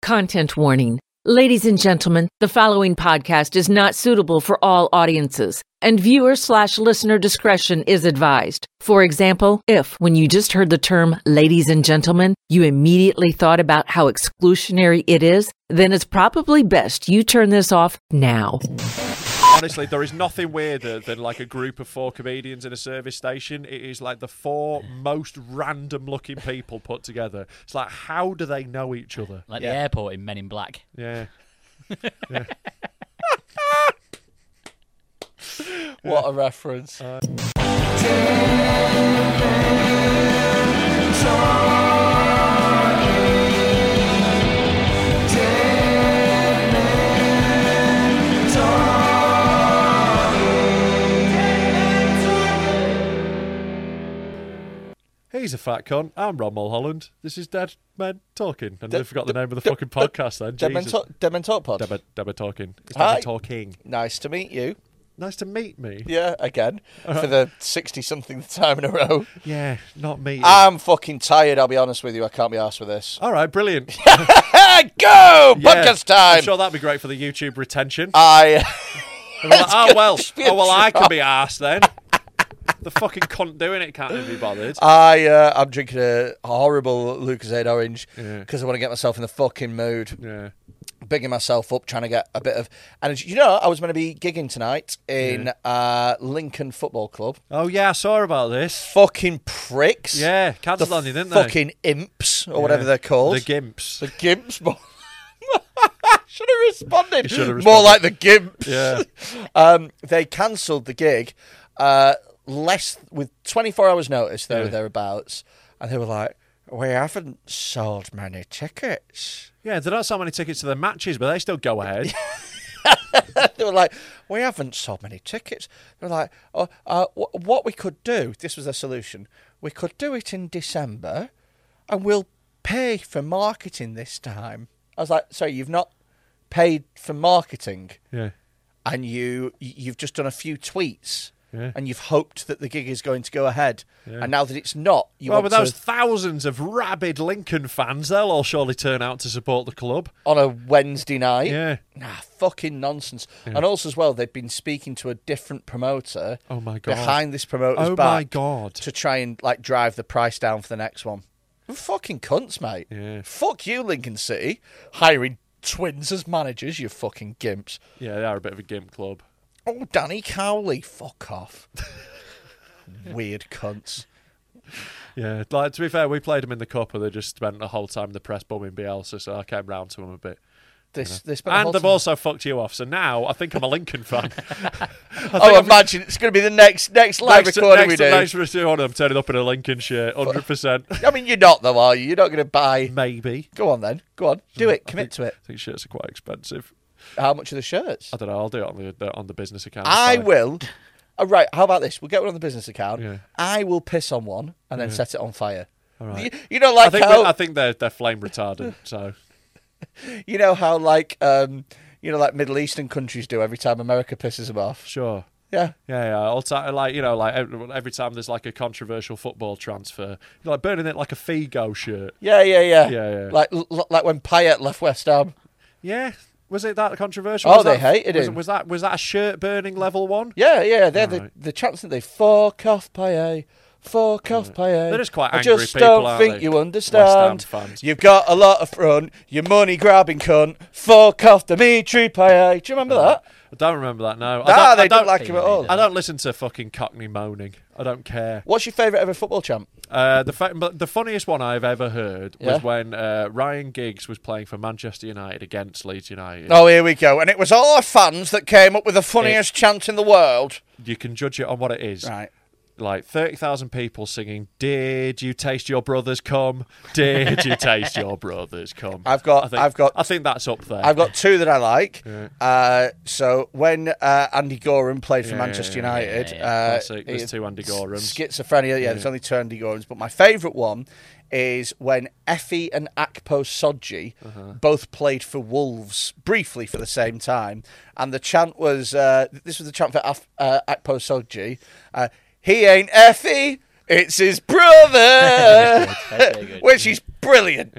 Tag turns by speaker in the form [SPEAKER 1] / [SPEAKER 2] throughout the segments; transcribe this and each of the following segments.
[SPEAKER 1] Content warning. Ladies and gentlemen, the following podcast is not suitable for all audiences, and viewer slash listener discretion is advised. For example, if when you just heard the term ladies and gentlemen, you immediately thought about how exclusionary it is, then it's probably best you turn this off now.
[SPEAKER 2] Honestly, there is nothing weirder than like a group of four comedians in a service station. It is like the four most random looking people put together. It's like, how do they know each other?
[SPEAKER 3] Like the airport in Men in Black.
[SPEAKER 2] Yeah.
[SPEAKER 4] What a reference.
[SPEAKER 2] He's a fat cunt. I'm Ron Mulholland. This is Dead Men Talking. And I forgot the name of the fucking podcast then.
[SPEAKER 4] Dead Men
[SPEAKER 2] Jesus.
[SPEAKER 4] Talk- Dead Men Talk Pod.
[SPEAKER 2] Dead Men- Dead Men Talking. It's Dead
[SPEAKER 4] Hi.
[SPEAKER 2] Men Talking.
[SPEAKER 4] Nice to meet you.
[SPEAKER 2] Nice to meet me.
[SPEAKER 4] Yeah, again. For the 60 something time in a row.
[SPEAKER 2] Yeah, not me.
[SPEAKER 4] I'm fucking tired, I'll be honest with you. I can't be arsed with this.
[SPEAKER 2] All right, brilliant.
[SPEAKER 4] Hey, go!
[SPEAKER 2] Yeah.
[SPEAKER 4] Podcast
[SPEAKER 2] I'm
[SPEAKER 4] time!
[SPEAKER 2] sure that'd be great for the YouTube retention.
[SPEAKER 4] I.
[SPEAKER 2] And we're like, oh well,
[SPEAKER 4] be a
[SPEAKER 2] oh well, I can be asked then. the fucking cunt doing it can't be bothered.
[SPEAKER 4] I uh, I'm drinking a horrible Lucasade orange because I want to get myself in the fucking mood,
[SPEAKER 2] yeah,
[SPEAKER 4] bigging myself up, trying to get a bit of energy. You know, I was going to be gigging tonight in uh, Lincoln Football Club.
[SPEAKER 2] Oh yeah, I saw about this.
[SPEAKER 4] Fucking pricks.
[SPEAKER 2] Yeah,
[SPEAKER 4] the
[SPEAKER 2] cancelled on you, didn't they?
[SPEAKER 4] fucking imps or whatever they're called.
[SPEAKER 2] The gimps.
[SPEAKER 4] The gimps. More- should have responded.
[SPEAKER 2] should have responded.
[SPEAKER 4] More like the gimps.
[SPEAKER 2] Yeah.
[SPEAKER 4] um, they cancelled the gig uh, less with 24 hours notice there
[SPEAKER 2] Yeah.
[SPEAKER 4] or thereabouts, and they were like, "We haven't sold many tickets."
[SPEAKER 2] Yeah, there don't sell many tickets to the matches, but they still go ahead.
[SPEAKER 4] they were like, "We haven't sold many tickets." They were like, oh, uh, wh- "What we could do? This was a solution. We could do it in December, and we'll pay for marketing this time." I was like, "Sorry, you've not paid for marketing,
[SPEAKER 2] yeah,
[SPEAKER 4] and you you've just done a few tweets."
[SPEAKER 2] Yeah.
[SPEAKER 4] And you've hoped that the gig is going to go ahead, and now that it's not, you
[SPEAKER 2] well, but
[SPEAKER 4] want
[SPEAKER 2] those
[SPEAKER 4] to
[SPEAKER 2] thousands of rabid Lincoln fans, they'll all surely turn out to support the club.
[SPEAKER 4] on a Wednesday night.
[SPEAKER 2] Yeah.
[SPEAKER 4] Nah, fucking nonsense. And also, as well, they'd been speaking to a different promoter.
[SPEAKER 2] Oh, my God.
[SPEAKER 4] Behind this promoter's
[SPEAKER 2] Oh,
[SPEAKER 4] back.
[SPEAKER 2] my God.
[SPEAKER 4] To try and like drive the price down for the next one. You're fucking cunts, mate.
[SPEAKER 2] Yeah.
[SPEAKER 4] Fuck you, Lincoln City, hiring twins as managers. You fucking gimps.
[SPEAKER 2] Yeah, they are a bit of a gimp club.
[SPEAKER 4] Oh, Danny Cowley, fuck off. Weird cunts.
[SPEAKER 2] Yeah, like to be fair, we played them in the cup, and they just spent the whole time in the press bumming Bielsa, so I came round to them a bit.
[SPEAKER 4] This this
[SPEAKER 2] And they've also fucked you off, so now I think I'm a Lincoln fan.
[SPEAKER 4] Oh, imagine it's going to be the next next live
[SPEAKER 2] next,
[SPEAKER 4] recording
[SPEAKER 2] next,
[SPEAKER 4] we do.
[SPEAKER 2] next recording, I'm turning up in a Lincoln shirt, 100%.
[SPEAKER 4] I mean, you're not though, are you? You're not going to buy.
[SPEAKER 2] Maybe.
[SPEAKER 4] Go on then. Go on. Do it. Commit to it.
[SPEAKER 2] Mm. I think shirts are quite expensive.
[SPEAKER 4] How much are the shirts?
[SPEAKER 2] I don't know. I'll do it on the- the on the business account.
[SPEAKER 4] I
[SPEAKER 2] side.
[SPEAKER 4] will. Oh, right. How about this? We'll get one on the business account.
[SPEAKER 2] Yeah.
[SPEAKER 4] I will piss on one and then set it on fire.
[SPEAKER 2] right.
[SPEAKER 4] You, you know,
[SPEAKER 2] I
[SPEAKER 4] like
[SPEAKER 2] think
[SPEAKER 4] how
[SPEAKER 2] I think they're they're flame retardant. So
[SPEAKER 4] you know how like um, you know, like Middle Eastern countries do every time America pisses them off.
[SPEAKER 2] Sure.
[SPEAKER 4] Yeah.
[SPEAKER 2] Yeah, yeah. All ti like you know, like every, every time there's like a controversial football transfer, you're like burning it like a Figo shirt.
[SPEAKER 4] Yeah, yeah, yeah.
[SPEAKER 2] Yeah, yeah.
[SPEAKER 4] Like l- like when Payet left West Ham.
[SPEAKER 2] Yeah, was it that controversial?
[SPEAKER 4] Oh,
[SPEAKER 2] was
[SPEAKER 4] they
[SPEAKER 2] that,
[SPEAKER 4] hated
[SPEAKER 2] was,
[SPEAKER 4] him.
[SPEAKER 2] Was that was that a shirt burning level one?
[SPEAKER 4] Yeah, yeah. They're the,
[SPEAKER 2] Right.
[SPEAKER 4] the chance that they fuck off Payet. Fuck off Payet.
[SPEAKER 2] They're just quite
[SPEAKER 4] I
[SPEAKER 2] angry
[SPEAKER 4] just
[SPEAKER 2] people,
[SPEAKER 4] don't
[SPEAKER 2] aren't
[SPEAKER 4] think
[SPEAKER 2] they?
[SPEAKER 4] you
[SPEAKER 2] West Ham
[SPEAKER 4] understand.
[SPEAKER 2] fans.
[SPEAKER 4] You've got a lot of front. You're money grabbing cunt. Fuck off Dimitri Payet. Do you remember that?
[SPEAKER 2] I don't remember that. No,
[SPEAKER 4] Nah,
[SPEAKER 2] I don't,
[SPEAKER 4] they
[SPEAKER 2] I
[SPEAKER 4] don't
[SPEAKER 2] don't
[SPEAKER 4] like him at all.
[SPEAKER 2] I don't listen to fucking Cockney moaning. I don't care.
[SPEAKER 4] What's your favourite ever football champ?
[SPEAKER 2] Uh, the fa- but the funniest one I've ever heard
[SPEAKER 4] Yeah.
[SPEAKER 2] was when uh, Ryan Giggs was playing for Manchester United against Leeds United.
[SPEAKER 4] Oh, here we go. And it was all our fans that came up with the funniest chant in the world.
[SPEAKER 2] You can judge it on what it is. like 30,000 people singing, Did you taste your brother's cum? Did you taste your brother's cum?
[SPEAKER 4] I've got-
[SPEAKER 2] I think,
[SPEAKER 4] I've got-
[SPEAKER 2] I think that's up there.
[SPEAKER 4] I've got two that I like. Uh, so when uh, Andy Gorham played for
[SPEAKER 2] Yeah,
[SPEAKER 4] Manchester
[SPEAKER 2] yeah, yeah,
[SPEAKER 4] United,
[SPEAKER 2] yeah.
[SPEAKER 4] uh,
[SPEAKER 2] Classic. There's
[SPEAKER 4] it-
[SPEAKER 2] two Andy Gorhams.
[SPEAKER 4] Schizophrenia. Yeah, there's only two Andy Gorhams. But my favourite one is when Effie and Akpo Sodji
[SPEAKER 3] Uh-huh.
[SPEAKER 4] both played for Wolves briefly for the same time, and the chant was uh, this was the chant for Af- uh, Akpo Sodji. Uh, he ain't Effie. It's his brother,
[SPEAKER 3] That's very good.
[SPEAKER 4] which is brilliant.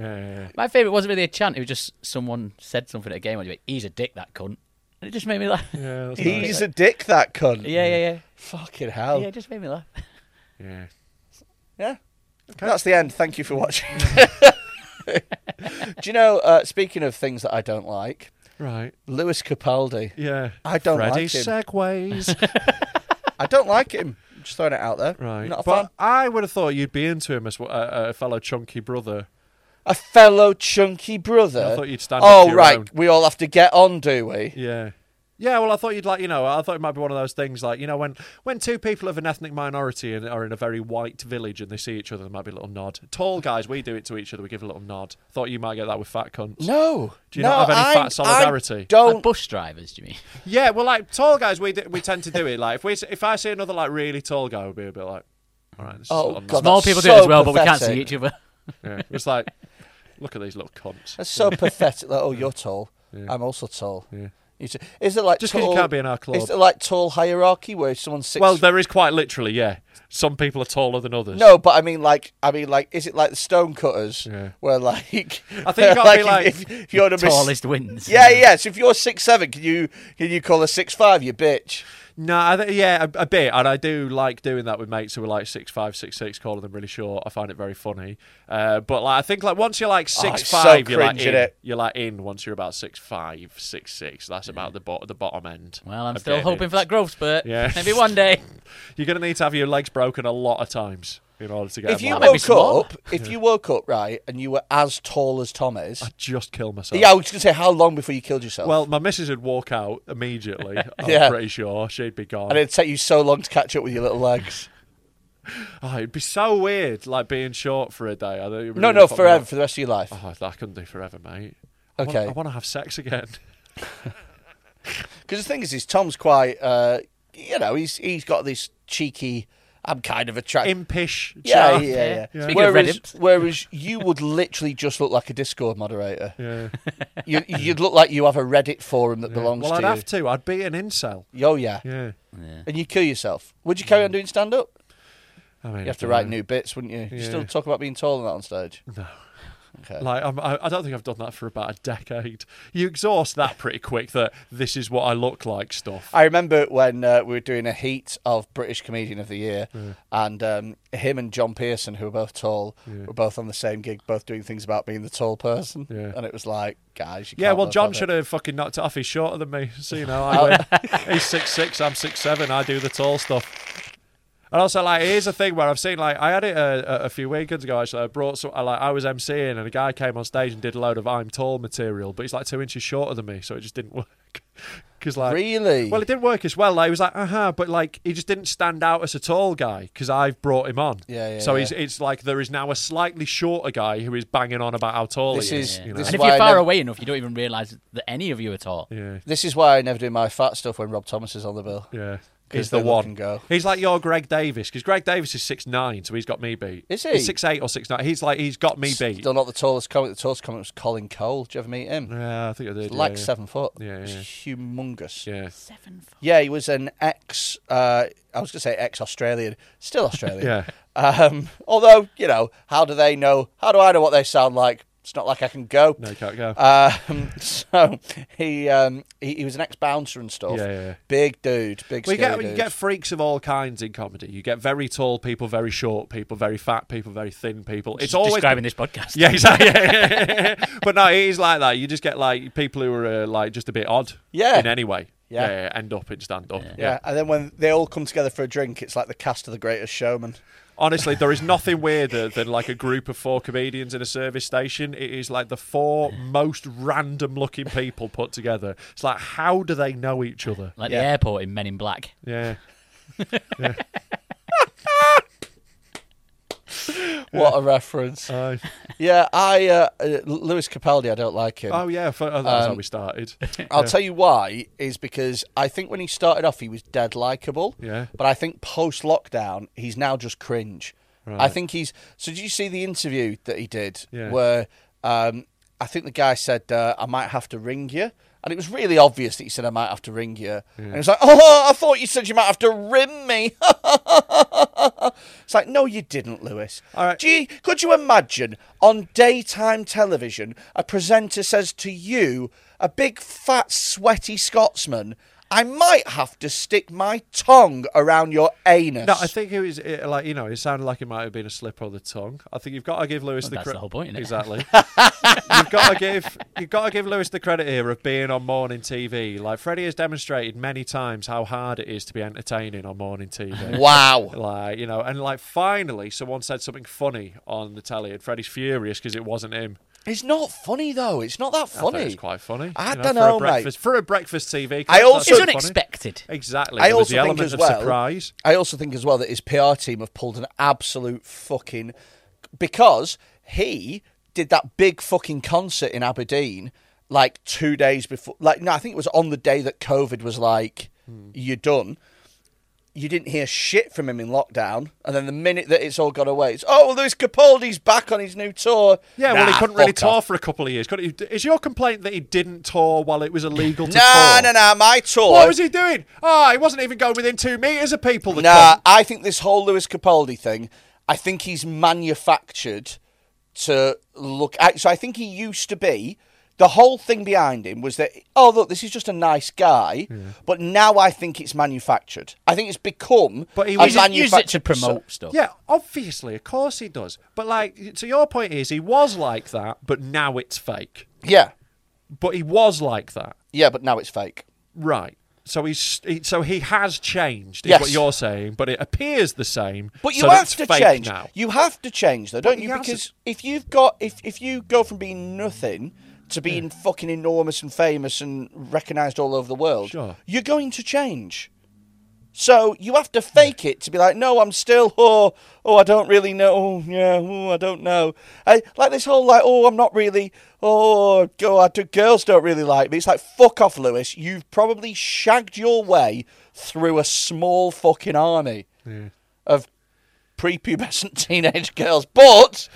[SPEAKER 3] My favourite wasn't really a chant. It was just someone said something at a game. and you went, he's a dick, that cunt. And it just made me laugh. Yeah,
[SPEAKER 2] Yeah, that's nice.
[SPEAKER 4] He's a dick, that cunt.
[SPEAKER 3] yeah, yeah.
[SPEAKER 4] Fucking
[SPEAKER 3] Yeah,
[SPEAKER 4] hell.
[SPEAKER 3] it just made me laugh.
[SPEAKER 2] Yeah.
[SPEAKER 4] Yeah. That's the end. Thank you for watching. Do you know, uh, speaking of things that I don't like,
[SPEAKER 2] Right.
[SPEAKER 4] Lewis Capaldi.
[SPEAKER 2] Yeah.
[SPEAKER 4] I don't like
[SPEAKER 2] Freddy
[SPEAKER 4] him.
[SPEAKER 2] segways.
[SPEAKER 4] I don't like him. Just throwing it out there.
[SPEAKER 2] right.
[SPEAKER 4] Not a
[SPEAKER 2] but
[SPEAKER 4] fan.
[SPEAKER 2] I would have thought you'd be into him as well, uh, a fellow chunky brother.
[SPEAKER 4] A fellow chunky brother.
[SPEAKER 2] I thought you'd stand up
[SPEAKER 4] Oh,
[SPEAKER 2] for your
[SPEAKER 4] right.
[SPEAKER 2] own.
[SPEAKER 4] We all have to get on, do we?
[SPEAKER 2] Yeah. Yeah, well, I thought you'd like, you know, I thought it might be one of those things like, you know, when when two people of an ethnic minority and are in a very white village and they see each other, there might be a little nod. Tall guys, we do it to each other, we give a little nod. Thought you might get that with fat cunts.
[SPEAKER 4] No.
[SPEAKER 2] Do you
[SPEAKER 4] no,
[SPEAKER 2] not have any
[SPEAKER 4] I,
[SPEAKER 2] fat solidarity?
[SPEAKER 4] I don't.
[SPEAKER 3] Like bus drivers, do you mean?
[SPEAKER 2] Yeah, well, like tall guys, we d- we tend to do it. Like if we s- if I see another like really tall guy, we'll be a bit like, all right, this
[SPEAKER 4] Oh,
[SPEAKER 2] is sort of
[SPEAKER 4] God.
[SPEAKER 2] nice."
[SPEAKER 3] Small
[SPEAKER 4] that's
[SPEAKER 3] people do
[SPEAKER 4] so
[SPEAKER 3] it as well, but we can't see
[SPEAKER 4] pathetic.
[SPEAKER 3] each other.
[SPEAKER 2] Yeah. It's like, look at these little cunts.
[SPEAKER 4] That's so pathetic. Like, oh, you're tall. I'm also tall. You t- is it like
[SPEAKER 2] Just 'cause you
[SPEAKER 4] tall,
[SPEAKER 2] can't be in our club.
[SPEAKER 4] Is it like tall hierarchy where if someone's six
[SPEAKER 2] Well, there is quite literally, yeah. Some people are taller than others.
[SPEAKER 4] No, but I mean, like, I mean, like, is it like the stonecutters where, like,
[SPEAKER 2] I think you gotta be, like,
[SPEAKER 4] if, if you're the
[SPEAKER 3] Tallest wins.
[SPEAKER 4] Yeah, yeah. So if you're six seven, can you can you call a six five you bitch?
[SPEAKER 2] No, I th- yeah, a, a bit, and I do like doing that with mates who are like six five, six six, calling them really short. I find it very funny. Uh, but like, I think like once you're like six
[SPEAKER 4] Oh, it's so
[SPEAKER 2] five, you're like
[SPEAKER 4] cringe, isn't
[SPEAKER 2] in.
[SPEAKER 4] it?
[SPEAKER 2] You're like in once you're about six five, six six. That's about the bot the bottom end.
[SPEAKER 3] Well, I'm
[SPEAKER 2] of
[SPEAKER 3] still
[SPEAKER 2] getting
[SPEAKER 3] hoping
[SPEAKER 2] in.
[SPEAKER 3] for that growth spurt.
[SPEAKER 2] Yeah.
[SPEAKER 3] Maybe one day.
[SPEAKER 2] You're gonna need to have your legs broken a lot of times in order to get.
[SPEAKER 4] if
[SPEAKER 2] them
[SPEAKER 4] you
[SPEAKER 2] like-
[SPEAKER 3] might be
[SPEAKER 4] woke
[SPEAKER 3] small.
[SPEAKER 4] up, if you woke up right and you were as tall as Tom is,
[SPEAKER 2] I'd just kill myself.
[SPEAKER 4] yeah, I was gonna say how long before you killed yourself?
[SPEAKER 2] Well, my missus would walk out immediately. I'm
[SPEAKER 4] Yeah.
[SPEAKER 2] pretty sure she'd be gone.
[SPEAKER 4] and it'd take you so long to catch up with your little legs.
[SPEAKER 2] Oh, it'd be so weird, like being short for a day. I don't, it
[SPEAKER 4] no,
[SPEAKER 2] really
[SPEAKER 4] no,
[SPEAKER 2] fucked me
[SPEAKER 4] forever
[SPEAKER 2] up.
[SPEAKER 4] for the rest of your life.
[SPEAKER 2] Oh, I couldn't do forever, mate. I
[SPEAKER 4] Okay.
[SPEAKER 2] wanna, I want to have sex again.
[SPEAKER 4] Because the thing is, is Tom's quite, uh, you know, he's he's got this cheeky. I'm kind of attracted.
[SPEAKER 2] Impish.
[SPEAKER 4] Yeah,
[SPEAKER 2] chap.
[SPEAKER 4] yeah, yeah.
[SPEAKER 3] Yeah. Speaking of red
[SPEAKER 4] Whereas,
[SPEAKER 3] imps.
[SPEAKER 4] whereas you would literally just look like a Discord moderator.
[SPEAKER 2] Yeah.
[SPEAKER 4] You, you'd look like you have a Reddit forum that belongs
[SPEAKER 2] Well,
[SPEAKER 4] to
[SPEAKER 2] I'd
[SPEAKER 4] you.
[SPEAKER 2] have to. I'd be an incel.
[SPEAKER 4] Oh yeah.
[SPEAKER 2] Yeah.
[SPEAKER 4] and you kill yourself. Would you
[SPEAKER 2] Mm.
[SPEAKER 4] carry on doing stand up?
[SPEAKER 2] I mean,
[SPEAKER 4] You have
[SPEAKER 2] I
[SPEAKER 4] to
[SPEAKER 2] don't
[SPEAKER 4] write
[SPEAKER 2] know.
[SPEAKER 4] new bits, wouldn't you? You still
[SPEAKER 2] Yeah.
[SPEAKER 4] talk about being tall and that on stage.
[SPEAKER 2] Like, I'm, I, I don't think I've done that for about a decade. You exhaust that pretty quick. That this is what I look like stuff.
[SPEAKER 4] I remember when uh, we were doing a heat of British Comedian of the Year, and um, him and John Pearson, who are both tall, were both on the same gig, both doing things about being the tall person.
[SPEAKER 2] Yeah.
[SPEAKER 4] And it was like, guys, you
[SPEAKER 2] yeah,
[SPEAKER 4] can't
[SPEAKER 2] well,
[SPEAKER 4] laugh
[SPEAKER 2] John
[SPEAKER 4] at it.
[SPEAKER 2] should have fucking knocked it off. He's shorter than me, so you know
[SPEAKER 4] Oh.
[SPEAKER 2] I win. He's six six. I'm six seven. I do the tall stuff. And also, like, here's the thing where I've seen, like, I had it uh, a, a- a few weekends ago. Actually, I brought some, I, like, I was emceeing, and a guy came on stage and did a load of "I'm tall" material, but he's like two inches shorter than me, so it just didn't work. Because, like,
[SPEAKER 4] Really?
[SPEAKER 2] Well, it didn't work as well. Like, he was like, uh huh, but like, he just didn't stand out as a tall guy because I've brought him on.
[SPEAKER 4] Yeah, yeah,
[SPEAKER 2] So he's,
[SPEAKER 4] yeah.
[SPEAKER 2] it's like there is now a slightly shorter guy who is banging on about how tall
[SPEAKER 4] This
[SPEAKER 2] he
[SPEAKER 4] is-
[SPEAKER 2] is. you know?
[SPEAKER 4] this
[SPEAKER 3] and
[SPEAKER 4] is
[SPEAKER 3] if
[SPEAKER 4] why I
[SPEAKER 3] you're far
[SPEAKER 4] never-
[SPEAKER 3] away enough, you don't even realise that any of you are tall.
[SPEAKER 2] yeah,
[SPEAKER 4] This is why I never do my fat stuff when Rob Thomas is on the bill.
[SPEAKER 2] yeah.
[SPEAKER 4] 'Cause
[SPEAKER 2] is the
[SPEAKER 4] then they
[SPEAKER 2] one.
[SPEAKER 4] can go.
[SPEAKER 2] He's like your Greg Davis because Greg Davis is six nine, so he's got me beat.
[SPEAKER 4] Is he?
[SPEAKER 2] He's six eight or six nine? He's like he's got me beat.
[SPEAKER 4] Still not the tallest comic. The tallest comic was Colin Cole. Did you ever meet him?
[SPEAKER 2] Yeah, I think I did.
[SPEAKER 4] like
[SPEAKER 2] yeah, yeah.
[SPEAKER 4] seven foot.
[SPEAKER 2] Yeah,
[SPEAKER 4] He's
[SPEAKER 2] yeah.
[SPEAKER 4] humongous.
[SPEAKER 2] Yeah.
[SPEAKER 4] Yeah, he was an ex. Uh, I was going to say ex-Australian, still Australian.
[SPEAKER 2] Yeah.
[SPEAKER 4] Um, although you know, how do they know? How do I know what they sound like? It's not like I can go.
[SPEAKER 2] No, you can't go.
[SPEAKER 4] Um, so he, um, he he was an ex-bouncer and stuff.
[SPEAKER 2] Yeah, yeah, yeah.
[SPEAKER 4] Big dude, big.
[SPEAKER 2] We
[SPEAKER 4] scary
[SPEAKER 2] get you
[SPEAKER 4] dude.
[SPEAKER 2] get freaks of all kinds in comedy. You get very tall people, very short people, very fat people, very thin people. It's
[SPEAKER 3] Just
[SPEAKER 2] always
[SPEAKER 3] describing this podcast.
[SPEAKER 2] Yeah, exactly. Yeah. but no, it is like that. You just get like people who are uh, like just a bit odd.
[SPEAKER 4] Yeah.
[SPEAKER 2] In any way.
[SPEAKER 4] Yeah.
[SPEAKER 2] end up in stand up.
[SPEAKER 4] yeah. and then when they all come together for a drink, it's like the cast of The Greatest Showman.
[SPEAKER 2] Honestly, there is nothing weirder than like a group of four comedians in a service station. It is like the four most random looking people put together. It's like, how do they know each other?
[SPEAKER 3] Like the
[SPEAKER 4] Yeah.
[SPEAKER 3] airport in Men in Black.
[SPEAKER 2] Yeah.
[SPEAKER 4] What a reference!
[SPEAKER 2] Uh,
[SPEAKER 4] yeah, I uh, uh, Lewis Capaldi, I don't like him.
[SPEAKER 2] oh, yeah. f- oh, that's
[SPEAKER 3] Um,
[SPEAKER 2] how we started.
[SPEAKER 4] I'll tell you why is because I think when he started off, he was dead likable.
[SPEAKER 2] Yeah.
[SPEAKER 4] But I think post lockdown, he's now just cringe. I think he's. So did you see the interview that he did
[SPEAKER 2] Yeah.
[SPEAKER 4] where um, I think the guy said, uh, "I might have to ring you." And it was really obvious that he said, "I might have to ring you," and he was like, "Oh, I thought you said you might have to rim me." it's like, no, you didn't, Lewis.
[SPEAKER 2] All right.
[SPEAKER 4] Gee, could you imagine on daytime television, a presenter says to you, a big, fat, sweaty Scotsman, I might have to stick my tongue around your anus.
[SPEAKER 2] No, I think it was it, like you know. It sounded like it might have been a slip of the tongue. I think you've got to give Lewis
[SPEAKER 3] Well,
[SPEAKER 2] the
[SPEAKER 3] that's
[SPEAKER 2] credit.
[SPEAKER 3] the whole point, innit?
[SPEAKER 2] Exactly. you've got to give you've got to give Lewis the credit here of being on morning TV. Like Freddie has demonstrated many times how hard it is to be entertaining on morning TV.
[SPEAKER 4] Wow.
[SPEAKER 2] Like you know, and like finally someone said something funny on the telly, and Freddie's furious because it wasn't him.
[SPEAKER 4] It's not funny, though. It's not that
[SPEAKER 2] I thought it was
[SPEAKER 4] funny.
[SPEAKER 2] quite funny.
[SPEAKER 4] I
[SPEAKER 2] you know,
[SPEAKER 4] don't
[SPEAKER 2] for a
[SPEAKER 4] know, mate.
[SPEAKER 2] breakfast- For a breakfast TV,
[SPEAKER 4] I also-
[SPEAKER 2] that's
[SPEAKER 3] It's
[SPEAKER 4] So
[SPEAKER 2] funny.
[SPEAKER 3] unexpected.
[SPEAKER 2] Exactly.
[SPEAKER 4] I
[SPEAKER 2] There was
[SPEAKER 4] also
[SPEAKER 2] the
[SPEAKER 4] think
[SPEAKER 2] element
[SPEAKER 4] as
[SPEAKER 2] of
[SPEAKER 4] well-
[SPEAKER 2] surprise.
[SPEAKER 4] I also think as well that his PR team have pulled an absolute fucking because he did that big fucking concert in Aberdeen like two days before. Like no, I think it was on the day that COVID was like
[SPEAKER 2] Hmm.
[SPEAKER 4] you're done. You didn't hear shit from him in lockdown, and then the minute that it's all gone away, it's oh well, Lewis Capaldi's back on his new tour.
[SPEAKER 2] Yeah, well, he
[SPEAKER 4] Nah,
[SPEAKER 2] couldn't really
[SPEAKER 4] fuck off.
[SPEAKER 2] tour for a couple of years. could he? Is your complaint that he didn't tour while it was illegal to tour?
[SPEAKER 4] Nah, nah, nah. My tour.
[SPEAKER 2] What was he doing? Oh, he wasn't even going within two metres of people. The
[SPEAKER 4] Nah,
[SPEAKER 2] cunt.
[SPEAKER 4] I think this whole Lewis Capaldi thing, I think he's manufactured to look. I- So I think he used to be. The whole thing behind him was that, oh, look, this is just a nice guy, but now I think it's manufactured. I think it's become
[SPEAKER 2] But he
[SPEAKER 4] a
[SPEAKER 2] was-
[SPEAKER 3] Use it- use it to
[SPEAKER 4] manufactured-
[SPEAKER 3] promote stuff.
[SPEAKER 2] Yeah, obviously, of course he does. But, like, so your point is he was like that, but now it's fake.
[SPEAKER 4] Yeah,
[SPEAKER 2] But he was like that.
[SPEAKER 4] yeah, but now it's fake.
[SPEAKER 2] Right. So he's he, so he has changed, is
[SPEAKER 4] Yes.
[SPEAKER 2] what you're saying, but it appears the same.
[SPEAKER 4] But you
[SPEAKER 2] so
[SPEAKER 4] have
[SPEAKER 2] that's
[SPEAKER 4] to
[SPEAKER 2] fake
[SPEAKER 4] change.
[SPEAKER 2] now.
[SPEAKER 4] You have to change, though, don't
[SPEAKER 2] he
[SPEAKER 4] you?
[SPEAKER 2] hasn't.
[SPEAKER 4] Because if you've got if if you go from being nothing to being fucking enormous and famous and recognised all over the world,
[SPEAKER 2] Sure.
[SPEAKER 4] you're going to change. So you have to fake it to be like, no, I'm still. Oh, oh, I don't really know. Oh, yeah, oh, I don't know. I, like this whole like, oh, I'm not really. Oh, go, I do, girls don't really like me. It's like, fuck off, Lewis. You've probably shagged your way through a small fucking army of prepubescent teenage girls. But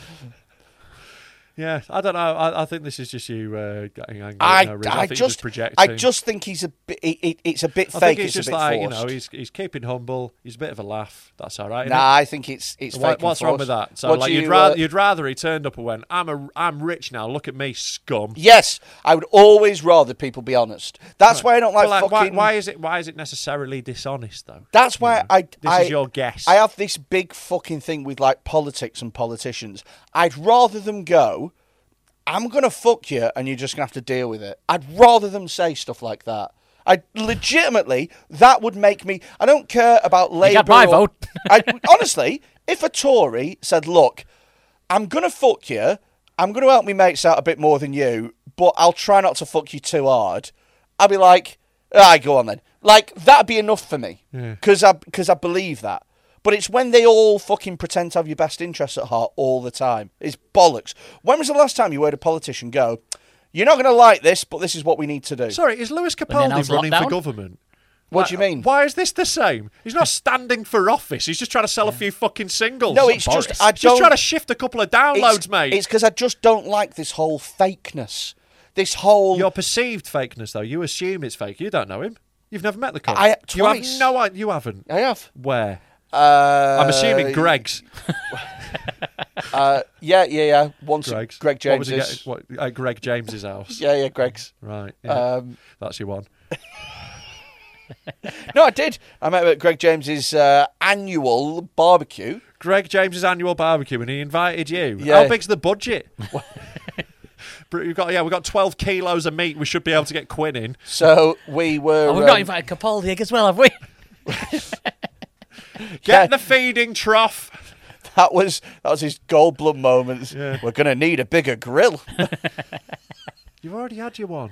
[SPEAKER 2] Yeah, I don't know. I, I think this is just you uh, getting angry.
[SPEAKER 4] I,
[SPEAKER 2] no, really.
[SPEAKER 4] I,
[SPEAKER 2] I, think you're
[SPEAKER 4] just,
[SPEAKER 2] projecting.
[SPEAKER 4] I just think he's a bit. It, it, it's a bit
[SPEAKER 2] I
[SPEAKER 4] fake.
[SPEAKER 2] think it's,
[SPEAKER 4] a
[SPEAKER 2] just
[SPEAKER 4] bit
[SPEAKER 2] like
[SPEAKER 4] forced.
[SPEAKER 2] you know he's he's keeping humble. He's a bit of a laugh. That's all right. isn't
[SPEAKER 4] Nah, I think it's it's
[SPEAKER 2] it? Wha-
[SPEAKER 4] fake. and
[SPEAKER 2] what's wrong
[SPEAKER 4] forced.
[SPEAKER 2] with that? So
[SPEAKER 4] What do
[SPEAKER 2] like you'd
[SPEAKER 4] you,
[SPEAKER 2] rather
[SPEAKER 4] uh,
[SPEAKER 2] you'd rather he turned up and went, I'm a I'm rich now. Look at me, scum.
[SPEAKER 4] Yes, I would always rather people be honest. That's why I don't like,
[SPEAKER 2] But, like,
[SPEAKER 4] fucking.
[SPEAKER 2] why, why is it why is it necessarily dishonest though?
[SPEAKER 4] That's why I.
[SPEAKER 2] This
[SPEAKER 4] I-
[SPEAKER 2] is your guess.
[SPEAKER 4] I have this big fucking thing with like politics and politicians. I'd rather them go. I'm gonna fuck you, and you're just gonna have to deal with it. I'd rather them say stuff like that. I legitimately that would make me. I don't care about Labour.
[SPEAKER 3] got my
[SPEAKER 4] or-
[SPEAKER 3] vote.
[SPEAKER 4] I, honestly, if a Tory said, "Look, I'm gonna fuck you. I'm gonna help me mates out a bit more than you, but I'll try not to fuck you too hard," I'd be like, "I go on then." Like that'd be enough for me because I because I believe that. But it's when they all fucking pretend to have your best interests at heart all the time. It's bollocks. When was the last time you heard a politician go, "You're not gonna like this, but this is what we need to do"?
[SPEAKER 2] Sorry, is Louis
[SPEAKER 3] then I
[SPEAKER 2] Capaldi
[SPEAKER 3] was
[SPEAKER 2] running
[SPEAKER 3] locked
[SPEAKER 2] for
[SPEAKER 3] down.
[SPEAKER 2] government?
[SPEAKER 4] What
[SPEAKER 2] Like,
[SPEAKER 4] do you mean?
[SPEAKER 2] Why is this the same? He's not standing for office. He's just trying to sell a few fucking singles.
[SPEAKER 4] No, it's just- I
[SPEAKER 2] He's just
[SPEAKER 4] don't-
[SPEAKER 2] trying to shift a couple of downloads, mate.
[SPEAKER 4] It's because I just don't like this whole fakeness. This whole
[SPEAKER 2] Your perceived fakeness, though, you assume it's fake. You don't know him. You've never met the kid.
[SPEAKER 4] I- uh,
[SPEAKER 2] you have
[SPEAKER 4] twice.
[SPEAKER 2] no idea. You haven't.
[SPEAKER 4] I have.
[SPEAKER 2] Where?
[SPEAKER 4] Uh,
[SPEAKER 2] I'm assuming Greg's.
[SPEAKER 4] Uh, yeah, yeah, yeah. Once
[SPEAKER 2] Greg's.
[SPEAKER 4] Greg
[SPEAKER 2] What was
[SPEAKER 4] James
[SPEAKER 2] he
[SPEAKER 4] is.
[SPEAKER 2] get- what- at Greg James's house.
[SPEAKER 4] Yeah, yeah, Greg's.
[SPEAKER 2] Right. yeah.
[SPEAKER 4] Um,
[SPEAKER 2] That's your one.
[SPEAKER 4] No, I did. I met him at Greg James's uh, annual barbecue.
[SPEAKER 2] Greg James's annual barbecue, and he invited you.
[SPEAKER 4] Yeah.
[SPEAKER 2] How big's the budget? Br- We've got yeah, we've got twelve kilos of meat. We should be able to get Quinn in.
[SPEAKER 4] So we were.
[SPEAKER 3] Oh, we've
[SPEAKER 4] um,
[SPEAKER 3] not invited Capaldi as well, have we?
[SPEAKER 2] Get
[SPEAKER 4] Yeah.
[SPEAKER 2] the feeding trough.
[SPEAKER 4] That was that was his Goldblum moment. We're gonna need a bigger grill.
[SPEAKER 2] You've already had your one.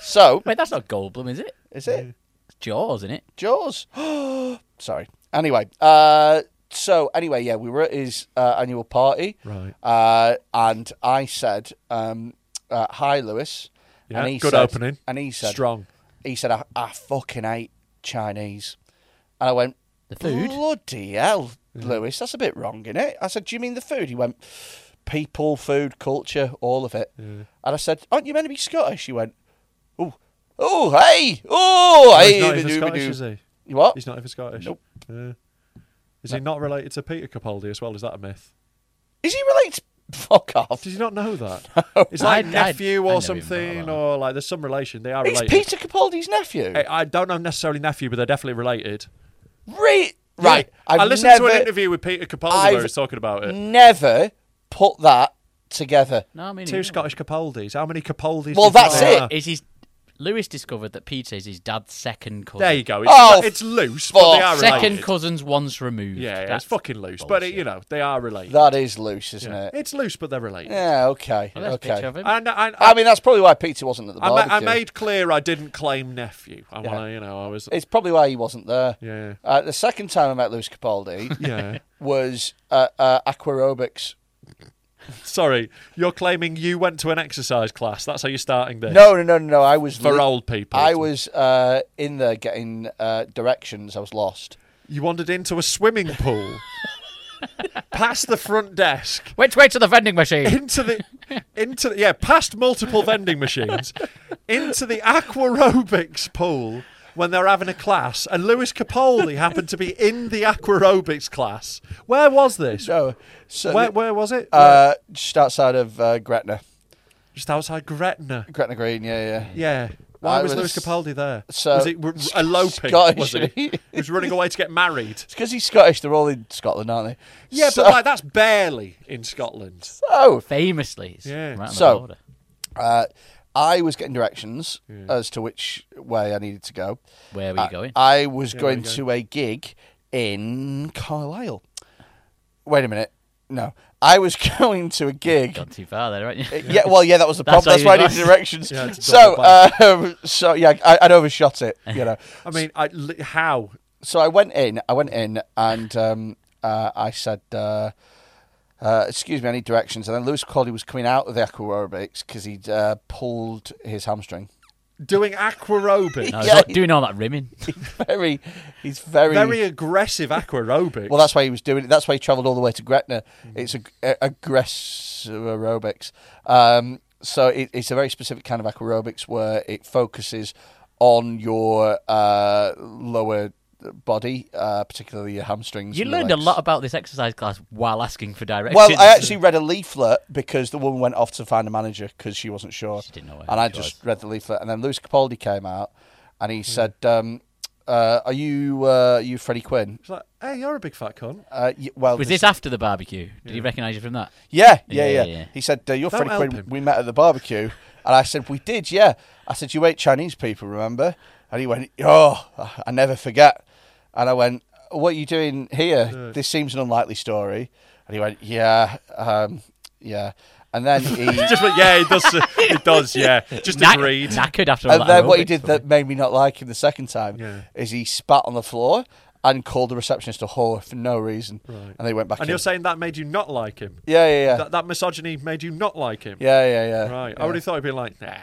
[SPEAKER 4] So
[SPEAKER 3] Wait, that's not Goldblum, is it?
[SPEAKER 4] is it
[SPEAKER 3] It's Jaws, isn't it?
[SPEAKER 4] Jaws? Sorry. Anyway, uh, so anyway, yeah, we were at his uh, annual party,
[SPEAKER 2] Right.
[SPEAKER 4] Uh, and I said, um, uh, "Hi, Lewis."
[SPEAKER 2] Yeah,
[SPEAKER 4] and he
[SPEAKER 2] good
[SPEAKER 4] said-
[SPEAKER 2] opening.
[SPEAKER 4] And he said,
[SPEAKER 2] Strong.
[SPEAKER 4] He said, I, "I fucking hate Chinese," and I went,
[SPEAKER 3] The food?
[SPEAKER 4] Bloody hell, Lewis, that's a bit wrong, isn't it?" I said, "Do you mean the food?" He went, "People, food, culture, all of it." And I said, "Aren't you meant to be Scottish?" He went, "Oh, oh, hey, oh,
[SPEAKER 2] Oh,
[SPEAKER 4] hey."
[SPEAKER 2] he's not even
[SPEAKER 4] we do, we
[SPEAKER 2] Scottish,
[SPEAKER 4] do."
[SPEAKER 2] is he?
[SPEAKER 4] You What?
[SPEAKER 2] He's not even Scottish.
[SPEAKER 4] Nope.
[SPEAKER 2] Yeah. Is he not related to Peter Capaldi as well? Is that a myth?
[SPEAKER 4] Is he related? to- Fuck off.
[SPEAKER 2] Did you not know that? It's
[SPEAKER 3] No,
[SPEAKER 2] like
[SPEAKER 3] I- I-
[SPEAKER 2] nephew
[SPEAKER 3] I never
[SPEAKER 2] or
[SPEAKER 3] even thought
[SPEAKER 2] something,
[SPEAKER 3] about
[SPEAKER 2] or like there's some relation. They are
[SPEAKER 4] It's
[SPEAKER 2] related.
[SPEAKER 4] Peter Capaldi's nephew.
[SPEAKER 2] I, I don't know necessarily nephew, but they're definitely related.
[SPEAKER 4] Re- right.
[SPEAKER 2] Yeah.
[SPEAKER 4] I've
[SPEAKER 2] I listened
[SPEAKER 4] never,
[SPEAKER 2] to an interview with Peter Capaldi
[SPEAKER 4] I've
[SPEAKER 2] where he's talking about it.
[SPEAKER 4] Never put that together.
[SPEAKER 3] No, I mean
[SPEAKER 2] Two Scottish Capaldis. How many Capaldis?
[SPEAKER 4] Well,
[SPEAKER 2] do you
[SPEAKER 4] that's
[SPEAKER 2] think there
[SPEAKER 4] it.
[SPEAKER 2] are?
[SPEAKER 3] Is his Lewis discovered that Peter is his dad's second cousin?
[SPEAKER 2] There you go. It's,
[SPEAKER 4] Oh,
[SPEAKER 2] it's loose, but they
[SPEAKER 4] fuck.
[SPEAKER 2] are related.
[SPEAKER 3] Second cousins once removed.
[SPEAKER 2] Yeah, yeah,
[SPEAKER 3] That's
[SPEAKER 2] it's fucking loose, but it,
[SPEAKER 3] bullshit.
[SPEAKER 2] you know they are related.
[SPEAKER 4] That is loose, isn't
[SPEAKER 2] Yeah.
[SPEAKER 4] it?
[SPEAKER 2] It's loose, but they're related.
[SPEAKER 4] Yeah. Okay.
[SPEAKER 3] Oh, there's a picture
[SPEAKER 4] okay.
[SPEAKER 3] of him.
[SPEAKER 2] And I, I,
[SPEAKER 4] I mean, that's probably why Peter wasn't at the
[SPEAKER 2] I, ma-
[SPEAKER 4] barbecue.
[SPEAKER 2] I made clear I didn't claim nephew. I want to, you know, I was.
[SPEAKER 4] It's probably why he wasn't there.
[SPEAKER 2] Yeah.
[SPEAKER 4] Uh, the second time I met Lewis Capaldi
[SPEAKER 2] yeah.
[SPEAKER 4] was uh, uh, aquarobics.
[SPEAKER 2] Sorry, you're claiming you went to an exercise class. That's how you're starting this.
[SPEAKER 4] No, no, no, no, no. I was
[SPEAKER 2] For
[SPEAKER 4] li-
[SPEAKER 2] old people.
[SPEAKER 4] I was uh, in there getting uh, directions. I was lost.
[SPEAKER 2] You wandered into a swimming pool, past the front desk,
[SPEAKER 3] Which way to the vending machine?
[SPEAKER 2] into the, into the, yeah, past multiple vending machines, into the aquarobics pool when they're having a class, and Lewis Capaldi happened to be in the aquarobics class. Where was this?
[SPEAKER 4] No. So
[SPEAKER 2] where, where was it?
[SPEAKER 4] Uh, just outside of uh, Gretna,
[SPEAKER 2] Just outside Gretna.
[SPEAKER 4] Gretna Green. Yeah, yeah.
[SPEAKER 2] Yeah. Why
[SPEAKER 4] I
[SPEAKER 2] was,
[SPEAKER 4] was-
[SPEAKER 2] Lewis Capaldi there?
[SPEAKER 4] so-
[SPEAKER 2] was he w- eloping?
[SPEAKER 4] Scottish,
[SPEAKER 2] was he?
[SPEAKER 4] isn't
[SPEAKER 2] he
[SPEAKER 4] he?
[SPEAKER 2] was running away to get married.
[SPEAKER 4] It's because he's Scottish. They're all in Scotland, aren't they?
[SPEAKER 2] Yeah,
[SPEAKER 4] so,
[SPEAKER 2] but like that's barely in Scotland.
[SPEAKER 4] so,
[SPEAKER 3] Famously, it's
[SPEAKER 2] Yeah.
[SPEAKER 3] right on the
[SPEAKER 4] So-
[SPEAKER 3] border.
[SPEAKER 4] uh, I was getting directions as to which way I needed to go.
[SPEAKER 3] Where
[SPEAKER 4] uh,
[SPEAKER 3] were you going?
[SPEAKER 4] I was going to a gig in Carlisle. Wait a minute. No, I was going to a gig.
[SPEAKER 3] Gone too far there, haven't you?
[SPEAKER 4] Yeah, well, yeah, that was the
[SPEAKER 3] That's
[SPEAKER 4] problem. That's why
[SPEAKER 3] why
[SPEAKER 4] I
[SPEAKER 3] you
[SPEAKER 4] needed directions.
[SPEAKER 2] Yeah, it's
[SPEAKER 4] so, um, so yeah, I, I'd overshot it. You know.
[SPEAKER 2] I mean, I, li- how?
[SPEAKER 4] so I went in. I went in, and um, uh, I said, uh, uh, "Excuse me, I need directions." And then Lewis Colley was coming out of the aquarobics because he'd uh, pulled his hamstring.
[SPEAKER 2] Doing aquarobics.
[SPEAKER 3] No, he's
[SPEAKER 4] Yeah.
[SPEAKER 3] not doing all that rimming.
[SPEAKER 4] Very, he's very,
[SPEAKER 2] Very aggressive aquarobics.
[SPEAKER 4] well. That's why he was doing it. That's why he travelled all the way to Gretna.
[SPEAKER 3] Mm.
[SPEAKER 4] It's a, a aggressive aerobics. Um, so it, it's a very specific kind of aquarobics where it focuses on your uh, lower body, uh, particularly your hamstrings.
[SPEAKER 3] You
[SPEAKER 4] and your
[SPEAKER 3] learned a
[SPEAKER 4] legs.
[SPEAKER 3] lot about this exercise class while asking for directions.
[SPEAKER 4] Well, I actually read a leaflet because the woman went off to find a manager because she wasn't sure.
[SPEAKER 3] She didn't know where
[SPEAKER 4] And I
[SPEAKER 3] she
[SPEAKER 4] just read the leaflet, and then Lewis Capaldi came out, and he said, um, uh, "Are you uh, are you Freddie Quinn?"
[SPEAKER 2] It's like, hey, you're a big fat cunt.
[SPEAKER 4] Uh, y- well,
[SPEAKER 3] Was
[SPEAKER 4] this-
[SPEAKER 3] this after the barbecue? Did he recognise you from that?
[SPEAKER 4] Yeah, yeah,
[SPEAKER 3] Yeah,
[SPEAKER 4] yeah.
[SPEAKER 3] yeah.
[SPEAKER 4] He said, uh, "You're
[SPEAKER 2] Don't
[SPEAKER 4] Freddie
[SPEAKER 2] help
[SPEAKER 4] Quinn.
[SPEAKER 2] him.
[SPEAKER 4] We met at the barbecue," and I said, "We did, yeah." I said, "You ate Chinese people, remember?" And he went, "Oh, I never forget." And I went, "What are you doing here? This seems an unlikely story." And he went, "Yeah, um, yeah." And then he.
[SPEAKER 2] Just went, yeah, it does. uh, It does, yeah. Just
[SPEAKER 3] Knack-
[SPEAKER 2] agreed.
[SPEAKER 3] Knackered after all
[SPEAKER 4] And
[SPEAKER 3] that.
[SPEAKER 4] then what he
[SPEAKER 3] aerobics,
[SPEAKER 4] did
[SPEAKER 3] probably.
[SPEAKER 4] that made me not like him the second time
[SPEAKER 2] Yeah.
[SPEAKER 4] is he spat on the floor and called the receptionist a whore for no reason. And they went back
[SPEAKER 2] And
[SPEAKER 4] in.
[SPEAKER 2] you're saying that made you not like him?
[SPEAKER 4] yeah, yeah, yeah.
[SPEAKER 2] That, that misogyny made you not like him?
[SPEAKER 4] yeah, yeah, yeah.
[SPEAKER 2] Right. I
[SPEAKER 4] Yeah.
[SPEAKER 2] would have thought he'd be like, nah.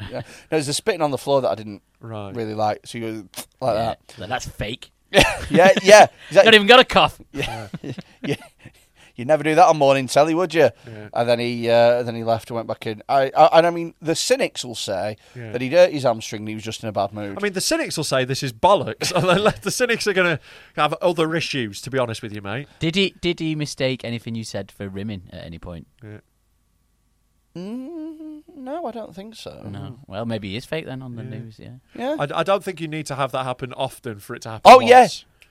[SPEAKER 4] Yeah. No, there's a spitting on the floor that I didn't
[SPEAKER 2] Right.
[SPEAKER 4] really like. So you go like
[SPEAKER 3] Yeah.
[SPEAKER 4] that.
[SPEAKER 3] Like, That's fake.
[SPEAKER 4] Yeah, yeah.
[SPEAKER 3] You don't
[SPEAKER 4] Exactly.
[SPEAKER 3] even got a cough.
[SPEAKER 4] you, you never do that on morning telly, would you?
[SPEAKER 2] Yeah.
[SPEAKER 4] And then he uh, then he left and went back in. I, I and I mean the cynics will say
[SPEAKER 2] Yeah.
[SPEAKER 4] that he hurt his hamstring and he was just in a bad mood.
[SPEAKER 2] I mean, the cynics will say this is bollocks. and then the cynics are going to have other issues, to be honest with you, mate.
[SPEAKER 3] Did he did he mistake anything you said for rimming at any point?
[SPEAKER 4] no, I don't think so.
[SPEAKER 3] No. Oh, Well, maybe he is fake then on the news. Yeah.
[SPEAKER 4] Yeah.
[SPEAKER 2] I, I don't think you need to have that happen often for it to happen.
[SPEAKER 4] Oh,
[SPEAKER 2] once.
[SPEAKER 4] yeah.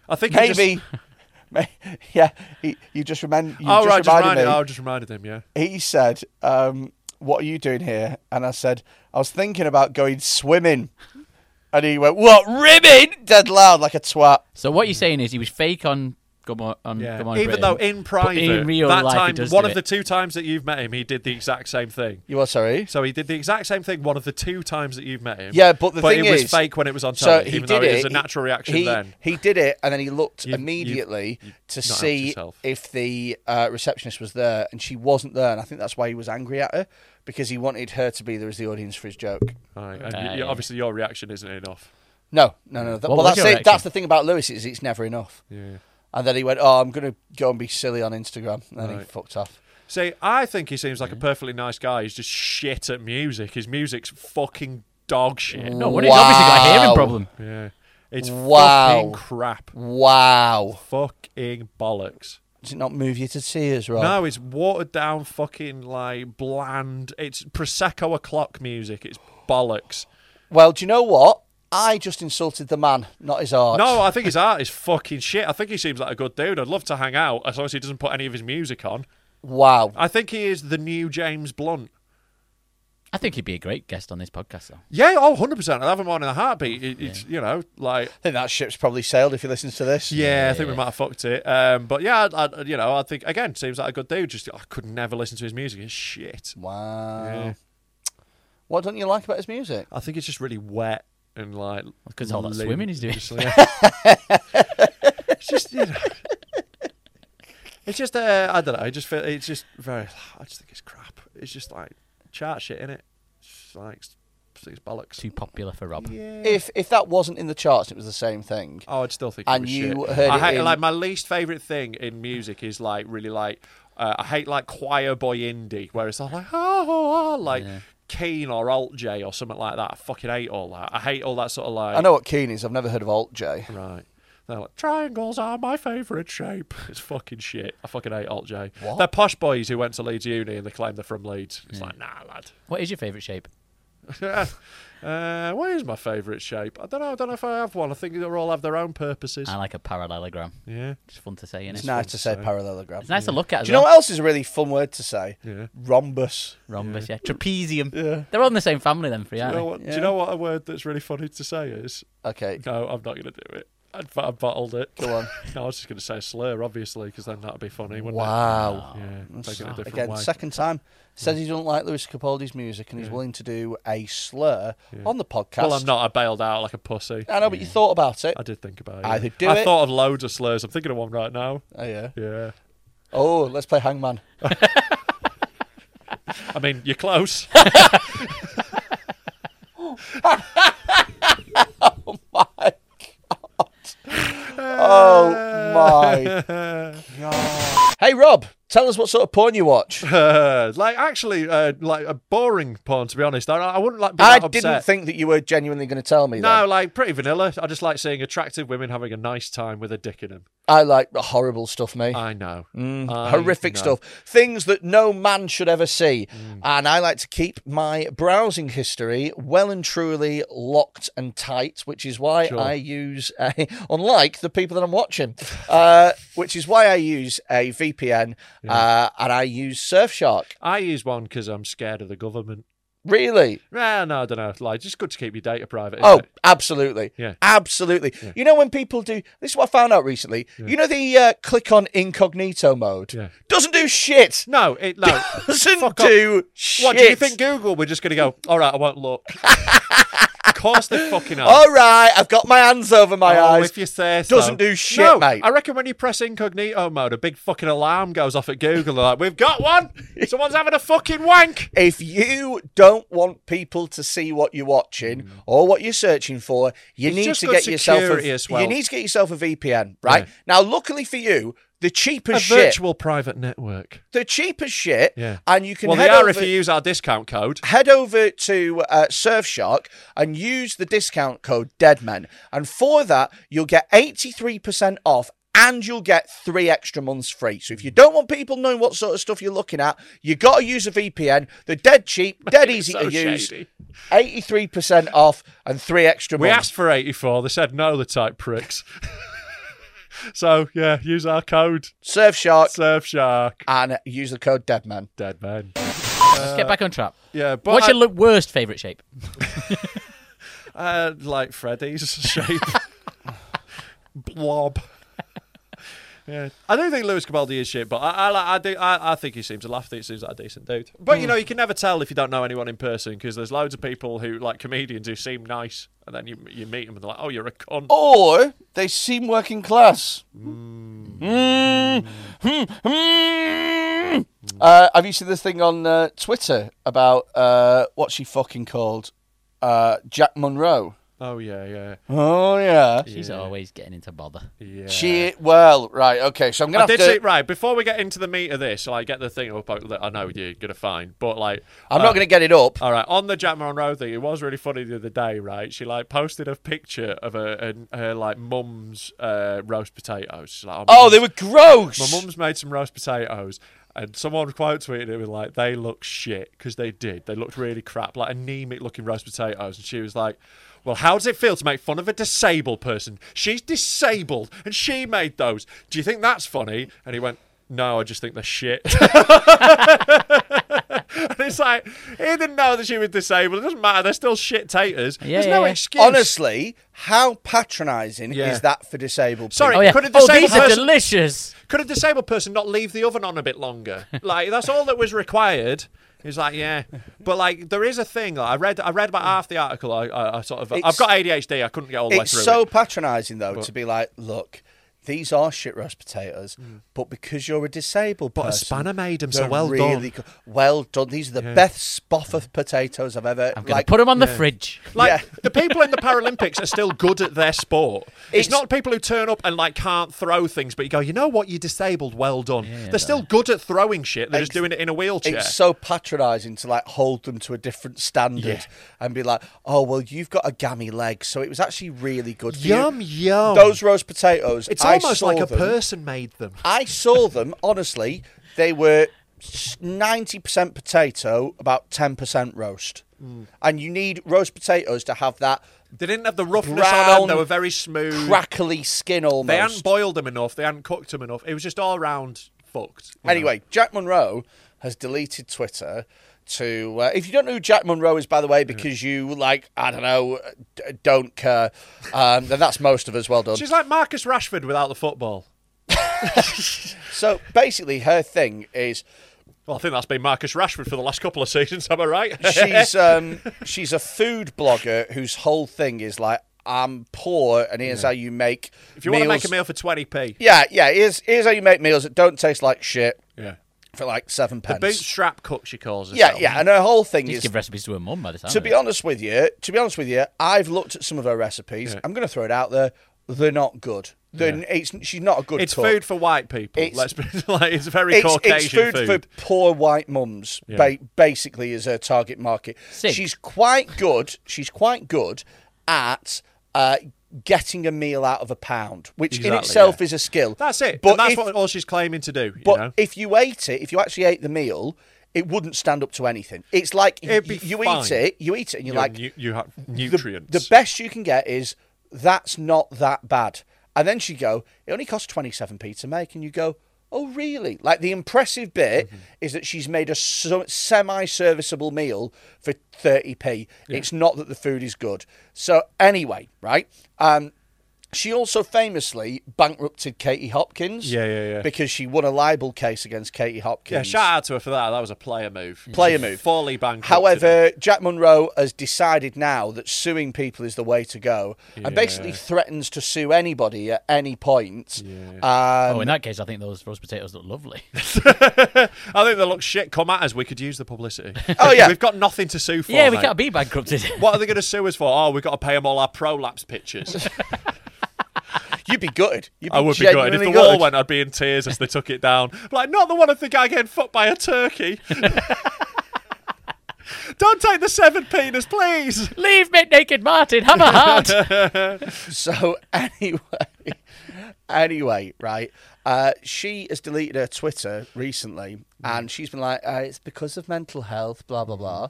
[SPEAKER 2] I think you just-
[SPEAKER 4] Maybe. may- yeah. He, you just remember. You
[SPEAKER 2] oh
[SPEAKER 4] just
[SPEAKER 2] right, just Oh,
[SPEAKER 4] reminded
[SPEAKER 2] reminded,
[SPEAKER 4] me.
[SPEAKER 2] oh, just reminded him. Yeah.
[SPEAKER 4] he said, um, "What are you doing here?" And I said, "I was thinking about going swimming." And he went, "What ribbon?" Dead loud, like a twat.
[SPEAKER 3] So what you're saying is he was fake on Come on, on
[SPEAKER 2] Yeah.
[SPEAKER 3] Come on
[SPEAKER 2] Even
[SPEAKER 3] Britain,
[SPEAKER 2] though in private,
[SPEAKER 3] but in real
[SPEAKER 2] that
[SPEAKER 3] life he
[SPEAKER 2] time,
[SPEAKER 3] does
[SPEAKER 2] one
[SPEAKER 3] do
[SPEAKER 2] of the
[SPEAKER 3] it.
[SPEAKER 2] two times that you've met him, he did the exact same thing.
[SPEAKER 4] You are sorry.
[SPEAKER 2] So he did the exact same thing one of the two times that you've met him.
[SPEAKER 4] Yeah, but the thing
[SPEAKER 2] it was
[SPEAKER 4] is-
[SPEAKER 2] fake when it was on
[SPEAKER 4] So
[SPEAKER 2] TV,
[SPEAKER 4] he
[SPEAKER 2] even
[SPEAKER 4] did
[SPEAKER 2] though
[SPEAKER 4] it.
[SPEAKER 2] it was a
[SPEAKER 4] he-
[SPEAKER 2] natural reaction
[SPEAKER 4] he,
[SPEAKER 2] then.
[SPEAKER 4] He did it, and then he looked
[SPEAKER 2] You- you-
[SPEAKER 4] immediately
[SPEAKER 2] you
[SPEAKER 4] to
[SPEAKER 2] not helped
[SPEAKER 4] see
[SPEAKER 2] yourself.
[SPEAKER 4] if the uh, receptionist was there, and she wasn't there. And I think that's why he was angry at her because he wanted her to be there as the audience for his joke.
[SPEAKER 2] Right, and
[SPEAKER 3] Uh,
[SPEAKER 2] you- you-
[SPEAKER 3] yeah.
[SPEAKER 2] obviously your reaction isn't enough.
[SPEAKER 4] No, no, no. That,
[SPEAKER 3] What
[SPEAKER 4] well,
[SPEAKER 3] was
[SPEAKER 4] that's
[SPEAKER 3] your
[SPEAKER 4] it. That's
[SPEAKER 3] reaction?
[SPEAKER 4] the thing about Lewis is it's never enough.
[SPEAKER 2] Yeah.
[SPEAKER 4] And then he went, "Oh, I'm going to go and be silly on Instagram," and then he
[SPEAKER 2] Right.
[SPEAKER 4] fucked off.
[SPEAKER 2] See, I think he seems like a perfectly nice guy. He's just shit at music. His music's fucking dog shit.
[SPEAKER 3] No, what Oh, he's obviously got a hearing
[SPEAKER 4] Wow.
[SPEAKER 3] problem.
[SPEAKER 2] Yeah. It's
[SPEAKER 4] Wow.
[SPEAKER 2] fucking crap.
[SPEAKER 4] Wow.
[SPEAKER 2] Fucking bollocks.
[SPEAKER 4] Does it not move you to tears, Rob?
[SPEAKER 2] No, it's watered down, fucking like bland. It's prosecco o'clock music. It's bollocks.
[SPEAKER 4] Well, do you know what? I just insulted the man, not his art.
[SPEAKER 2] No, I think his art is fucking shit. I think he seems like a good dude. I'd love to hang out as long as he doesn't put any of his music on.
[SPEAKER 4] Wow.
[SPEAKER 2] I think he is the new James Blunt.
[SPEAKER 3] I think he'd be a great guest on this podcast though.
[SPEAKER 2] Yeah, oh, 100%. I'd have him on in a heartbeat. It, it's, you know, like,
[SPEAKER 4] I think that ship's probably sailed if you listen to this.
[SPEAKER 2] yeah, I think we might have fucked it. Um, but yeah, I, I, you know, I think, again, seems like a good dude. Just, I could never listen to his music. It's shit.
[SPEAKER 4] Wow.
[SPEAKER 2] Yeah.
[SPEAKER 4] What don't you like about his music?
[SPEAKER 2] I think it's just really wet and like
[SPEAKER 3] 'cause all that
[SPEAKER 2] lim-
[SPEAKER 3] swimming he's doing.
[SPEAKER 2] just, yeah. it's just you know, it's just uh, I don't know. I just feel it's just very. I just think it's crap. It's just like chart shit in it. It's just like it's, it's bollocks.
[SPEAKER 3] Too popular for Rob.
[SPEAKER 4] If if that wasn't in the charts, it was the same thing.
[SPEAKER 2] Oh, I'd still think.
[SPEAKER 4] And
[SPEAKER 2] it was
[SPEAKER 4] you
[SPEAKER 2] shit.
[SPEAKER 4] heard
[SPEAKER 2] I
[SPEAKER 4] it
[SPEAKER 2] hate
[SPEAKER 4] in-
[SPEAKER 2] like my least favorite thing in music is like really like uh, I hate like choir boy indie where it's all like oh, oh, oh like Keen or Alt J or something like that. I fucking hate all that. I hate all that sort of like.
[SPEAKER 4] I know what Keen is. I've never heard of Alt J.
[SPEAKER 2] Right. They're like, triangles are my favourite shape. It's fucking shit. I fucking hate Alt J. They're posh boys who went to Leeds Uni and they claim they're from Leeds. It's like, nah,
[SPEAKER 3] What is your favourite shape?
[SPEAKER 2] lad. uh, what is my favourite shape? I don't know. I don't know if I have one. I think they all have their own purposes.
[SPEAKER 4] Um,
[SPEAKER 3] I like a parallelogram.
[SPEAKER 2] yeah.
[SPEAKER 3] It's fun to say, is
[SPEAKER 4] It's nice to say parallelogram.
[SPEAKER 3] It's nice to look at. As
[SPEAKER 4] Do you know
[SPEAKER 3] well.
[SPEAKER 4] what else is a really fun word to say?
[SPEAKER 2] Yeah.
[SPEAKER 4] Rhombus.
[SPEAKER 3] Rhombus, yeah. Trapezium. They're all in the same family then, for you.
[SPEAKER 2] You
[SPEAKER 3] aren't
[SPEAKER 2] know
[SPEAKER 3] they?
[SPEAKER 2] what, Do you know what a word that's really funny to say is?
[SPEAKER 4] Okay.
[SPEAKER 2] No, I'm not going to do it. I, I bottled it.
[SPEAKER 4] Go on.
[SPEAKER 2] no, I was just going to say slur, obviously, because then that'd be funny, wouldn't
[SPEAKER 4] Wow.
[SPEAKER 2] it? Yeah. Taking it a different
[SPEAKER 4] Again,
[SPEAKER 2] way.
[SPEAKER 4] second time. Says he doesn't like Lewis Capaldi's music and he's willing to do a slur on the podcast.
[SPEAKER 2] well, I'm not. I bailed out like a pussy.
[SPEAKER 4] I know, but you thought about it.
[SPEAKER 2] I did think about it.
[SPEAKER 4] I
[SPEAKER 2] yeah.
[SPEAKER 4] could do
[SPEAKER 2] I
[SPEAKER 4] it.
[SPEAKER 2] thought of loads of slurs. I'm thinking of one right now.
[SPEAKER 4] Oh, yeah.
[SPEAKER 2] Yeah.
[SPEAKER 4] Oh, let's play Hangman.
[SPEAKER 2] I mean, you're close.
[SPEAKER 4] Oh my god! Hey Rob, tell us what sort of porn you watch.
[SPEAKER 2] Uh, like, actually, uh, like a boring porn, to be honest. I, I wouldn't like. Be
[SPEAKER 4] I
[SPEAKER 2] that
[SPEAKER 4] didn't
[SPEAKER 2] upset.
[SPEAKER 4] think that you were genuinely going to tell me.
[SPEAKER 2] No,
[SPEAKER 4] that.
[SPEAKER 2] like pretty vanilla. I just like seeing attractive women having a nice time with a dick in them.
[SPEAKER 4] I like the horrible stuff, mate.
[SPEAKER 2] I know. I
[SPEAKER 4] Eh. Mm, Horrific
[SPEAKER 2] know. Mm.
[SPEAKER 4] stuff, things that no man should ever see. And I like to keep my browsing history well and truly locked and tight, which is why I use, a, unlike the people that I'm watching, uh, which is why I use a VPN uh, and I use Surfshark.
[SPEAKER 2] I use one because I'm scared of the government.
[SPEAKER 4] Really?
[SPEAKER 2] Nah, no, I don't know. Like, just good to keep your data private. isn't
[SPEAKER 4] Oh,
[SPEAKER 2] it?
[SPEAKER 4] absolutely.
[SPEAKER 2] Yeah.
[SPEAKER 4] Absolutely. You know when people do this is what I found out recently. You know the uh, click on incognito mode.
[SPEAKER 2] Yeah.
[SPEAKER 4] Doesn't do shit.
[SPEAKER 2] no, it no.
[SPEAKER 4] Doesn't
[SPEAKER 2] Fuck off.
[SPEAKER 4] do shit.
[SPEAKER 2] What do you think, Google? We're just going to go. All right, I won't look. course they fucking are.
[SPEAKER 4] All right, I've got my hands over my
[SPEAKER 2] Oh,
[SPEAKER 4] eyes.
[SPEAKER 2] If you say so.
[SPEAKER 4] Doesn't do shit,
[SPEAKER 2] No,
[SPEAKER 4] mate.
[SPEAKER 2] I reckon when you press incognito mode, a big fucking alarm goes off at Google. They're like, we've got one. Someone's having a fucking wank.
[SPEAKER 4] If you don't want people to see what you're watching or what you're searching for, you
[SPEAKER 2] Mm. It's
[SPEAKER 4] need
[SPEAKER 2] just
[SPEAKER 4] to
[SPEAKER 2] got
[SPEAKER 4] get yourself
[SPEAKER 2] security
[SPEAKER 4] a,
[SPEAKER 2] as well.
[SPEAKER 4] you need to get yourself a VPN, right?
[SPEAKER 2] Yeah.
[SPEAKER 4] Now, luckily for you, the cheapest
[SPEAKER 2] A
[SPEAKER 4] shit,
[SPEAKER 2] virtual private network.
[SPEAKER 4] the cheapest shit,
[SPEAKER 2] Yeah.
[SPEAKER 4] and you can
[SPEAKER 2] well,
[SPEAKER 4] head
[SPEAKER 2] they are
[SPEAKER 4] over.
[SPEAKER 2] if you use our discount code.
[SPEAKER 4] Head over to uh, Surfshark and use the discount code Deadman, and for that you'll get eighty three percent off, and you'll get three extra months free. So if you don't want people knowing what sort of stuff you're looking at, you got to use a VPN. They're dead cheap, dead easy
[SPEAKER 2] So
[SPEAKER 4] to use.
[SPEAKER 2] shady.
[SPEAKER 4] Eighty three percent off and three extra
[SPEAKER 2] We
[SPEAKER 4] months.
[SPEAKER 2] asked for 84. They said no, the type pricks. so, yeah, use our code
[SPEAKER 4] Surfshark
[SPEAKER 2] Surfshark.
[SPEAKER 4] and use the code Deadman.
[SPEAKER 2] Dead man.
[SPEAKER 3] Let's get back on track.
[SPEAKER 2] Yeah, uh, but
[SPEAKER 3] What's
[SPEAKER 2] I-
[SPEAKER 3] your lo- worst favourite shape?
[SPEAKER 2] Uh, like Freddy's shape. Blob. Yeah. I don't think Lewis Capaldi is shit, but I I, like- I do I, I think he seems to laugh. He seems like a decent dude. But
[SPEAKER 4] Hmm.
[SPEAKER 2] you know, you can never tell if you don't know anyone in person because there's loads of people who like comedians who seem nice, and then you you meet them and they're like, oh, you're a cunt.
[SPEAKER 4] Or they seem working class.
[SPEAKER 2] Hmm.
[SPEAKER 4] Uh, have you seen this thing on uh, Twitter about uh, what she fucking called uh, Jack Monroe?
[SPEAKER 2] Oh yeah, yeah,
[SPEAKER 4] Oh yeah.
[SPEAKER 3] She's always getting into bother.
[SPEAKER 2] yeah.
[SPEAKER 4] She well right okay. So I'm gonna
[SPEAKER 2] I
[SPEAKER 4] have
[SPEAKER 2] did
[SPEAKER 4] to.
[SPEAKER 2] see right before we get into the meat of this. Like, get the thing up. I- I know you're gonna find, but like,
[SPEAKER 4] I'm
[SPEAKER 2] uh,
[SPEAKER 4] not gonna get it up.
[SPEAKER 2] All right, on the Jack Monroe thing, it was really funny the other day, right? She like posted a picture of her, her, her like mum's uh, roast potatoes. She's like, my
[SPEAKER 4] oh,
[SPEAKER 2] mum's-
[SPEAKER 4] they were gross.
[SPEAKER 2] My mum's made some roast potatoes, and someone quote tweeted it with like, "They look shit" because they did. They looked really crap, like anemic looking roast potatoes. And she was like, "Well, how does it feel to make fun of a disabled person? She's disabled, and she made those. Do you think that's funny?" And he went. No, I just think they're shit. and it's like, he didn't know that she was disabled. It doesn't matter. They're still shit taters.
[SPEAKER 3] Yeah,
[SPEAKER 2] There's
[SPEAKER 3] yeah,
[SPEAKER 2] no
[SPEAKER 3] yeah.
[SPEAKER 2] excuse.
[SPEAKER 4] Honestly, how patronising
[SPEAKER 2] Yeah.
[SPEAKER 4] is that for disabled?
[SPEAKER 2] Sorry,
[SPEAKER 3] Oh yeah.
[SPEAKER 2] could a
[SPEAKER 3] Oh,
[SPEAKER 2] disabled
[SPEAKER 3] these are
[SPEAKER 2] person-
[SPEAKER 3] delicious.
[SPEAKER 2] could a disabled person not leave the oven on a bit longer? Like that's all that was required. He's like, yeah, but like there is a thing. Like, I read, I read about half the article. I, I, I sort of, I've
[SPEAKER 4] It's-
[SPEAKER 2] got ADHD. I couldn't get all the way
[SPEAKER 4] It's
[SPEAKER 2] through.
[SPEAKER 4] so
[SPEAKER 2] it.
[SPEAKER 4] patronising though to be like, look, these are shit roast potatoes, but because you're a disabled
[SPEAKER 2] Mm. But a
[SPEAKER 4] person,
[SPEAKER 2] spanner made 'em, so
[SPEAKER 4] they're
[SPEAKER 2] well done.
[SPEAKER 4] really co- well done. These are the best spoffer potatoes I've ever.
[SPEAKER 3] I'm gonna
[SPEAKER 4] like,
[SPEAKER 3] put them on the fridge.
[SPEAKER 2] Like
[SPEAKER 4] Yeah.
[SPEAKER 2] the people in the Paralympics are still good at their sport. It's,
[SPEAKER 4] It's-
[SPEAKER 2] not people who turn up and like can't throw things, but you go, you know what, you're disabled. Well done. They're still good at throwing shit. They're just
[SPEAKER 4] Ex-
[SPEAKER 2] doing it in a wheelchair.
[SPEAKER 4] It's so patronising to like hold them to a different standard
[SPEAKER 2] Yeah.
[SPEAKER 4] and be like, "Oh well, you've got a gammy leg, so it was actually really good." For
[SPEAKER 2] yum
[SPEAKER 4] you.
[SPEAKER 2] yum.
[SPEAKER 4] Those roast potatoes.
[SPEAKER 2] It's
[SPEAKER 4] I
[SPEAKER 2] almost
[SPEAKER 4] saw
[SPEAKER 2] like a
[SPEAKER 4] them-
[SPEAKER 2] person made them.
[SPEAKER 4] I saw them, honestly, they were 90% potato, about 10% roast.
[SPEAKER 2] Hmm.
[SPEAKER 4] And you need roast potatoes to have that
[SPEAKER 2] They didn't have the roughness on them.
[SPEAKER 4] Brown,
[SPEAKER 2] They were very smooth.
[SPEAKER 4] crackly skin almost.
[SPEAKER 2] They hadn't boiled them enough. They hadn't cooked them enough. It was just all round fucked. you know.
[SPEAKER 4] Anyway, Jack Monroe has deleted Twitter to. Uh, if you don't know who Jack Monroe is, by the way, because you, like, I don't know, d- don't care, um, then that's most of us. Well done.
[SPEAKER 2] she's like Marcus Rashford without the football.
[SPEAKER 4] So basically, her thing is
[SPEAKER 2] Well, I think that's been Marcus Rashford for the last couple of seasons. Am I right?
[SPEAKER 4] she's um, she's a food blogger whose whole thing is like I'm poor and here's how you make
[SPEAKER 2] if you
[SPEAKER 4] meals.
[SPEAKER 2] want to make a meal for twenty p,
[SPEAKER 4] yeah yeah here's here's how you make meals that don't taste like shit
[SPEAKER 2] yeah,
[SPEAKER 4] for like seven
[SPEAKER 2] the
[SPEAKER 4] pence
[SPEAKER 2] bootstrap cook she calls it.
[SPEAKER 4] yeah yeah and her whole thing
[SPEAKER 3] She's
[SPEAKER 4] is
[SPEAKER 3] give recipes to her mum by the time.
[SPEAKER 4] to
[SPEAKER 3] of
[SPEAKER 4] be
[SPEAKER 3] it.
[SPEAKER 4] honest with you to be honest with you I've looked at some of her recipes I'm gonna throw it out there they're not good they're, it's, she's not a good
[SPEAKER 2] It's
[SPEAKER 4] cook.
[SPEAKER 2] food for white people.
[SPEAKER 4] It's-
[SPEAKER 2] Let's be like it's very
[SPEAKER 4] It's,
[SPEAKER 2] Caucasian
[SPEAKER 4] it's food, for poor white mums, ba- basically, is her target market.
[SPEAKER 3] Sick.
[SPEAKER 4] She's quite good. She's quite good at uh, getting a meal out of a pound, which
[SPEAKER 2] Exactly,
[SPEAKER 4] in itself is a skill.
[SPEAKER 2] That's it.
[SPEAKER 4] But
[SPEAKER 2] and that's
[SPEAKER 4] if,
[SPEAKER 2] what all she's claiming to do.
[SPEAKER 4] but
[SPEAKER 2] you know?
[SPEAKER 4] if you ate it, if you actually ate the meal, it wouldn't stand up to anything. It's like y-
[SPEAKER 2] It'd be
[SPEAKER 4] you
[SPEAKER 2] fine.
[SPEAKER 4] eat it, you eat it, and you're
[SPEAKER 2] Your
[SPEAKER 4] like,
[SPEAKER 2] nu- you have
[SPEAKER 4] the-
[SPEAKER 2] nutrients.
[SPEAKER 4] The, best you can get is that's not that bad. And then she go, it only costs twenty seven p to make, and you go, oh really? Like the impressive bit
[SPEAKER 2] Mm-hmm.
[SPEAKER 4] is that she's made a semi serviceable meal for thirty p. It's not that the food is good. So anyway, right? Um, She also famously bankrupted Katie Hopkins.
[SPEAKER 2] Yeah, yeah, yeah.
[SPEAKER 4] Because she won a libel case against Katie Hopkins.
[SPEAKER 2] Yeah, shout out to her for that. That was a player move.
[SPEAKER 4] Player move.
[SPEAKER 2] Folly bank.
[SPEAKER 4] However, Jack Munro has decided now that suing people is the way to go, and basically threatens to sue anybody at any point. Um,
[SPEAKER 3] oh, in that case, I think those roast potatoes look lovely.
[SPEAKER 2] I think they look shit. Come at us. We could use the publicity.
[SPEAKER 4] Oh, yeah.
[SPEAKER 2] We've got nothing to sue for.
[SPEAKER 3] yeah, we
[SPEAKER 2] mate.
[SPEAKER 3] can't be bankrupted.
[SPEAKER 2] What are they going to sue us for? Oh, we've got to pay them all our prolapse pictures.
[SPEAKER 4] you'd be gutted. You'd be
[SPEAKER 2] I would be gutted. If the
[SPEAKER 4] genuinely
[SPEAKER 2] wall
[SPEAKER 4] gutted.
[SPEAKER 2] went, I'd be in tears as they took it down. Like, not the one of the guy getting fucked by a turkey. Don't take the seven penis, please.
[SPEAKER 3] Leave me naked, Martin. Have a heart.
[SPEAKER 4] So anyway, anyway, right. Uh, she has deleted her Twitter recently,
[SPEAKER 2] Mm.
[SPEAKER 4] and she's been like, uh, "It's because of mental health, blah blah blah."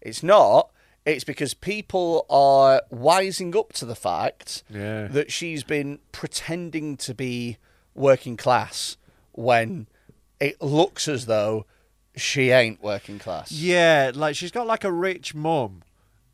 [SPEAKER 4] It's not. It's because people are wising up to the fact
[SPEAKER 2] Yeah.
[SPEAKER 4] that she's been pretending to be working class when it looks as though she ain't working class.
[SPEAKER 2] Yeah, like she's got like a rich mum.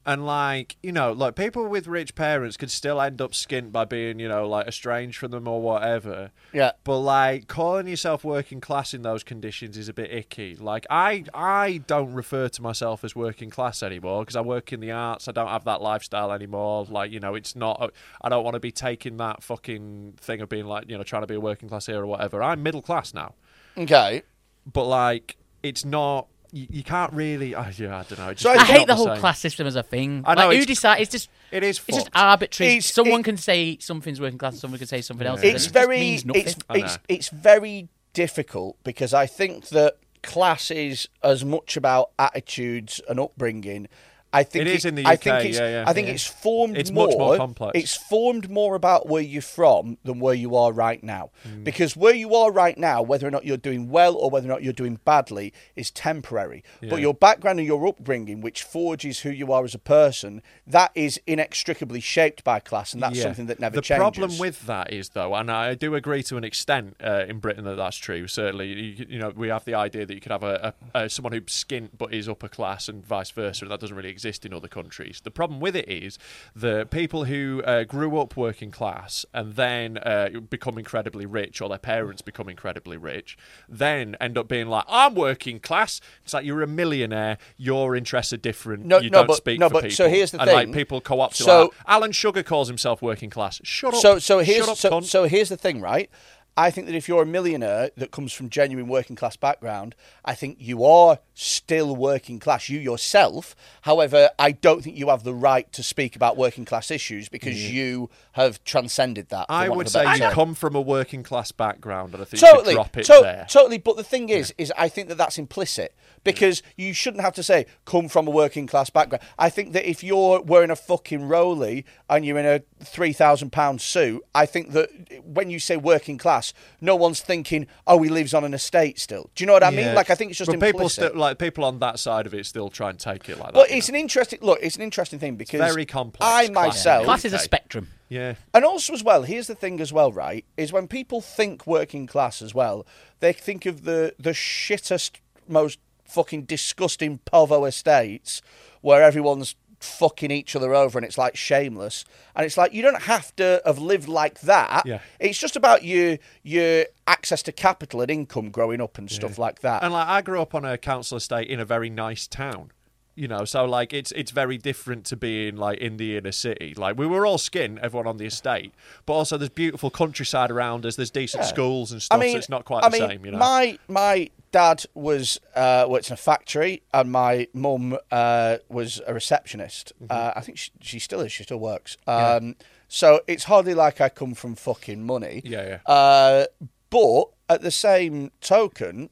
[SPEAKER 2] And like, you know, like people with rich parents could still end up skint by being, you know, like estranged from them or whatever.
[SPEAKER 4] Yeah.
[SPEAKER 2] But like calling yourself working class in those conditions is a bit icky. Like I I don't refer to myself as working class anymore because I work in the arts. I don't have that lifestyle anymore. Like, you know, it's not I don't want to be taking that fucking thing of being like, you know, trying to be a working class here or whatever. I'm middle class now
[SPEAKER 4] Okay.
[SPEAKER 2] but like it's not you, you can't really oh, yeah i don't know
[SPEAKER 4] So
[SPEAKER 3] I
[SPEAKER 4] It's
[SPEAKER 3] hate the
[SPEAKER 2] the
[SPEAKER 3] whole
[SPEAKER 2] same.
[SPEAKER 3] class system as a thing.
[SPEAKER 2] I know,
[SPEAKER 3] like, who
[SPEAKER 2] it's-
[SPEAKER 3] decides? It's just
[SPEAKER 2] it is
[SPEAKER 3] It's just
[SPEAKER 2] fucked.
[SPEAKER 3] arbitrary.
[SPEAKER 4] It's-
[SPEAKER 3] someone
[SPEAKER 4] it-
[SPEAKER 3] can say something's working class. Someone can say something else. and
[SPEAKER 4] It's
[SPEAKER 3] it just
[SPEAKER 4] very
[SPEAKER 3] means nothing. Oh,
[SPEAKER 4] it's,
[SPEAKER 2] I
[SPEAKER 4] it's
[SPEAKER 2] know.
[SPEAKER 4] it's very difficult because I think that class is as much about attitudes and upbringing. I think
[SPEAKER 2] It is in the
[SPEAKER 4] I
[SPEAKER 2] UK,
[SPEAKER 4] think it's,
[SPEAKER 2] yeah, yeah.
[SPEAKER 4] I think
[SPEAKER 2] Yeah.
[SPEAKER 4] it's formed
[SPEAKER 2] It's
[SPEAKER 4] more.
[SPEAKER 2] much more complex.
[SPEAKER 4] It's formed more about where you're from than where you are right now,
[SPEAKER 2] Mm.
[SPEAKER 4] because where you are right now, whether or not you're doing well or whether or not you're doing badly, is temporary. But your background and your upbringing, which forges who you are as a person, that is inextricably shaped by class, and that's
[SPEAKER 2] Yeah.
[SPEAKER 4] something that never
[SPEAKER 2] the
[SPEAKER 4] changes.
[SPEAKER 2] problem with that is though and i do agree to an extent uh, in britain that that's true certainly you, you know we have the idea that you could have a, a, a someone who's skint but is upper class and vice versa and that doesn't really exist in other countries the problem with it is that people who uh, grew up working class and then uh, become incredibly rich or their parents become incredibly rich then end up being like i'm working class it's like you're a millionaire your interests are different
[SPEAKER 4] No,
[SPEAKER 2] you
[SPEAKER 4] no,
[SPEAKER 2] don't
[SPEAKER 4] but-
[SPEAKER 2] speak
[SPEAKER 4] no,
[SPEAKER 2] for
[SPEAKER 4] but-
[SPEAKER 2] people
[SPEAKER 4] so here's the
[SPEAKER 2] and like
[SPEAKER 4] thing.
[SPEAKER 2] people co-opt it
[SPEAKER 4] So-
[SPEAKER 2] like that. Alan Sugar calls himself working class. Shut up.
[SPEAKER 4] So so here's
[SPEAKER 2] Shut up,
[SPEAKER 4] so,
[SPEAKER 2] cunt.
[SPEAKER 4] so here's the thing, right? I think that if you're a millionaire that comes from genuine working class background, I think you are still working class, you yourself. However, I don't think you have the right to speak about working class issues because you have transcended that. for
[SPEAKER 2] I
[SPEAKER 4] want
[SPEAKER 2] would
[SPEAKER 4] of a
[SPEAKER 2] say
[SPEAKER 4] better
[SPEAKER 2] you
[SPEAKER 4] term.
[SPEAKER 2] come from a working class background, and I think you
[SPEAKER 4] totally,
[SPEAKER 2] should drop it
[SPEAKER 4] to-
[SPEAKER 2] there.
[SPEAKER 4] totally. But the thing is, is I think that that's implicit because you shouldn't have to say come from a working class background. I think that if you're wearing a fucking rolly and you're in a three thousand pound suit, I think that when you say working class, no one's thinking, oh, he lives on an estate still. Do you know what I mean?
[SPEAKER 2] Yeah.
[SPEAKER 4] Like I think it's just
[SPEAKER 2] but
[SPEAKER 4] implicit.
[SPEAKER 2] people still like people on that side of it still try and take it like that.
[SPEAKER 4] but
[SPEAKER 2] you
[SPEAKER 4] it's
[SPEAKER 2] know.
[SPEAKER 4] an interesting look. It's an interesting thing because
[SPEAKER 2] very complex,
[SPEAKER 4] I
[SPEAKER 2] class.
[SPEAKER 4] myself,
[SPEAKER 3] class is a
[SPEAKER 2] okay.
[SPEAKER 3] spectrum.
[SPEAKER 2] yeah.
[SPEAKER 4] And also, as well, here's the thing, as well, right? Is when people think working class, as well, they think of the the shittest, most fucking disgusting povo estates where everyone's fucking each other over and it's like shameless and it's like you don't have to have lived like that
[SPEAKER 2] Yeah.
[SPEAKER 4] it's just about your your access to capital and income growing up and stuff like that
[SPEAKER 2] And like I grew up on a council estate in a very nice town. You know, so like it's it's very different to being like in the inner city. Like we were all skin, everyone on the estate, but also there's beautiful countryside around us. There's decent schools and stuff. so it's not quite
[SPEAKER 4] I
[SPEAKER 2] the
[SPEAKER 4] mean,
[SPEAKER 2] same. You know,
[SPEAKER 4] My my dad was uh, worked in a factory, and my mum uh, was a receptionist.
[SPEAKER 2] Mm-hmm.
[SPEAKER 4] Uh, I think she, she still is. She still works. Um, So it's hardly like I come from fucking money.
[SPEAKER 2] Yeah,
[SPEAKER 4] Uh, but at the same token,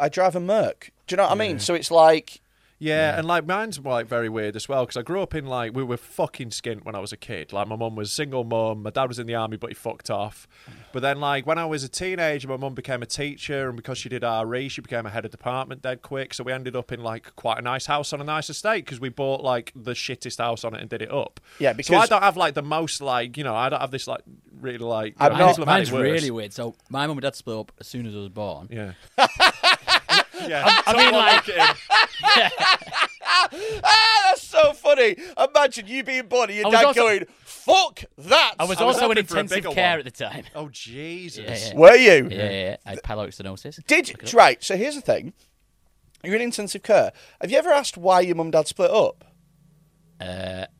[SPEAKER 4] I drive a Merc. Do you know what I mean? So it's like.
[SPEAKER 2] Yeah, and like mine's like very weird as well because I grew up in like we were fucking skint when I was a kid. Like my mum was single mum, my dad was in the army but he fucked off. But then like when I was a teenager, my mum became a teacher, and because she did RE, she became a head of department dead quick. So we ended up in like quite a nice house on a nice estate because we bought like the shittest house on it and did it up.
[SPEAKER 4] Yeah,
[SPEAKER 2] so I
[SPEAKER 4] because-
[SPEAKER 2] don't have like the most like you know I don't have this like really like
[SPEAKER 4] I'm
[SPEAKER 2] you know,
[SPEAKER 4] not-
[SPEAKER 3] Mine's,
[SPEAKER 2] problematic
[SPEAKER 3] mine's
[SPEAKER 2] words.
[SPEAKER 3] really weird. So my mum and dad split up as soon as I was born.
[SPEAKER 2] yeah. Yeah,
[SPEAKER 3] I mean,
[SPEAKER 2] someone
[SPEAKER 3] like-
[SPEAKER 2] look at him.
[SPEAKER 4] Ah, that's so funny. Imagine you being born and your
[SPEAKER 3] I was
[SPEAKER 4] dad
[SPEAKER 3] also-
[SPEAKER 4] going, "Fuck that."
[SPEAKER 3] I was
[SPEAKER 2] I was
[SPEAKER 3] also in
[SPEAKER 2] hoping for a
[SPEAKER 3] intensive
[SPEAKER 2] bigger
[SPEAKER 3] care
[SPEAKER 2] one.
[SPEAKER 3] at the time.
[SPEAKER 2] Oh Jesus!
[SPEAKER 3] Yeah,
[SPEAKER 4] Were you?
[SPEAKER 3] yeah, yeah. yeah. I had paloextenosis.
[SPEAKER 4] Did you, right. So here's the thing. You're in intensive care. Have you ever asked why your mum and dad split up?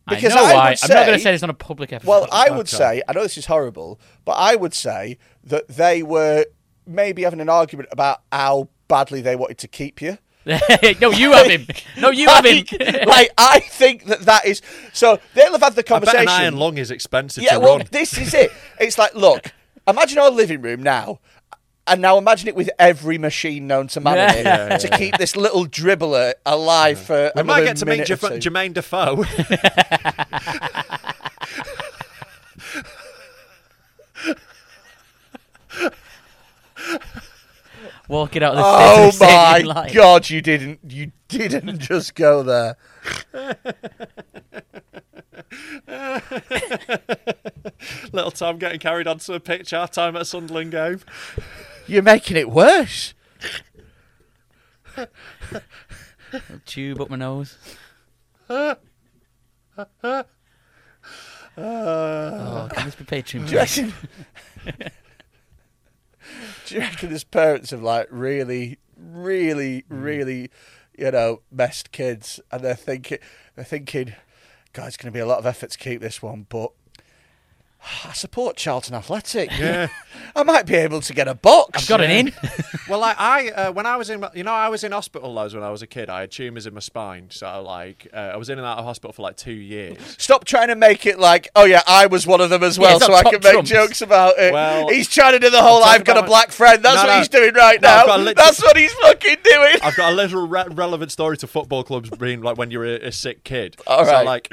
[SPEAKER 4] because
[SPEAKER 3] I know
[SPEAKER 4] I
[SPEAKER 3] why.
[SPEAKER 4] would
[SPEAKER 3] I'm not going
[SPEAKER 4] say-
[SPEAKER 3] to say this on a public episode.
[SPEAKER 4] Well,
[SPEAKER 2] Oh,
[SPEAKER 4] I would say, I know this is horrible, but I would say that they were maybe having an argument about how badly they wanted to keep you.
[SPEAKER 3] no, you have him. No, you have him.
[SPEAKER 4] Like, like, I think that that is. So they'll have had the
[SPEAKER 2] I bet
[SPEAKER 4] conversation.
[SPEAKER 2] an iron lung is expensive
[SPEAKER 4] yeah,
[SPEAKER 2] to
[SPEAKER 4] well,
[SPEAKER 2] run.
[SPEAKER 4] this is it. It's like, look, imagine our living room now. And now imagine it with every machine known to man in it to keep this little dribbler alive for
[SPEAKER 2] We might
[SPEAKER 4] another
[SPEAKER 2] get to meet
[SPEAKER 4] minute or
[SPEAKER 2] Jaf-
[SPEAKER 4] two.
[SPEAKER 2] Jermaine Defoe.
[SPEAKER 3] Walking out of the
[SPEAKER 4] Oh
[SPEAKER 3] theatre singing
[SPEAKER 4] my
[SPEAKER 3] like-
[SPEAKER 4] god, you didn't you didn't just go there.
[SPEAKER 2] Little Tom getting carried onto a pitch half time at a Sunderland game.
[SPEAKER 4] You're making it worse.
[SPEAKER 3] Tube up my nose. oh, can this be Patreon?
[SPEAKER 4] Do you reckon, do you reckon his parents have like really, really,
[SPEAKER 3] Hmm.
[SPEAKER 4] really, you know, messed kids, and they're thinking, they're thinking, God, it's going to be a lot of effort to keep this one, but I support Charlton Athletic. Yeah, I might be able to get a box.
[SPEAKER 3] I've got an in.
[SPEAKER 2] well, like I, uh, when I was in, my- you know, I was in hospital loads when I was a kid. I had tumours in my spine, so like uh, I was in and out of hospital for like two years.
[SPEAKER 4] Stop trying to make it like, oh yeah, I was one of them as well,
[SPEAKER 3] it's
[SPEAKER 4] so
[SPEAKER 3] not
[SPEAKER 4] I can
[SPEAKER 3] top
[SPEAKER 4] make
[SPEAKER 3] trumps.
[SPEAKER 4] jokes about it.
[SPEAKER 2] Well,
[SPEAKER 4] he's trying to do the whole
[SPEAKER 2] I'm
[SPEAKER 4] "I've got
[SPEAKER 2] talking
[SPEAKER 4] a
[SPEAKER 2] about-
[SPEAKER 4] black friend." That's
[SPEAKER 2] No,
[SPEAKER 4] what
[SPEAKER 2] no.
[SPEAKER 4] he's doing right
[SPEAKER 2] No, I've
[SPEAKER 4] now.
[SPEAKER 2] got a lit-
[SPEAKER 4] That's what he's fucking doing.
[SPEAKER 2] I've got a little re- relevant story to football clubs being like when you're a, a sick kid.
[SPEAKER 4] All
[SPEAKER 2] So
[SPEAKER 4] right.
[SPEAKER 2] like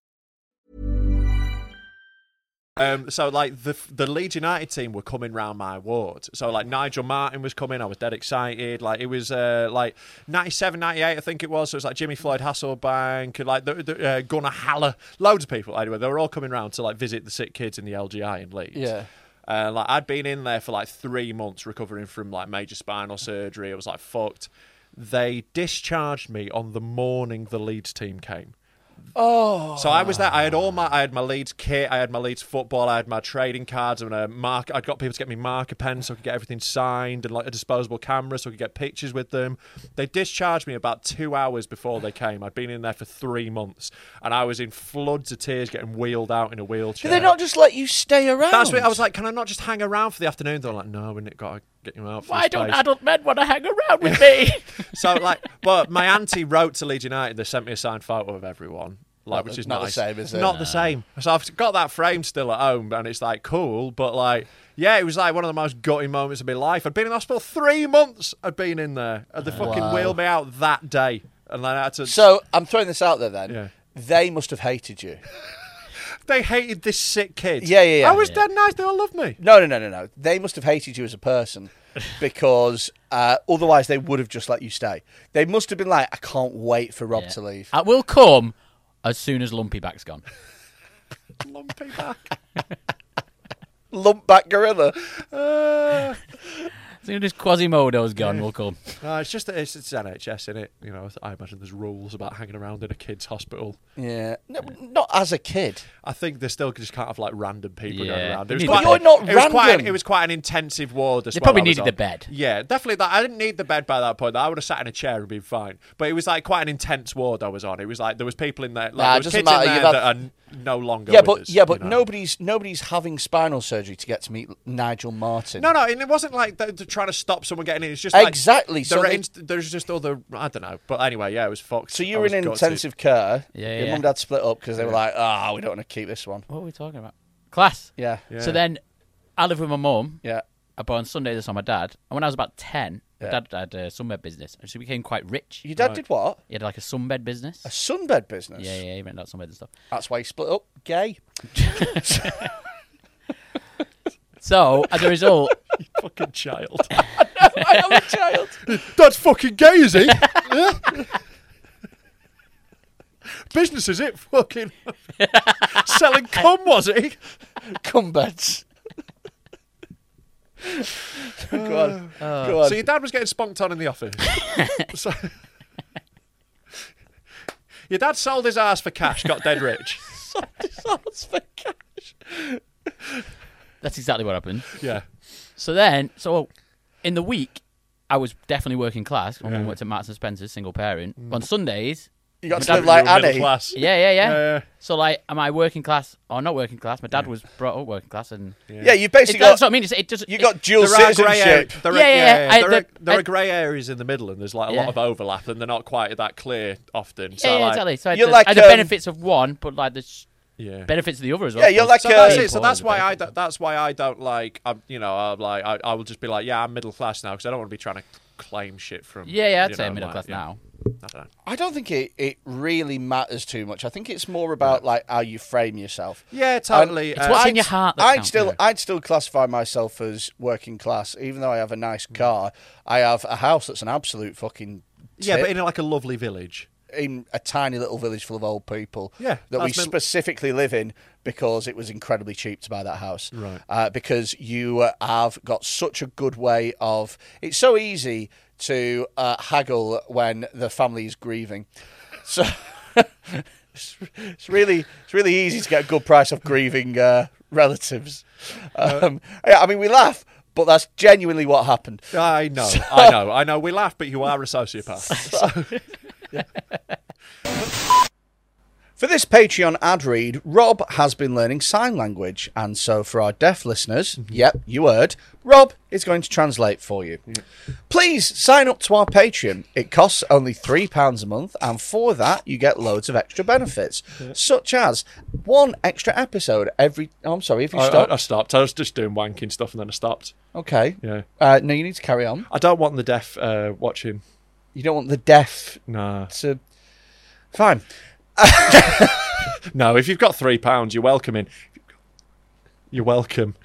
[SPEAKER 2] Um, so like the the Leeds United team were coming round my ward. So like Nigel Martin was coming. I was dead excited. Like it was uh, like 97, 98, I think it was. So it was like Jimmy Floyd Hasselbank, like the, the, uh, Gunnar Haller, loads of people. Anyway, they were all coming round to like visit the sick kids in the LGI in Leeds.
[SPEAKER 4] Yeah.
[SPEAKER 2] Uh, like I'd been in there for like three months recovering from like major spinal surgery. It was like fucked. They discharged me on the morning the Leeds team came. So I was there. I had all my, I had my Leeds kit, I had my Leeds football, I had my trading cards and a mark. I'd got people to get me marker pens so I could get everything signed and like a disposable camera so I could get pictures with them. They discharged me about two hours before they came. I'd been in there for three months and I was in floods of tears getting wheeled out in a wheelchair.
[SPEAKER 4] Do they not just let you stay around?
[SPEAKER 2] That's what I was like. Can I not just hang around for the afternoon? They're like, no, we've got to get you out. For
[SPEAKER 3] Why
[SPEAKER 2] this
[SPEAKER 3] don't
[SPEAKER 2] place."
[SPEAKER 3] adult men want to hang around with me?
[SPEAKER 2] So like, but my auntie wrote to Leeds United. They sent me a signed photo of everyone, like,
[SPEAKER 4] Not-
[SPEAKER 2] which is
[SPEAKER 4] not the
[SPEAKER 2] nice.
[SPEAKER 4] same, is it?
[SPEAKER 2] Not the same. So I've got that frame still at home, and it's like cool, but like, yeah, it was like one of the most gutting moments of my life. I'd been in hospital three months. I'd been in there, and they fucking
[SPEAKER 4] Wow.
[SPEAKER 2] wheeled me out that day, and then I had to.
[SPEAKER 4] So I'm throwing this out there then.
[SPEAKER 2] Yeah.
[SPEAKER 4] They must have hated you.
[SPEAKER 2] they hated this sick kid.
[SPEAKER 4] Yeah, yeah, yeah.
[SPEAKER 2] I was dead nice. They all loved me.
[SPEAKER 4] No, no, no, no, no. They must have hated you as a person because uh, otherwise they would have just let you stay. They must have been like, I can't wait for Rob to leave.
[SPEAKER 3] I will come as soon as Lumpy Back's gone.
[SPEAKER 2] Lumpy back.
[SPEAKER 4] Lumpback gorilla.
[SPEAKER 2] Uh,
[SPEAKER 3] As soon as Quasimodo's gone, we'll come.
[SPEAKER 2] no, it's just it's, it's NHS, is it? You know, I imagine there's rules about hanging around in a kid's hospital.
[SPEAKER 4] Yeah. No, not as a kid.
[SPEAKER 2] I think they still just can't have like random people going
[SPEAKER 3] Yeah.
[SPEAKER 2] around.
[SPEAKER 3] They need
[SPEAKER 2] quite,
[SPEAKER 3] the bed. But
[SPEAKER 2] it
[SPEAKER 4] you're not
[SPEAKER 2] was quite an,
[SPEAKER 4] random.
[SPEAKER 2] it was quite an intensive ward. As
[SPEAKER 3] They
[SPEAKER 2] well
[SPEAKER 3] probably
[SPEAKER 2] I was
[SPEAKER 3] needed
[SPEAKER 2] on.
[SPEAKER 3] the bed.
[SPEAKER 2] Yeah, definitely. That I didn't need the bed by that point. I would have sat in a chair and been fine. But it was like quite an intense ward I was on. It was like there was people in there. Like,
[SPEAKER 4] Nah,
[SPEAKER 2] there
[SPEAKER 4] it
[SPEAKER 2] was
[SPEAKER 4] doesn't
[SPEAKER 2] kids in
[SPEAKER 4] matter.
[SPEAKER 2] there
[SPEAKER 4] You've had-
[SPEAKER 2] that are no longer.
[SPEAKER 4] yeah,
[SPEAKER 2] with
[SPEAKER 4] but
[SPEAKER 2] us,
[SPEAKER 4] yeah, but
[SPEAKER 2] you know.
[SPEAKER 4] nobody's nobody's having spinal surgery to get to meet Nigel Martin.
[SPEAKER 2] No, no, and it wasn't like they're they're trying to stop someone getting in. It's just like
[SPEAKER 4] Exactly, so
[SPEAKER 2] there are
[SPEAKER 4] they-
[SPEAKER 2] inst- there's just other. I don't know. But anyway, yeah, it was fucked.
[SPEAKER 4] So
[SPEAKER 2] I
[SPEAKER 4] you were
[SPEAKER 2] was
[SPEAKER 4] in
[SPEAKER 2] gutted.
[SPEAKER 4] intensive care.
[SPEAKER 3] Yeah,
[SPEAKER 4] Your
[SPEAKER 3] yeah.
[SPEAKER 4] mum and dad split up because they were like, ah, we don't want to keep this one.
[SPEAKER 3] What were we talking about? Class.
[SPEAKER 4] Yeah. Yeah.
[SPEAKER 3] So then I lived with my mum.
[SPEAKER 4] Yeah.
[SPEAKER 3] I bought on Sunday this on my dad. And when I was about 10,
[SPEAKER 4] Yeah.
[SPEAKER 3] my dad had a sunbed business. And so he became quite rich.
[SPEAKER 4] Your dad did what?
[SPEAKER 3] He had like a sunbed business.
[SPEAKER 4] A sunbed business.
[SPEAKER 3] Yeah, yeah, he rented out sunbeds and stuff.
[SPEAKER 4] That's why he split up. Gay.
[SPEAKER 3] So as a result,
[SPEAKER 2] Fucking child.
[SPEAKER 4] I am a child.
[SPEAKER 2] That's fucking gay, is he? Yeah. Business is it? Fucking selling cum was he?
[SPEAKER 4] Cumbeds. Go
[SPEAKER 3] Oh.
[SPEAKER 4] on. Go on.
[SPEAKER 2] Oh, So your dad was getting spunked on in the office. so, your dad sold his ass for cash, got dead rich.
[SPEAKER 4] That's for cash.
[SPEAKER 3] that's exactly what happened.
[SPEAKER 2] Yeah.
[SPEAKER 3] So then, so in the week, I was definitely working class. My mum worked at Marks and Spencer's, single parent. On Sundays,
[SPEAKER 4] You got to
[SPEAKER 3] dad
[SPEAKER 4] live like
[SPEAKER 2] You were middle
[SPEAKER 4] Annie.
[SPEAKER 2] class.
[SPEAKER 3] yeah, yeah, yeah,
[SPEAKER 2] Yeah, yeah.
[SPEAKER 3] So like, am I working class or not working class? My dad was brought up working class, and
[SPEAKER 4] Yeah, you basically
[SPEAKER 3] it, that's what I
[SPEAKER 4] got
[SPEAKER 3] mean. It's, it doesn't.
[SPEAKER 4] you
[SPEAKER 3] it-
[SPEAKER 4] got dual
[SPEAKER 2] There are grey
[SPEAKER 4] citizenship.
[SPEAKER 2] areas. There, are-
[SPEAKER 3] Yeah, yeah, yeah. I-
[SPEAKER 2] there, are,
[SPEAKER 3] the-
[SPEAKER 2] there
[SPEAKER 3] I-
[SPEAKER 2] are grey areas in the middle, and there's like a
[SPEAKER 3] Yeah.
[SPEAKER 2] lot of overlap, and they're not quite that clear often. So
[SPEAKER 3] Yeah, yeah,
[SPEAKER 2] like,
[SPEAKER 3] exactly. So I had
[SPEAKER 4] You're
[SPEAKER 3] the,
[SPEAKER 4] like,
[SPEAKER 3] I had the
[SPEAKER 4] um,
[SPEAKER 3] benefits of one, but like the sh-
[SPEAKER 2] Yeah.
[SPEAKER 3] benefits of the other as well.
[SPEAKER 4] Yeah, you're
[SPEAKER 3] So-
[SPEAKER 4] like
[SPEAKER 2] So
[SPEAKER 4] a-
[SPEAKER 2] that's it. So that's
[SPEAKER 3] Important
[SPEAKER 2] why I
[SPEAKER 3] benefit.
[SPEAKER 2] don't, that's why I don't like. I'm, you know, I'm like I, I will just be like, yeah, I'm middle class now because I don't want to be trying to claim shit from.
[SPEAKER 3] yeah, yeah. I'd
[SPEAKER 2] you
[SPEAKER 3] say
[SPEAKER 2] know,
[SPEAKER 3] middle
[SPEAKER 2] like,
[SPEAKER 3] class
[SPEAKER 2] yeah.
[SPEAKER 3] now.
[SPEAKER 2] I don't know.
[SPEAKER 4] I don't think it, it really matters too much. I think it's more about like how you frame yourself.
[SPEAKER 2] Yeah,
[SPEAKER 4] And
[SPEAKER 2] totally.
[SPEAKER 3] Um,
[SPEAKER 2] uh,
[SPEAKER 3] It's what's
[SPEAKER 4] Uh, I'd-
[SPEAKER 3] in your heart that
[SPEAKER 4] I'd
[SPEAKER 3] counts,
[SPEAKER 4] still
[SPEAKER 3] yeah.
[SPEAKER 4] I'd still classify myself as working class, even though I have a nice
[SPEAKER 3] Mm.
[SPEAKER 4] car. I have a house that's an absolute fucking
[SPEAKER 2] yeah,
[SPEAKER 4] tip
[SPEAKER 2] but in like a lovely village.
[SPEAKER 4] in a tiny little village full of old people
[SPEAKER 2] Yeah,
[SPEAKER 4] that we
[SPEAKER 2] that's meant-
[SPEAKER 4] specifically live in because it was incredibly cheap to buy that house.
[SPEAKER 2] Right.
[SPEAKER 4] Uh, because you uh, have got such a good way of. It's so easy to uh, haggle when the family is grieving. So. It's it's really, it's really easy to get a good price off grieving uh, relatives. Um, yeah, I mean, we laugh, but that's genuinely what happened.
[SPEAKER 2] I know, I know, I know. We laugh, but you are a sociopath.
[SPEAKER 4] For this Patreon ad read, Rob has been learning sign language, and so for our deaf listeners,
[SPEAKER 2] Mhm.
[SPEAKER 4] yep, you heard, Rob is going to translate for you. Please sign up to our Patreon. It costs only £3 a month, and for that, you get loads of extra benefits, such as one extra episode every. Oh, I'm sorry, if you
[SPEAKER 2] I,
[SPEAKER 4] stop.
[SPEAKER 2] I, I stopped. I was just doing wanking stuff, and then I stopped.
[SPEAKER 4] okay.
[SPEAKER 2] Yeah.
[SPEAKER 4] Uh, no, you need to carry on.
[SPEAKER 2] I don't want the deaf uh, watching.
[SPEAKER 4] You don't want the deaf
[SPEAKER 2] Nah.
[SPEAKER 4] to. Fine.
[SPEAKER 2] No, if you've got three pounds, you're welcome in. You're welcome.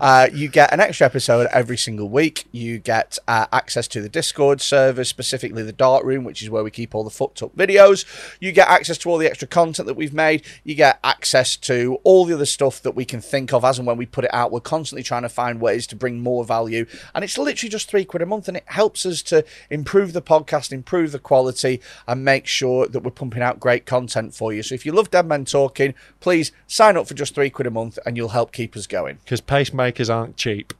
[SPEAKER 4] Uh, you get an extra episode every single week. You get uh, access to the Discord server, specifically the Dark Room, which is where we keep all the fucked up videos. You get access to all the extra content that we've made. You get access to all the other stuff that we can think of as and when we put it out. We're constantly trying to find ways to bring more value. And it's literally just three quid a month, and it helps us to improve the podcast, improve the quality, and make sure that we're pumping out great content for you. So if you love Dead Men Talking, please sign up for just three quid a month, and you'll help keep us going
[SPEAKER 2] Because pacemakers aren't cheap.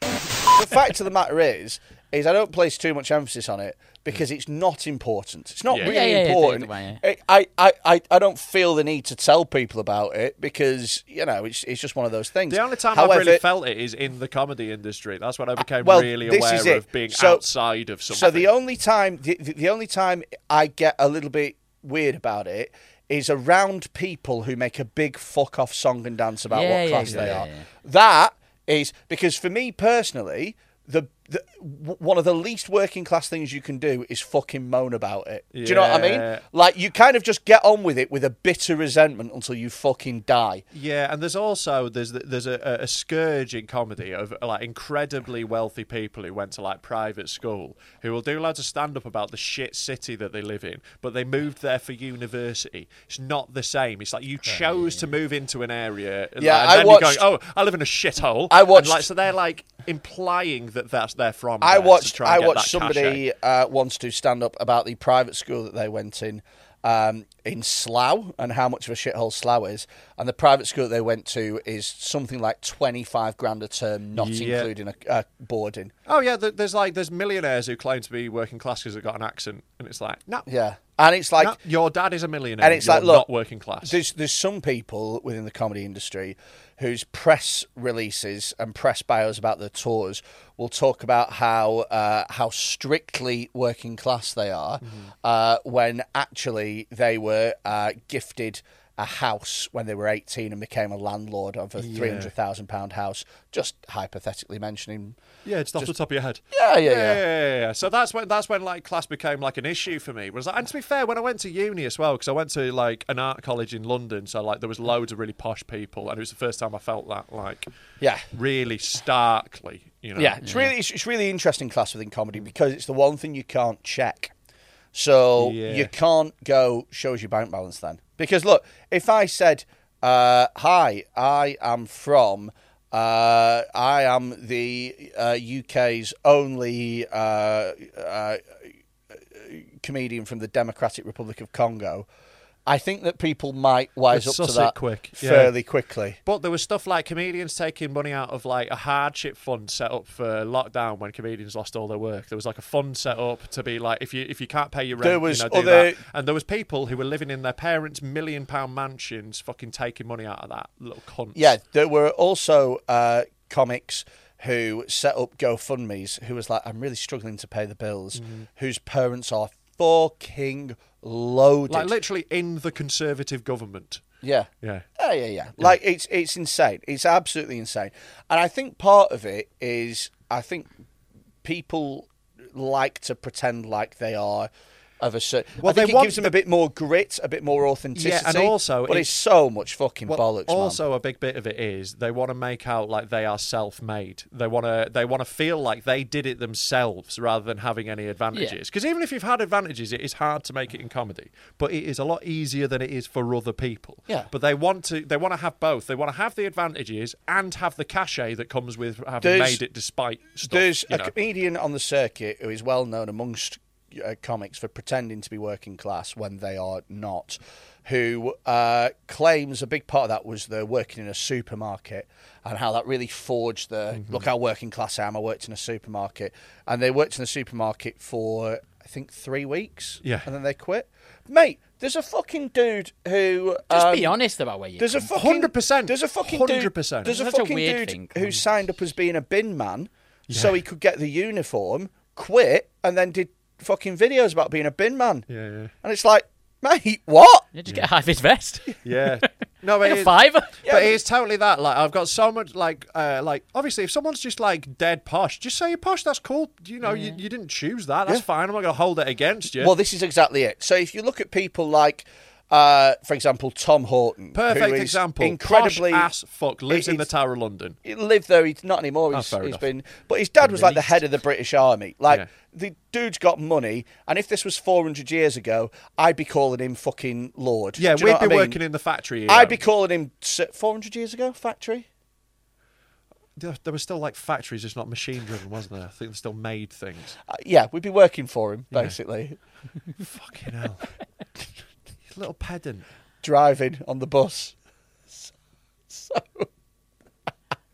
[SPEAKER 4] the fact of the matter is, is I don't place too much emphasis on it because it's not important. It's not
[SPEAKER 2] Yeah.
[SPEAKER 4] really
[SPEAKER 3] Yeah, yeah, yeah,
[SPEAKER 4] important.
[SPEAKER 3] take it
[SPEAKER 4] I, I, I, I- I don't feel the need to tell people about it because you know it's it's just one of those things.
[SPEAKER 2] The only time
[SPEAKER 4] However,
[SPEAKER 2] I've really felt it is in the comedy industry. That's when I became
[SPEAKER 4] well,
[SPEAKER 2] really
[SPEAKER 4] this
[SPEAKER 2] aware
[SPEAKER 4] is it.
[SPEAKER 2] of being
[SPEAKER 4] So-
[SPEAKER 2] outside of something.
[SPEAKER 4] so the only time the, the the only time I get a little bit weird about it is around people who make a big fuck off song and dance about
[SPEAKER 3] Yeah,
[SPEAKER 4] what
[SPEAKER 3] yeah,
[SPEAKER 4] class
[SPEAKER 3] yeah,
[SPEAKER 4] they
[SPEAKER 3] yeah,
[SPEAKER 4] are.
[SPEAKER 3] yeah.
[SPEAKER 4] That is because for me personally, the, the w- one of the least working class things you can do is fucking moan about it. Do you know what I mean?
[SPEAKER 2] Yeah.
[SPEAKER 4] Like you kind of just get on with it with a bitter resentment until you fucking die.
[SPEAKER 2] yeah, and there's also there's there's a, a scourge in comedy of like incredibly wealthy people who went to like private school who will do loads of stand up about the shit city that they live in, but they moved there for university. It's not the same. It's like you chose to move into an area. and,
[SPEAKER 4] Yeah,
[SPEAKER 2] like, and
[SPEAKER 4] I
[SPEAKER 2] then
[SPEAKER 4] watched-
[SPEAKER 2] You're going, oh, I live in a shithole.
[SPEAKER 4] I
[SPEAKER 2] And,
[SPEAKER 4] watched-
[SPEAKER 2] like, so they're like implying that that's they're from.
[SPEAKER 4] I
[SPEAKER 2] there to
[SPEAKER 4] watched.
[SPEAKER 2] try
[SPEAKER 4] I
[SPEAKER 2] and get
[SPEAKER 4] watched
[SPEAKER 2] that cachet.
[SPEAKER 4] somebody uh, once do stand up about the private school that they went in um, in Slough and how much of a shithole Slough is, and the private school that they went to is something like twenty five grand a term, not
[SPEAKER 2] Yeah.
[SPEAKER 4] including a, a boarding.
[SPEAKER 2] Oh yeah, th- there's like there's millionaires who claim to be working class because they've got an accent, and it's like no,
[SPEAKER 4] Yeah. And it's like
[SPEAKER 2] no, your dad is a millionaire,
[SPEAKER 4] and it's like
[SPEAKER 2] you're
[SPEAKER 4] look
[SPEAKER 2] not working class.
[SPEAKER 4] There's there's some people within the comedy industry whose press releases and press bios about their tours will talk about how uh, how strictly working class they are,
[SPEAKER 2] Mm-hmm.
[SPEAKER 4] uh, when actually they were uh, gifted. A house when they were eighteen and became a landlord of a three hundred thousand pound house. Just hypothetically mentioning,
[SPEAKER 2] yeah, just off the top of your head.
[SPEAKER 4] yeah, yeah,
[SPEAKER 2] yeah,
[SPEAKER 4] yeah.
[SPEAKER 2] yeah, yeah. So that's when that's when like class became like an issue for me. Was like, and to be fair, when I went to uni as well, because I went to like an art college in London, so like there was loads of really posh people, and it was the first time I felt that like
[SPEAKER 4] Yeah.
[SPEAKER 2] really starkly. You know,
[SPEAKER 4] Yeah, it's really it's, it's really interesting class within comedy because it's the one thing you can't check. So
[SPEAKER 2] Yeah.
[SPEAKER 4] you can't go shows your bank balance then because look, if I said, uh, "Hi, I am from." Uh, I am the uh, UK's only uh, uh, comedian from the Democratic Republic of Congo. I think that people might wise
[SPEAKER 2] They'd
[SPEAKER 4] up to
[SPEAKER 2] suss it
[SPEAKER 4] that
[SPEAKER 2] quick, yeah.
[SPEAKER 4] fairly quickly.
[SPEAKER 2] But there was stuff like comedians taking money out of like a hardship fund set up for lockdown when comedians lost all their work. There was like a fund set up to be like if you if you can't pay your rent,
[SPEAKER 4] There was
[SPEAKER 2] you know, do
[SPEAKER 4] other-
[SPEAKER 2] that. And there was people who were living in their parents' million pound mansions, fucking taking money out of that little cunt.
[SPEAKER 4] Yeah, there were also uh, comics who set up GoFundMe's who was like, I'm really struggling to pay the bills,
[SPEAKER 2] Mm-hmm.
[SPEAKER 4] whose parents are fucking loaded.
[SPEAKER 2] like literally in the conservative government.
[SPEAKER 4] yeah.
[SPEAKER 2] Yeah.
[SPEAKER 4] Yeah, yeah, yeah. Like it's it's insane. It's absolutely insane. And I think part of it is I think people like to pretend like they are of a certain.
[SPEAKER 2] Well,
[SPEAKER 4] I think
[SPEAKER 2] they
[SPEAKER 4] it
[SPEAKER 2] want
[SPEAKER 4] gives them
[SPEAKER 2] the-
[SPEAKER 4] a bit more grit, a bit more authenticity.
[SPEAKER 2] also
[SPEAKER 4] but
[SPEAKER 2] it-
[SPEAKER 4] it's, so much fucking
[SPEAKER 2] Well,
[SPEAKER 4] bollocks. man.
[SPEAKER 2] also, a big bit of it is they want to make out like they are self-made. They want to they want to feel like they did it themselves rather than having any advantages. Because even if you've had advantages, it is hard to make it in comedy, but it is a lot easier than it is for other people.
[SPEAKER 4] Yeah.
[SPEAKER 2] But they want to they want to have both. They want to have the advantages and have the cachet that comes with having
[SPEAKER 4] There's-
[SPEAKER 2] made it despite stuff.
[SPEAKER 4] There's
[SPEAKER 2] you
[SPEAKER 4] a
[SPEAKER 2] know.
[SPEAKER 4] comedian on the circuit who is well known amongst uh, comics for pretending to be working class when they are not, who uh, claims a big part of that was their working in a supermarket and how that really forged the
[SPEAKER 2] Mm-hmm.
[SPEAKER 4] look how working class I am. I worked in a supermarket, and they worked in the supermarket for I think three weeks,
[SPEAKER 2] Yeah.
[SPEAKER 4] and then they quit. Mate, there's a fucking dude who
[SPEAKER 3] Just
[SPEAKER 4] um,
[SPEAKER 3] be honest about where you.
[SPEAKER 4] there's a
[SPEAKER 3] come
[SPEAKER 4] fucking
[SPEAKER 2] 100%,
[SPEAKER 4] There's a
[SPEAKER 2] 100%.
[SPEAKER 4] fucking Dude, there's a
[SPEAKER 3] That's a
[SPEAKER 4] fucking
[SPEAKER 3] weird
[SPEAKER 4] dude
[SPEAKER 3] thing.
[SPEAKER 4] who signed up as being a bin man so he could get the uniform, quit, and then did fucking videos about being a bin man.
[SPEAKER 2] Yeah, yeah.
[SPEAKER 4] And it's like, mate, what?
[SPEAKER 3] Yeah, just get a high vis vest.
[SPEAKER 2] Yeah. No, it
[SPEAKER 3] Like a
[SPEAKER 2] is-
[SPEAKER 3] fiver.
[SPEAKER 2] but it's totally that. Like I've got so much like uh, like obviously if someone's just like dead posh, just say you're posh. That's cool. You know you, you didn't choose that. That's fine. I'm not gonna hold it against you.
[SPEAKER 4] Well, this is exactly it. So if you look at people like, uh, for example, Tom Horton, who
[SPEAKER 2] Perfect
[SPEAKER 4] is
[SPEAKER 2] example.
[SPEAKER 4] incredibly
[SPEAKER 2] posh ass fuck lives in the
[SPEAKER 4] it's-
[SPEAKER 2] Tower of London.
[SPEAKER 4] He lived though he's not anymore. He's,
[SPEAKER 2] Oh, fair
[SPEAKER 4] he's
[SPEAKER 2] enough.
[SPEAKER 4] been, but his dad was like the head of the British Army. Like
[SPEAKER 2] Yeah.
[SPEAKER 4] the dude's got money, and if this was four hundred years ago, I'd be calling him fucking Lord.
[SPEAKER 2] Yeah,
[SPEAKER 4] Do you
[SPEAKER 2] we'd
[SPEAKER 4] know what
[SPEAKER 2] be
[SPEAKER 4] I mean?
[SPEAKER 2] working in the factory. Here.
[SPEAKER 4] I'd be calling him four hundred years ago factory.
[SPEAKER 2] There there were still like factories, just not machine driven, wasn't there? I think they still made things.
[SPEAKER 4] Uh, yeah, we'd be working for him basically,
[SPEAKER 2] Fucking hell, You little pedant.
[SPEAKER 4] driving on the bus. So,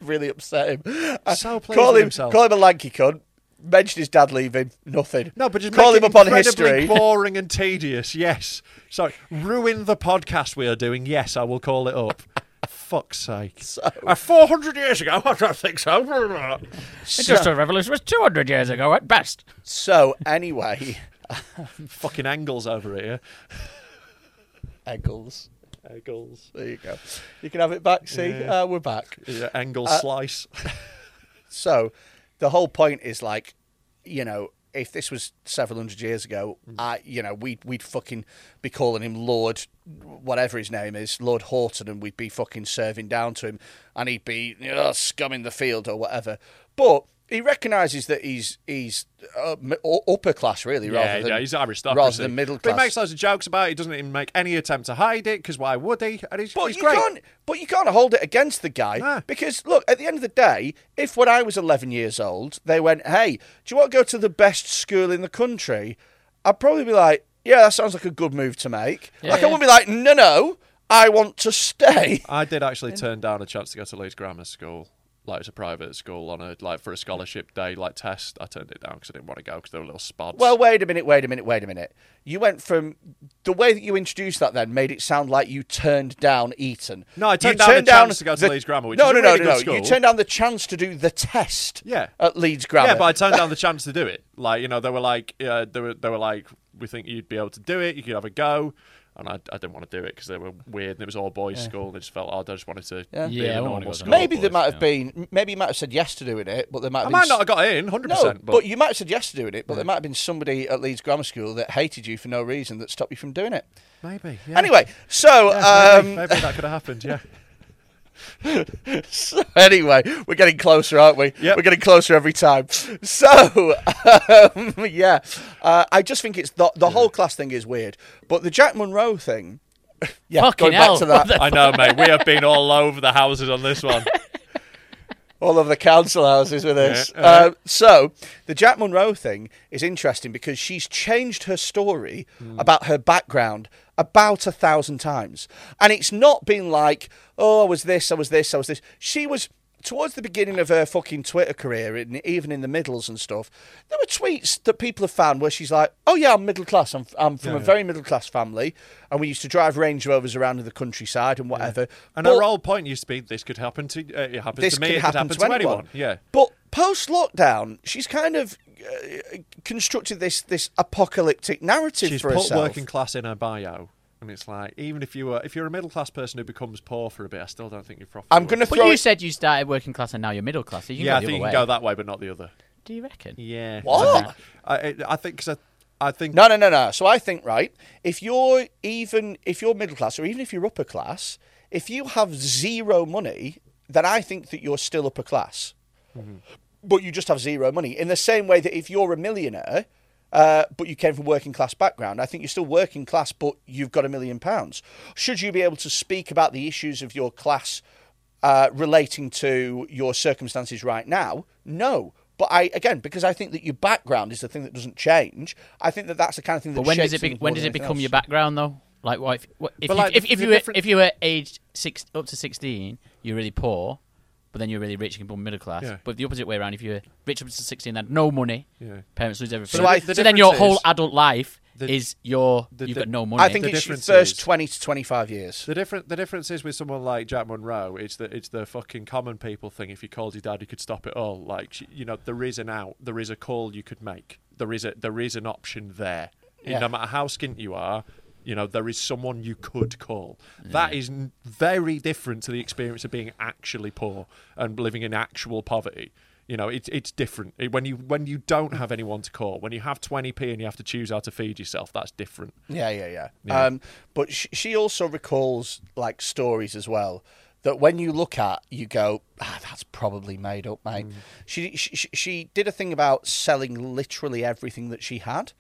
[SPEAKER 4] really upset him. Uh,
[SPEAKER 2] So pleased
[SPEAKER 4] call
[SPEAKER 2] with
[SPEAKER 4] him,
[SPEAKER 2] himself.
[SPEAKER 4] call him a lanky cunt. Mention his dad leaving, nothing.
[SPEAKER 2] No, but just
[SPEAKER 4] call
[SPEAKER 2] make
[SPEAKER 4] him
[SPEAKER 2] it
[SPEAKER 4] up on
[SPEAKER 2] incredibly
[SPEAKER 4] history.
[SPEAKER 2] boring and tedious. Yes, sorry, ruin the podcast we are doing. Yes, I will call it up. Fuck's sake! Uh, Four hundred years ago, I don't think so.
[SPEAKER 3] Industrial Revolution was 200 years ago at best.
[SPEAKER 4] So anyway,
[SPEAKER 2] Fucking angles over here.
[SPEAKER 4] Eggles.
[SPEAKER 2] Angles.
[SPEAKER 4] There you go. You can have it back. See, uh, we're back.
[SPEAKER 2] Yeah, angle
[SPEAKER 4] Uh,
[SPEAKER 2] slice.
[SPEAKER 4] So, the whole point is like, you know, if this was several hundred years ago,
[SPEAKER 2] Mm.
[SPEAKER 4] I, you know, we'd we'd fucking be calling him Lord, whatever his name is, Lord Horton, and we'd be fucking serving down to him, and he'd be you know, scumming the field or whatever. But he recognises that he's he's uh, m- u- upper class really,
[SPEAKER 2] Yeah,
[SPEAKER 4] rather than
[SPEAKER 2] yeah, he's aristocracy.
[SPEAKER 4] rather than middle class.
[SPEAKER 2] But he makes loads of jokes about it. He doesn't even make any attempt to hide it, because why would he? And he's,
[SPEAKER 4] But
[SPEAKER 2] he's
[SPEAKER 4] you
[SPEAKER 2] great.
[SPEAKER 4] can't. But you can't hold it against the guy
[SPEAKER 2] No.
[SPEAKER 4] because look, at the end of the day, if when I was 11 years old, they went, "Hey, do you want to go to the best school in the country?" I'd probably be like, "Yeah, that sounds like a good move to make." like
[SPEAKER 3] yeah.
[SPEAKER 4] I wouldn't be like, "No, no, I want to stay."
[SPEAKER 2] I did actually turn down a chance to go to Leeds Grammar School. like it's a private school on a like for a scholarship day like test. I turned it down because I didn't want to go because there were little spots.
[SPEAKER 4] Well, wait a minute, wait a minute, wait a minute. You went from the way that you introduced that then made it sound like you turned down Eton.
[SPEAKER 2] No, I turned
[SPEAKER 4] you
[SPEAKER 2] down the chance to go to Leeds Grammar, which
[SPEAKER 4] no,
[SPEAKER 2] is
[SPEAKER 4] no,
[SPEAKER 2] a
[SPEAKER 4] no,
[SPEAKER 2] really
[SPEAKER 4] no,
[SPEAKER 2] good
[SPEAKER 4] no. You
[SPEAKER 2] school.
[SPEAKER 4] turned down the chance to do the test.
[SPEAKER 2] Yeah.
[SPEAKER 4] At Leeds Grammar.
[SPEAKER 2] Yeah, but I turned down the chance to do it. Like you know, they were like, uh, they were they were like, we think you'd be able to do it. You could have a go. And I, I didn't want to do it because they were weird and it was all boys' school. And I just felt odd. I just wanted to
[SPEAKER 4] Yeah.
[SPEAKER 2] be
[SPEAKER 3] Yeah,
[SPEAKER 2] in a
[SPEAKER 3] I wouldn't
[SPEAKER 2] normal
[SPEAKER 3] want to
[SPEAKER 2] school.
[SPEAKER 3] go to
[SPEAKER 4] maybe
[SPEAKER 3] Boys,
[SPEAKER 4] there might have
[SPEAKER 3] yeah.
[SPEAKER 4] been. Maybe you might have said yes to doing it, but there might.
[SPEAKER 2] I
[SPEAKER 4] Have
[SPEAKER 2] might
[SPEAKER 4] been
[SPEAKER 2] not
[SPEAKER 4] s-
[SPEAKER 2] have got in, hundred
[SPEAKER 4] No,
[SPEAKER 2] percent.
[SPEAKER 4] but you might have said yes to doing it, but there might have been somebody at Leeds Grammar School that hated you for no reason that stopped you from doing it.
[SPEAKER 2] maybe
[SPEAKER 4] Anyway, so
[SPEAKER 2] Yeah, maybe,
[SPEAKER 4] um,
[SPEAKER 2] maybe that could have happened. Yeah.
[SPEAKER 4] So anyway, we're getting closer, aren't we?
[SPEAKER 2] Yep.
[SPEAKER 4] We're getting closer every time. So, um, yeah, uh, I just think it's the, the whole class thing is weird, but the Jack Monroe thing. Yeah,
[SPEAKER 3] Fucking
[SPEAKER 4] going
[SPEAKER 3] hell.
[SPEAKER 4] back to that,
[SPEAKER 2] I know, mate. We have been all over the houses on this one.
[SPEAKER 4] all of the council houses with us.
[SPEAKER 2] Yeah, uh-huh.
[SPEAKER 4] Uh, so the Jack Monroe thing is interesting because she's changed her story
[SPEAKER 2] Hmm.
[SPEAKER 4] about her background about a thousand times, and it's not been like, oh, I was this, I was this, I was this. She was. Towards the beginning of her fucking Twitter career, and even in the middles and stuff, there were tweets that people have found where she's like, "Oh yeah, I'm middle class. I'm, I'm from a very middle class family, and we used to drive Range Rovers around in the countryside and whatever."
[SPEAKER 2] And
[SPEAKER 4] But-
[SPEAKER 2] our whole point used to be this could happen to uh, it happened
[SPEAKER 4] this
[SPEAKER 2] to me.
[SPEAKER 4] can
[SPEAKER 2] it
[SPEAKER 4] happen,
[SPEAKER 2] could
[SPEAKER 4] to, anyone.
[SPEAKER 2] Yeah.
[SPEAKER 4] But post lockdown, she's kind of uh, constructed this this apocalyptic narrative
[SPEAKER 2] She's
[SPEAKER 4] for
[SPEAKER 2] put
[SPEAKER 4] herself.
[SPEAKER 2] working class in her bio, and it's like even if you were if you're a middle class person who becomes poor for a bit, I still don't think you're properly.
[SPEAKER 4] I'm gonna
[SPEAKER 2] working-
[SPEAKER 3] But
[SPEAKER 4] throw
[SPEAKER 3] you
[SPEAKER 4] it-
[SPEAKER 3] said you started working class and now you're middle class. So you can
[SPEAKER 2] yeah, I
[SPEAKER 3] go the
[SPEAKER 2] think you
[SPEAKER 3] other
[SPEAKER 2] can
[SPEAKER 3] way.
[SPEAKER 2] go that way, but not the other.
[SPEAKER 3] Do you reckon?
[SPEAKER 2] Yeah.
[SPEAKER 4] What?
[SPEAKER 2] I, I- I think because I, I think
[SPEAKER 4] No, no, no, no. So I think right, if you're even if you're middle class or even if you're upper class, if you have zero money, then I think that you're still upper class. But you just have zero money. In the same way that if you're a millionaire, uh, but you came from working class background, I think you're still working class, but you've got a million pounds. Should you be able to speak about the issues of your class uh, relating to your circumstances right now? No. But I again, because I think that your background is the thing that doesn't change. I think that that's the kind of thing that.
[SPEAKER 3] But when does it
[SPEAKER 4] shapes
[SPEAKER 3] be,
[SPEAKER 4] things
[SPEAKER 3] when
[SPEAKER 4] more
[SPEAKER 3] does
[SPEAKER 4] than
[SPEAKER 3] it
[SPEAKER 4] anything
[SPEAKER 3] become your
[SPEAKER 4] else.
[SPEAKER 3] background though? Like what if what, if,
[SPEAKER 2] But,
[SPEAKER 3] you,
[SPEAKER 2] like,
[SPEAKER 3] if,
[SPEAKER 2] the-
[SPEAKER 3] if
[SPEAKER 2] the
[SPEAKER 3] you were,
[SPEAKER 2] different-
[SPEAKER 3] if you were aged six up to sixteen, you're really poor, but then you're really rich and become middle class.
[SPEAKER 2] Yeah.
[SPEAKER 3] But the opposite way around, if you're rich up to sixteen, then no money,
[SPEAKER 2] Yeah.
[SPEAKER 3] parents lose everything.
[SPEAKER 4] So I-
[SPEAKER 3] so
[SPEAKER 4] the
[SPEAKER 3] then your
[SPEAKER 2] difference
[SPEAKER 3] whole
[SPEAKER 2] is-
[SPEAKER 3] adult life
[SPEAKER 2] the-
[SPEAKER 3] is your
[SPEAKER 2] the-
[SPEAKER 3] you've
[SPEAKER 2] the-
[SPEAKER 3] got no money.
[SPEAKER 4] I think
[SPEAKER 2] The
[SPEAKER 4] it's your
[SPEAKER 2] difference
[SPEAKER 4] first
[SPEAKER 2] is-
[SPEAKER 4] twenty to twenty-five years.
[SPEAKER 2] The different the difference is with someone like Jack Monroe, it's the it's the fucking common people thing. If you called your dad, you could stop it all. Like she- you know, there is an out, there is a call you could make. There is a there is an option there.
[SPEAKER 4] Yeah.
[SPEAKER 2] No matter how skint you are, you know there is someone you could call. That is n- very different to the experience of being actually poor and living in actual poverty. You know, it's it's different It- when you when you don't have anyone to call. When you have twenty p and you have to choose how to feed yourself, that's different.
[SPEAKER 4] Yeah, yeah, yeah. Um, but sh- she also recalls like stories as well that when you look at, you go, ah, that's probably made up, mate.
[SPEAKER 3] Mm.
[SPEAKER 4] She, she she did a thing about selling literally everything that she had,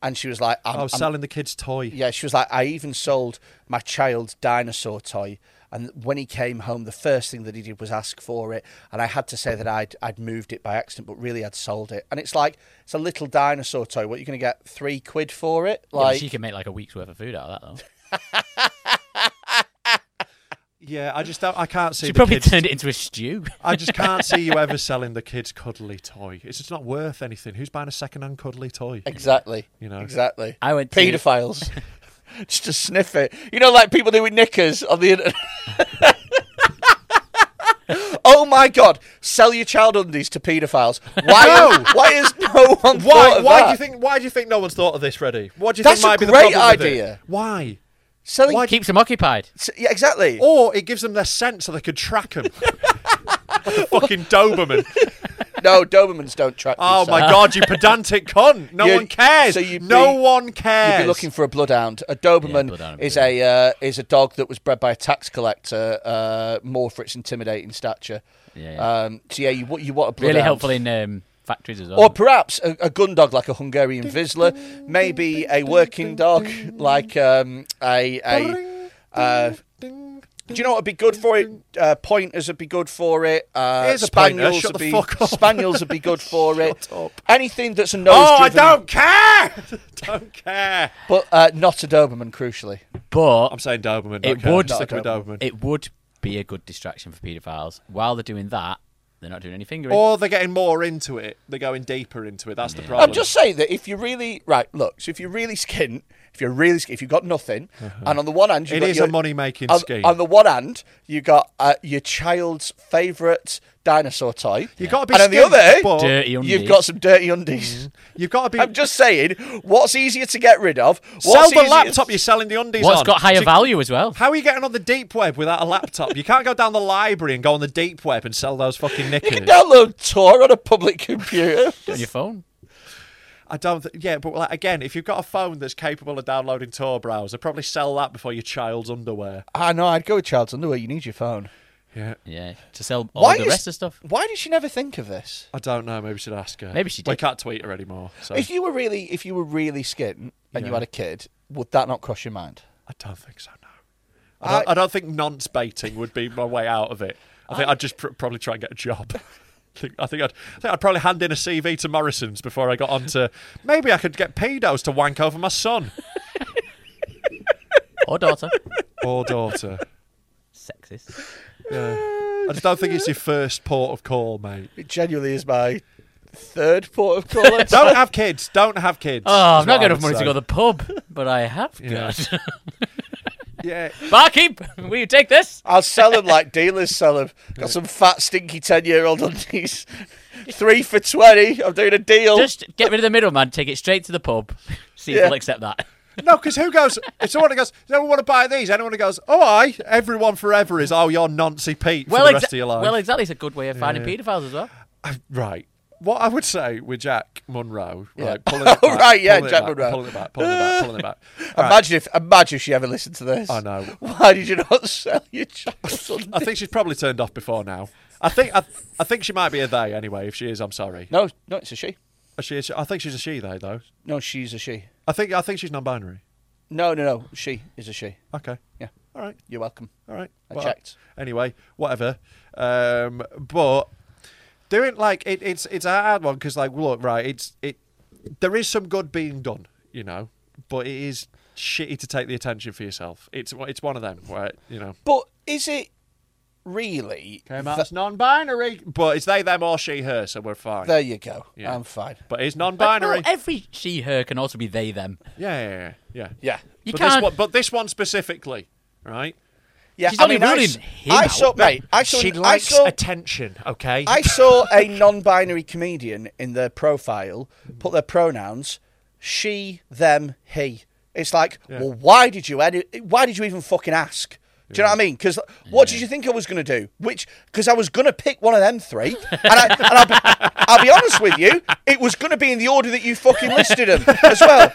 [SPEAKER 4] and she was like, I'm,
[SPEAKER 3] Oh,
[SPEAKER 2] I was
[SPEAKER 4] I'm-
[SPEAKER 2] Oh, selling the kid's toy.
[SPEAKER 4] yeah, she was like, I even sold my child's dinosaur toy. And when he came home, the first thing that he did was ask for it. And I had to say that I'd, I'd moved it by accident, but really I'd sold it. And it's like, it's a little dinosaur toy. What, you're going to get three quid for it?
[SPEAKER 3] Yeah, but
[SPEAKER 4] Like,
[SPEAKER 3] she can make like a week's worth of food out of that though.
[SPEAKER 2] Yeah, I just don't, I can't see.
[SPEAKER 3] she
[SPEAKER 2] the
[SPEAKER 3] probably
[SPEAKER 2] kids-
[SPEAKER 3] turned it into a stew.
[SPEAKER 2] I just can't see you ever selling the kids cuddly toy. It's just not worth anything. Who's buying a second-hand cuddly toy?
[SPEAKER 4] Exactly.
[SPEAKER 2] You know?
[SPEAKER 4] Exactly.
[SPEAKER 3] I went to-
[SPEAKER 4] Paedophiles. Just to sniff it. You know, like people do with knickers on the internet. oh my god! Sell your child undies to paedophiles. Why? Why is no one? thought
[SPEAKER 2] Why?
[SPEAKER 4] of
[SPEAKER 2] Why
[SPEAKER 4] that?
[SPEAKER 2] do you think? Why do you think no one's thought of this, Ready? What do you
[SPEAKER 4] That's
[SPEAKER 2] think might
[SPEAKER 4] a
[SPEAKER 2] be the
[SPEAKER 4] great
[SPEAKER 2] problem with it?
[SPEAKER 4] idea.
[SPEAKER 2] Why?
[SPEAKER 4] selling?
[SPEAKER 2] why-
[SPEAKER 3] Keeps them occupied.
[SPEAKER 4] Yeah, exactly.
[SPEAKER 2] Or it gives them their scent so they could track them. like a fucking Doberman.
[SPEAKER 4] No, Dobermans don't track.
[SPEAKER 2] Oh
[SPEAKER 4] these
[SPEAKER 2] my
[SPEAKER 4] sales.
[SPEAKER 2] god, you pedantic cunt! No
[SPEAKER 4] uh, You-
[SPEAKER 2] one cares.
[SPEAKER 4] so you'd
[SPEAKER 2] no
[SPEAKER 4] be-
[SPEAKER 2] one cares.
[SPEAKER 4] You'd be looking for a bloodhound. A Doberman
[SPEAKER 3] bloodhound would
[SPEAKER 4] is
[SPEAKER 3] be-
[SPEAKER 4] a uh, is a dog that was bred by a tax collector, uh, more for its intimidating stature.
[SPEAKER 3] Yeah, yeah.
[SPEAKER 4] Um, so yeah, you wa- you want a bloodhound.
[SPEAKER 3] Really helpful in um, factories as well.
[SPEAKER 4] Or perhaps a, a gun dog like a Hungarian Vizsla, maybe a working dog like um, a. a uh, do you know what would be good for it? Uh, pointers would be good for it. Uh,
[SPEAKER 2] Here's a pointer,
[SPEAKER 4] spaniels
[SPEAKER 2] shut
[SPEAKER 4] would
[SPEAKER 2] the
[SPEAKER 4] be
[SPEAKER 2] fuck up.
[SPEAKER 4] spaniels would be good for it.
[SPEAKER 2] Shut up.
[SPEAKER 4] Anything that's a nose.
[SPEAKER 2] oh, I
[SPEAKER 4] driven,
[SPEAKER 2] don't care. don't care.
[SPEAKER 4] But uh, not a Doberman, crucially.
[SPEAKER 3] but
[SPEAKER 2] I'm saying Doberman.
[SPEAKER 3] It
[SPEAKER 2] don't care.
[SPEAKER 3] would-
[SPEAKER 2] Stick with
[SPEAKER 4] Doberman.
[SPEAKER 2] Doberman.
[SPEAKER 3] It would be a good distraction for paedophiles. While they're doing that, They're not doing any fingering.
[SPEAKER 2] Or they're getting more into it. They're going deeper into it. That's the problem.
[SPEAKER 4] I'm just saying that if you really right, look, so if you're really skint, if you're really sk- if you've got nothing, and on the one hand, you
[SPEAKER 2] It
[SPEAKER 4] got
[SPEAKER 2] is
[SPEAKER 4] your,
[SPEAKER 2] a money-making
[SPEAKER 4] on-
[SPEAKER 2] scheme.
[SPEAKER 4] On the one hand, you got uh, your child's favourite dinosaur toy.
[SPEAKER 2] You've got to be
[SPEAKER 4] and on the
[SPEAKER 2] skint,
[SPEAKER 4] other,
[SPEAKER 2] but
[SPEAKER 3] Dirty undies.
[SPEAKER 4] you've got some dirty undies.
[SPEAKER 2] You've got to be.
[SPEAKER 4] I'm just saying, what's easier to get rid of? What's
[SPEAKER 2] sell the
[SPEAKER 4] easier-
[SPEAKER 2] laptop you're selling the undies
[SPEAKER 3] What's
[SPEAKER 2] on.
[SPEAKER 3] got higher
[SPEAKER 2] So-
[SPEAKER 3] value as well?
[SPEAKER 2] How are you getting on the deep web without a laptop? you can't go down the library and go on the deep web and sell those fucking
[SPEAKER 4] You
[SPEAKER 2] knickers.
[SPEAKER 4] can download Tor on a public computer.
[SPEAKER 3] on your phone.
[SPEAKER 2] I don't. Th- yeah, but like, again, if you've got a phone that's capable of downloading Tor browser, probably sell that before your child's underwear.
[SPEAKER 4] I know. I'd go with child's underwear. You need your phone.
[SPEAKER 2] Yeah,
[SPEAKER 3] Yeah, to sell all the
[SPEAKER 4] is-
[SPEAKER 3] rest of stuff.
[SPEAKER 4] Why did she never think of this?
[SPEAKER 2] I don't know. Maybe we should ask her.
[SPEAKER 3] Maybe she
[SPEAKER 2] We
[SPEAKER 3] did.
[SPEAKER 2] can't tweet her anymore. So
[SPEAKER 4] If you were really, if you were really skint and you had a kid, would that not cross your mind?
[SPEAKER 2] I don't think so. No, I don't, I, don't think nonce baiting would be my way out of it. I think I, would just pr- probably try and get a job. I think- I think I'd, I think I'd probably hand in a CV to Morrison's before I got on to. Maybe I could get pedos to wank over my son
[SPEAKER 3] Or daughter.
[SPEAKER 2] or daughter.
[SPEAKER 3] Sexist.
[SPEAKER 2] Yeah. I just don't think it's your first port of call, mate.
[SPEAKER 4] It genuinely is my third port of call. I'd say.
[SPEAKER 2] Don't have kids. Don't have kids.
[SPEAKER 3] Oh,
[SPEAKER 2] is
[SPEAKER 3] I've
[SPEAKER 2] what
[SPEAKER 3] not
[SPEAKER 2] I
[SPEAKER 3] got enough
[SPEAKER 2] would
[SPEAKER 3] money
[SPEAKER 2] say.
[SPEAKER 3] to go to the pub, but I have
[SPEAKER 2] Yeah.
[SPEAKER 3] got.
[SPEAKER 2] Yeah.
[SPEAKER 3] Barkeep, will you take this?
[SPEAKER 4] I'll sell them like dealers sell them. Got some fat, stinky ten-year-old undies. Three for twenty. I'm doing a deal.
[SPEAKER 3] Just get rid of the middleman, take it straight to the pub. See if
[SPEAKER 4] Yeah.
[SPEAKER 3] they'll accept that.
[SPEAKER 2] No, because who goes? It's someone who goes. Does anyone want to buy these? Anyone who goes? Oh, I. Everyone forever is. Oh, you're Nancy Pete for the rest
[SPEAKER 3] exa-
[SPEAKER 2] of your life.
[SPEAKER 3] well, exactly. It's a good way of finding paedophiles as well.
[SPEAKER 2] Right. What I would say with Jack Munro, right, pulling
[SPEAKER 4] Oh,
[SPEAKER 2] it back,
[SPEAKER 4] right, yeah,
[SPEAKER 2] pulling it
[SPEAKER 4] Jack
[SPEAKER 2] back,
[SPEAKER 4] Munro.
[SPEAKER 2] pulling it back, pulling it back, pulling it back. All right,
[SPEAKER 4] imagine if, imagine if she ever listened to this.
[SPEAKER 2] I know.
[SPEAKER 4] Why did you not sell your child's
[SPEAKER 2] I
[SPEAKER 4] undies?
[SPEAKER 2] think she's probably turned off before now. I think I, I think she might be a they anyway. If she is, I'm sorry.
[SPEAKER 4] No, no, it's a she.
[SPEAKER 2] Is She is, I think she's a she they though.
[SPEAKER 4] No, she's a she.
[SPEAKER 2] I think I think she's non-binary.
[SPEAKER 4] No, no, no. She is a she.
[SPEAKER 2] Okay.
[SPEAKER 4] Yeah.
[SPEAKER 2] All right.
[SPEAKER 4] You're welcome.
[SPEAKER 2] All right.
[SPEAKER 4] I checked.
[SPEAKER 2] Anyway, whatever. Um, but doing like it, it's it's a hard one because like look right, it's it there is some good being done, you know, but it is shitty to take the attention for yourself. It's it's one of them, right? You know,
[SPEAKER 4] But is it really?
[SPEAKER 2] came out as non-binary, but it's they them or she her, so we're fine.
[SPEAKER 4] There you go.
[SPEAKER 2] Yeah.
[SPEAKER 4] I'm fine.
[SPEAKER 2] but it's
[SPEAKER 3] Like,
[SPEAKER 2] non-binary.
[SPEAKER 3] well, every she, her can also be they, them.
[SPEAKER 2] yeah, yeah, yeah, yeah.
[SPEAKER 4] Yeah.
[SPEAKER 3] You
[SPEAKER 2] but This
[SPEAKER 3] can't-
[SPEAKER 2] one, but this one specifically, right?
[SPEAKER 4] Yeah,
[SPEAKER 3] She's
[SPEAKER 4] I
[SPEAKER 3] only
[SPEAKER 4] mean, I
[SPEAKER 3] ruling
[SPEAKER 4] s-
[SPEAKER 3] him
[SPEAKER 4] I
[SPEAKER 3] out.
[SPEAKER 4] saw, mate. I saw,
[SPEAKER 2] she
[SPEAKER 4] I
[SPEAKER 2] likes
[SPEAKER 4] saw-
[SPEAKER 2] attention. Okay.
[SPEAKER 4] I saw a non-binary comedian in their profile put their pronouns she, them, he. It's like, well, why did you? edi- Why did you even fucking ask? Do you know what I mean? Because what did you think I was going to do? Which because I was going to pick one of them three, and, I, and I'll, be, I'll be honest with you, it was going to be in the order that you fucking listed them as well.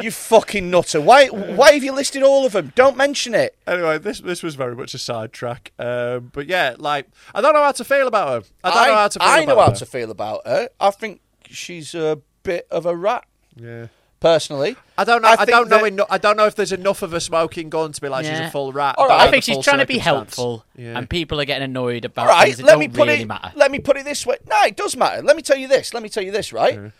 [SPEAKER 4] You fucking nutter! Why? Why have you listed all of them? Don't mention it.
[SPEAKER 2] Anyway, this this was very much a sidetrack. Um, but yeah, like I don't know how to feel about her. I don't know how to feel
[SPEAKER 4] I
[SPEAKER 2] about
[SPEAKER 4] know how
[SPEAKER 2] her.
[SPEAKER 4] to feel about her. I think she's a bit of a rat,
[SPEAKER 2] yeah.
[SPEAKER 4] personally.
[SPEAKER 2] I don't know. I,
[SPEAKER 4] think
[SPEAKER 2] don't know.
[SPEAKER 4] that-
[SPEAKER 2] Eno- I don't know if there's enough of a smoking gun to be like she's
[SPEAKER 3] Yeah.
[SPEAKER 2] a full rat.
[SPEAKER 4] All
[SPEAKER 2] don't
[SPEAKER 4] right.
[SPEAKER 2] know
[SPEAKER 3] I think
[SPEAKER 2] the
[SPEAKER 3] she's
[SPEAKER 2] full
[SPEAKER 3] trying to be
[SPEAKER 2] circumstance.
[SPEAKER 3] helpful,
[SPEAKER 2] Yeah.
[SPEAKER 3] and people are getting annoyed about
[SPEAKER 4] All right,
[SPEAKER 3] things that
[SPEAKER 4] let
[SPEAKER 3] don't
[SPEAKER 4] me put
[SPEAKER 3] really
[SPEAKER 4] it.
[SPEAKER 3] matter.
[SPEAKER 4] Let me put it this way. No, it does matter. Let me tell you this. Let me tell you this. Right.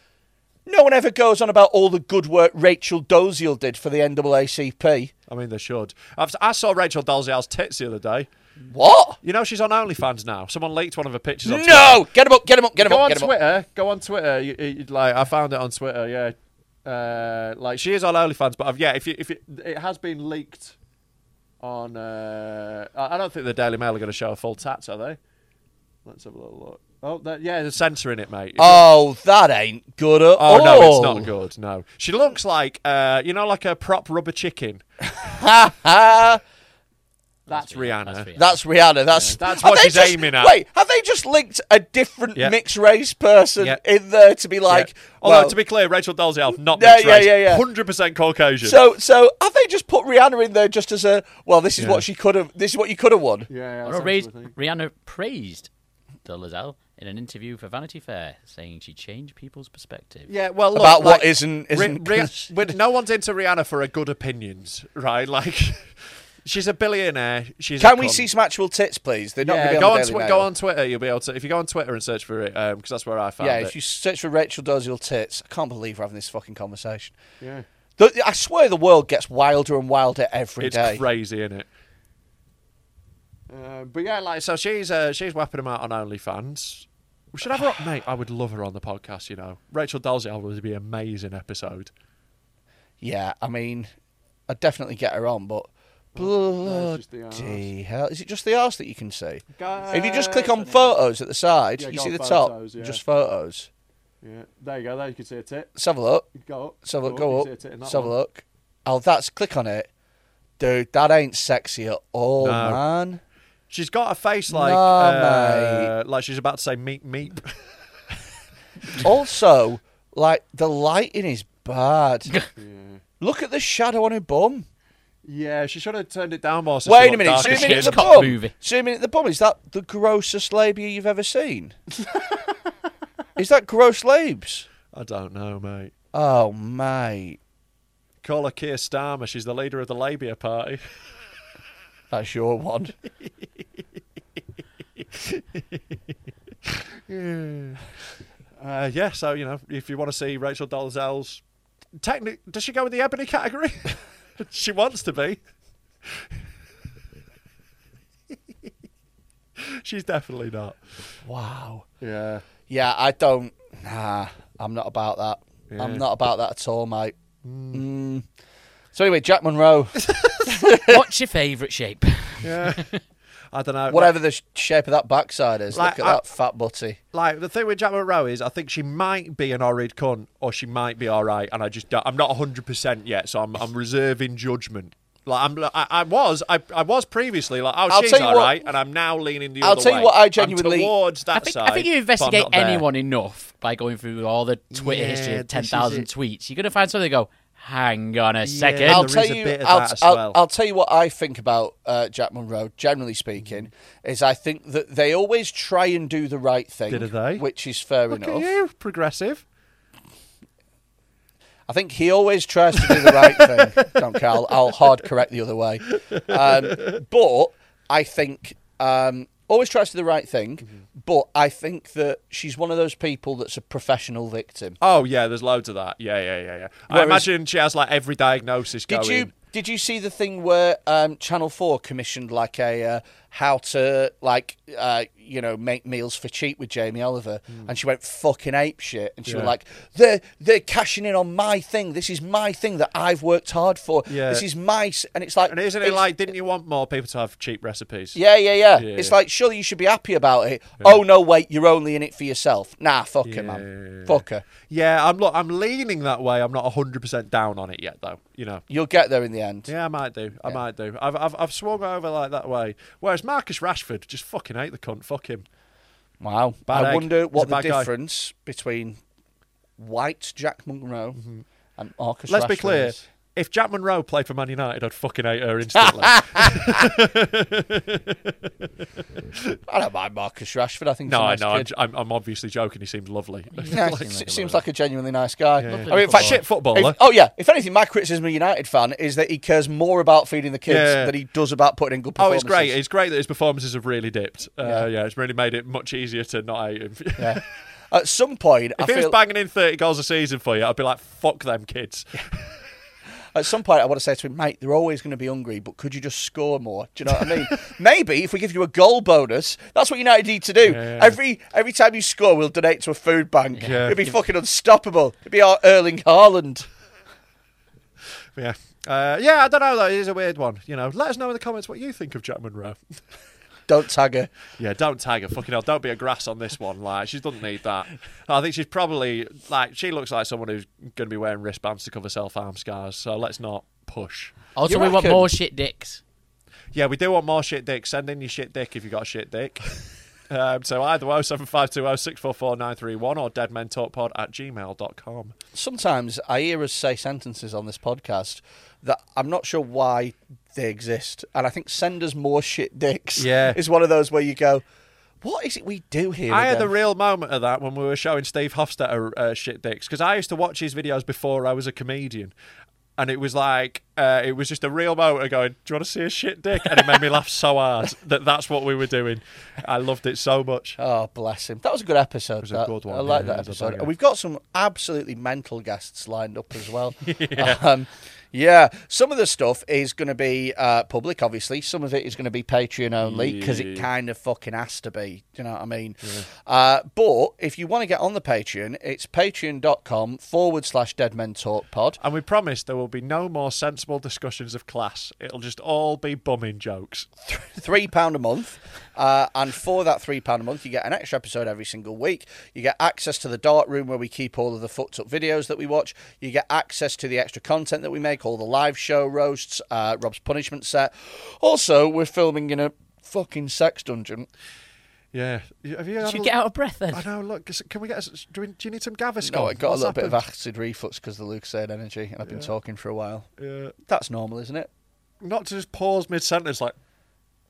[SPEAKER 4] No one ever goes on about all the good work Rachel Doziel did for the NAACP.
[SPEAKER 2] I mean, they should. I've, I saw Rachel Dalziel's tits the other day.
[SPEAKER 4] What?
[SPEAKER 2] You know she's on OnlyFans now. Someone leaked one of her pictures. on
[SPEAKER 4] No! Get him up! Get him up! Get him
[SPEAKER 2] Twitter. Go
[SPEAKER 4] up!
[SPEAKER 2] on
[SPEAKER 4] Get him up!
[SPEAKER 2] Twitter. Go on Twitter. You, you, like I found it on Twitter. Yeah. Uh, like she is on OnlyFans, but I've, yeah, if you, if it, it has been leaked on, uh, I I don't think the Daily Mail are going to show a full tats, are they? Let's have a little look. Oh, that, yeah, they're censoring it, mate. If you-
[SPEAKER 4] Oh, that ain't good
[SPEAKER 2] Oh
[SPEAKER 4] at all.
[SPEAKER 2] no, it's not good. No, she looks like uh, you know, like a prop rubber chicken.
[SPEAKER 4] Ah,
[SPEAKER 2] That's Rihanna.
[SPEAKER 4] that's Rihanna. That's
[SPEAKER 2] That's
[SPEAKER 4] have
[SPEAKER 2] what
[SPEAKER 4] they
[SPEAKER 2] she's
[SPEAKER 4] just-
[SPEAKER 2] aiming at.
[SPEAKER 4] Wait, have they just linked a different
[SPEAKER 2] Yeah.
[SPEAKER 4] mixed race person
[SPEAKER 2] Yeah.
[SPEAKER 4] in there to be
[SPEAKER 2] Yeah.
[SPEAKER 4] like?
[SPEAKER 2] although
[SPEAKER 4] well,
[SPEAKER 2] to be clear, Rachel Dalziel not
[SPEAKER 4] Yeah,
[SPEAKER 2] mixed
[SPEAKER 4] yeah,
[SPEAKER 2] race,
[SPEAKER 4] yeah, yeah.
[SPEAKER 2] hundred percent Caucasian.
[SPEAKER 4] So, so have they just put Rihanna in there just as a? Well, this is
[SPEAKER 2] Yeah.
[SPEAKER 4] what she could have. This is what you could have won.
[SPEAKER 2] yeah,
[SPEAKER 3] Or raised, Rihanna praised De Lozelle in an interview for Vanity Fair, saying she changed people's perspective.
[SPEAKER 2] Yeah, well, look,
[SPEAKER 4] About what
[SPEAKER 2] like,
[SPEAKER 4] isn't- isn't-
[SPEAKER 2] Ri- Ri- with- no one's into Rihanna for her good opinions, right? Like, she's a billionaire. She's. a
[SPEAKER 4] Can we
[SPEAKER 2] cunt.
[SPEAKER 4] see some actual tits, please? They're not
[SPEAKER 2] Yeah,
[SPEAKER 4] going to be
[SPEAKER 2] go
[SPEAKER 4] on,
[SPEAKER 2] on,
[SPEAKER 4] the
[SPEAKER 2] Twi-
[SPEAKER 4] Daily
[SPEAKER 2] go
[SPEAKER 4] Mail.
[SPEAKER 2] on Twitter. You'll be able to if you go on Twitter and search for it because that's where I found
[SPEAKER 4] Yeah,
[SPEAKER 2] it.
[SPEAKER 4] if you search for Rachel Doziel tits, I can't believe we're having this fucking conversation.
[SPEAKER 2] Yeah.
[SPEAKER 4] The, I swear the world gets wilder and wilder every
[SPEAKER 2] it's
[SPEAKER 4] day.
[SPEAKER 2] crazy, isn't it? Uh, but yeah, like so she's uh, she's whapping him out on OnlyFans. We should have her, on- mate. I would love her on the podcast. You know, Rachel Dalziel would be an amazing episode.
[SPEAKER 4] Yeah, I mean, I'd definitely get her on, but
[SPEAKER 2] there's just the
[SPEAKER 4] bloody hell. Is it just the arse that you can see? if you just click on photos at the side,
[SPEAKER 2] Yeah,
[SPEAKER 4] you
[SPEAKER 2] go
[SPEAKER 4] see
[SPEAKER 2] on
[SPEAKER 4] the
[SPEAKER 2] photos,
[SPEAKER 4] top,
[SPEAKER 2] yeah.
[SPEAKER 4] just photos.
[SPEAKER 2] Yeah, there you go. There you can see a tit.
[SPEAKER 4] Let's have a look.
[SPEAKER 2] Go up.
[SPEAKER 4] Let's have a look.
[SPEAKER 2] You can
[SPEAKER 4] Go
[SPEAKER 2] see a
[SPEAKER 4] up.
[SPEAKER 2] tit in that
[SPEAKER 4] Let's have a
[SPEAKER 2] one.
[SPEAKER 4] look. Oh, that's click on it. Dude, that ain't sexy at all,
[SPEAKER 2] No.
[SPEAKER 4] man.
[SPEAKER 2] She's got a face like
[SPEAKER 4] No,
[SPEAKER 2] uh, like she's about to say meep meep.
[SPEAKER 4] also, like the lighting is bad. Look at the shadow on her bum.
[SPEAKER 2] yeah, she should have turned it down more. so she
[SPEAKER 4] Wait a
[SPEAKER 2] looked
[SPEAKER 4] minute,
[SPEAKER 2] darker
[SPEAKER 4] zoom in at the
[SPEAKER 2] skinned.
[SPEAKER 3] Hitchcock
[SPEAKER 4] bum.
[SPEAKER 3] movie.
[SPEAKER 4] Zoom in at the bum. Is that the grossest labia you've ever seen? is that gross labes?
[SPEAKER 2] I don't know, mate.
[SPEAKER 4] Oh mate,
[SPEAKER 2] Call her Keir Starmer. She's the leader of the Labia Party.
[SPEAKER 4] that's your one.
[SPEAKER 2] Uh, yeah, so you know, if you want to see Rachel Dalzell's, technically, does she go in the ebony category? she wants to be. She's definitely not.
[SPEAKER 4] Wow.
[SPEAKER 2] Yeah.
[SPEAKER 4] Yeah, I don't. Nah, I'm not about that.
[SPEAKER 2] Yeah.
[SPEAKER 4] I'm not about that at all, mate. Mm. So anyway, Jack Monroe,
[SPEAKER 3] What's your favourite shape?
[SPEAKER 2] Yeah. I don't know.
[SPEAKER 4] whatever the sh- shape of that backside is,
[SPEAKER 2] Like,
[SPEAKER 4] look at
[SPEAKER 2] I-
[SPEAKER 4] that fat butty.
[SPEAKER 2] Like the thing with Jack Monroe is, I think she might be an horrid cunt, or she might be all right, and I just don't, I'm not 100 percent yet, so I'm I'm reserving judgment. Like I'm, I, I was, I, I was previously like, oh,
[SPEAKER 4] I'll
[SPEAKER 2] she's
[SPEAKER 4] tell you
[SPEAKER 2] all
[SPEAKER 4] what-
[SPEAKER 2] right, and I'm now leaning the
[SPEAKER 4] I'll
[SPEAKER 2] other
[SPEAKER 4] tell you
[SPEAKER 2] way.
[SPEAKER 4] what I
[SPEAKER 2] I'm
[SPEAKER 4] genuinely-
[SPEAKER 2] towards that
[SPEAKER 3] I think,
[SPEAKER 2] side.
[SPEAKER 3] I think you
[SPEAKER 2] but I'm
[SPEAKER 3] investigate
[SPEAKER 2] not there.
[SPEAKER 3] anyone enough by going through all the Twitter history
[SPEAKER 2] Yeah,
[SPEAKER 3] of
[SPEAKER 2] this is
[SPEAKER 3] 10,000
[SPEAKER 2] it.
[SPEAKER 3] tweets. You're going to find something and go, hang on a second.
[SPEAKER 2] And
[SPEAKER 4] I'll
[SPEAKER 2] there
[SPEAKER 4] tell
[SPEAKER 2] is a
[SPEAKER 4] you.
[SPEAKER 2] bit of
[SPEAKER 4] I'll,
[SPEAKER 2] that as
[SPEAKER 4] I'll-
[SPEAKER 2] well.
[SPEAKER 4] I'll tell you what I think about uh, Jack Monroe. Generally speaking, is I think that they always try and do the right thing,
[SPEAKER 2] Did they?
[SPEAKER 4] which is fair
[SPEAKER 2] Look
[SPEAKER 4] enough.
[SPEAKER 2] at you, progressive.
[SPEAKER 4] I think he always tries to do the right thing. Don't care. I'll, I'll hard correct the other way. Um, but I think um, always tries to do the right thing.
[SPEAKER 2] Mm-hmm.
[SPEAKER 4] But I think that she's one of those people that's a professional victim.
[SPEAKER 2] Oh yeah, there's loads of that. Yeah, yeah, yeah, yeah. I
[SPEAKER 4] Whereas-
[SPEAKER 2] imagine she has like every diagnosis
[SPEAKER 4] Did
[SPEAKER 2] going.
[SPEAKER 4] you did you see the thing where um, Channel Four commissioned like a uh, how to like uh, you know make meals for cheap with Jamie Oliver, and she went fucking ape shit, and she was
[SPEAKER 2] Hmm. Yeah.
[SPEAKER 4] like, "They're they're cashing in on my thing. This is my thing that I've worked hard for.
[SPEAKER 2] Yeah.
[SPEAKER 4] This is my." s-" And it's like,
[SPEAKER 2] And isn't it
[SPEAKER 4] it's-
[SPEAKER 2] like, didn't you want more people to have cheap recipes?
[SPEAKER 4] Yeah, yeah, yeah,
[SPEAKER 2] Yeah.
[SPEAKER 4] It's like, surely you should be happy about it. Oh no, wait, you're only in it for yourself. Nah, fuck her, man, fuck her.
[SPEAKER 2] Yeah, I'm look, I'm leaning that way. I'm not 100% down on it yet, though. You know.
[SPEAKER 4] You'll get there in the end.
[SPEAKER 2] Yeah, I might do. I might do. I've, I've I've swung over like that way. Whereas Marcus Rashford just fucking hate the cunt. Fuck him.
[SPEAKER 4] Wow.
[SPEAKER 2] Bad
[SPEAKER 4] I
[SPEAKER 2] egg. He's
[SPEAKER 4] wonder
[SPEAKER 2] a
[SPEAKER 4] what the
[SPEAKER 2] bad guy.
[SPEAKER 4] difference between white Jack Monroe and Marcus
[SPEAKER 2] Mm-hmm. Let's be
[SPEAKER 4] Rashford
[SPEAKER 2] clear.
[SPEAKER 4] is.
[SPEAKER 2] If Jack Monroe played for Man United, I'd fucking hate her instantly.
[SPEAKER 4] I don't mind Marcus Rashford. I think he's
[SPEAKER 2] no,
[SPEAKER 4] a
[SPEAKER 2] I
[SPEAKER 4] nice
[SPEAKER 2] know. I'm,
[SPEAKER 4] kid.
[SPEAKER 2] I'm, I'm obviously joking. He seems lovely.
[SPEAKER 4] Yeah, it se- seems like a genuinely nice guy. I mean, in
[SPEAKER 2] Footballer.
[SPEAKER 4] fact,
[SPEAKER 2] Shit footballer.
[SPEAKER 4] if- oh yeah. If anything, my criticism of a United fan is that he cares more about feeding the kids
[SPEAKER 2] Yeah.
[SPEAKER 4] than he does about putting in good
[SPEAKER 2] Oh,
[SPEAKER 4] performances.
[SPEAKER 2] it's great. It's great that his performances have really dipped. Uh, yeah. it's really made it much easier to not hate him.
[SPEAKER 4] Yeah. At some point, I
[SPEAKER 2] if he was
[SPEAKER 4] feel
[SPEAKER 2] banging in 30 goals a season for you, I'd be like, fuck them kids.
[SPEAKER 4] at some point I want to say to him, mate, they're always going to be hungry, but could you just score more? Do you know what I mean? Maybe if we give you a goal bonus, that's what United need to do.
[SPEAKER 2] Yeah.
[SPEAKER 4] Every every time you score, we'll donate to a food bank.
[SPEAKER 2] Yeah.
[SPEAKER 4] It'd be fucking unstoppable. It'd be our Erling Haaland.
[SPEAKER 2] Yeah. Uh, yeah, I don't know, though. It is a weird one. You know, let us know in the comments what you think of Jack Monroe.
[SPEAKER 4] Don't tag her.
[SPEAKER 2] yeah, don't tag her. Fucking hell. Don't be a grass on this one. Like, she doesn't need that. I think she's probably, like, she looks like someone who's going to be wearing wristbands to cover self harm scars. So let's not push.
[SPEAKER 3] Also,
[SPEAKER 4] You
[SPEAKER 3] Oh, we want
[SPEAKER 4] reckon?
[SPEAKER 3] more shit dicks.
[SPEAKER 2] Yeah, we do want more shit dick. Send in your shit dick if you got a shit dick. um, so either 07520 644 or deadmentalkpod at gmail.com.
[SPEAKER 4] Sometimes I hear us say sentences on this podcast that I'm not sure why they exist, and I think send us more shit dicks.
[SPEAKER 2] Yeah.
[SPEAKER 4] is one of those where you go, what is it we do here?
[SPEAKER 2] I had
[SPEAKER 4] again?"
[SPEAKER 2] the real moment of that when we were showing Steve Hofstetter uh, shit dicks because I used to watch his videos before I was a comedian. And it was like, uh, it was just a real moment of going, Do you want to see a shit dick? And it made me laugh so hard that that's what we were doing. I loved it so much.
[SPEAKER 4] Oh, bless him. That was a good episode.
[SPEAKER 2] was a
[SPEAKER 4] that.
[SPEAKER 2] good one,
[SPEAKER 4] I like
[SPEAKER 2] yeah,
[SPEAKER 4] that
[SPEAKER 2] it was a
[SPEAKER 4] episode.
[SPEAKER 2] banger.
[SPEAKER 4] And we've got some absolutely mental guests lined up as well. um, Yeah, some of the stuff is going to be uh, public, obviously. Some of it is going to be Patreon only because it kind of fucking has to be. Do you know what I mean? Uh, but if you want to get on the Patreon, it's patreon.com forward slash Dead Men Talk Pod.
[SPEAKER 2] And we promise there will be no more sensible discussions of class. It'll just all be bumming jokes.
[SPEAKER 4] three pound a month, uh, and for that three pound a month, you get an extra episode every single week. You get access to the dark room where we keep all of the fucked up videos that we watch. You get access to the extra content that we make, all the live show roasts, uh, Rob's punishment set. Also, we're filming in a fucking sex dungeon.
[SPEAKER 2] Yeah. You- Have you
[SPEAKER 3] You
[SPEAKER 2] had
[SPEAKER 3] should
[SPEAKER 2] a-
[SPEAKER 3] get out of breath then.
[SPEAKER 2] I know. Look, is- can we get? us- Do, we, do you need some Gaviscon?
[SPEAKER 4] No, Oh, I got
[SPEAKER 2] Oh, What's
[SPEAKER 4] a little bit of
[SPEAKER 2] happened?
[SPEAKER 4] acid reflux because of the Luke said energy, and I've been talking for a while.
[SPEAKER 2] Yeah.
[SPEAKER 4] That's normal, isn't it?
[SPEAKER 2] Not to just pause mid sentence like.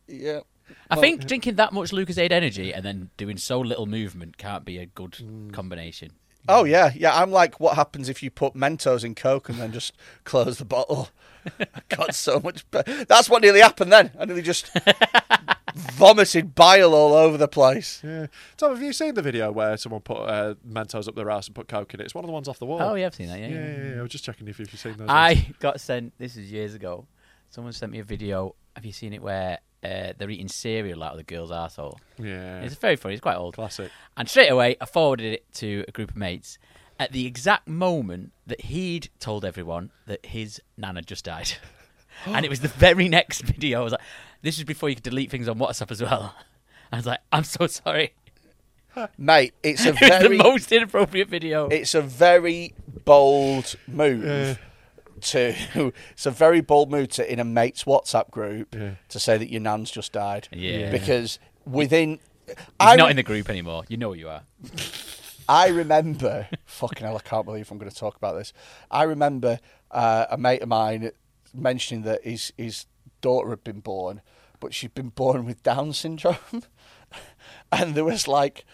[SPEAKER 4] Yeah.
[SPEAKER 3] I think drinking that much Lucasade energy and then doing so little movement can't be a good
[SPEAKER 2] Mm.
[SPEAKER 3] combination.
[SPEAKER 4] Oh yeah, yeah. I'm like, what happens if you put Mentos in Coke and then just close the bottle? I got so much. Be- That's what nearly happened then. I nearly just vomited bile all over the place.
[SPEAKER 2] Yeah. Tom, have you seen the video where someone put uh, Mentos up their ass and put Coke in it? It's one of the ones off the wall.
[SPEAKER 3] Oh, yeah, I've seen that. Yeah,
[SPEAKER 2] Yeah,
[SPEAKER 3] yeah.
[SPEAKER 2] yeah, yeah. I was just checking if you've seen those. ones.
[SPEAKER 3] I got sent. This is years ago. Someone sent me a video. Have you seen it? Where uh, they're eating cereal out of the girl's asshole.
[SPEAKER 2] Yeah.
[SPEAKER 3] It's very funny. It's quite old.
[SPEAKER 2] Classic.
[SPEAKER 3] And straight away, I forwarded it to a group of mates at the exact moment that he'd told everyone that his nan had just died. and it was the very next video. I was like, this is before you could delete things on WhatsApp as well. I was like, I'm so sorry.
[SPEAKER 4] Mate, it's a
[SPEAKER 3] It's the
[SPEAKER 4] very,
[SPEAKER 3] most inappropriate video.
[SPEAKER 4] it's a very bold move. To it's a very bold move to in a mate's WhatsApp group to say that your nan's just died.
[SPEAKER 3] Yeah.
[SPEAKER 4] because within.
[SPEAKER 3] He's
[SPEAKER 4] I
[SPEAKER 3] not
[SPEAKER 4] re-
[SPEAKER 3] in the group anymore. You know who you are.
[SPEAKER 4] I remember, fucking hell, I can't believe I'm going to talk about this. I remember uh, a mate of mine mentioning that his his daughter had been born, but she'd been born with Down syndrome, and there was like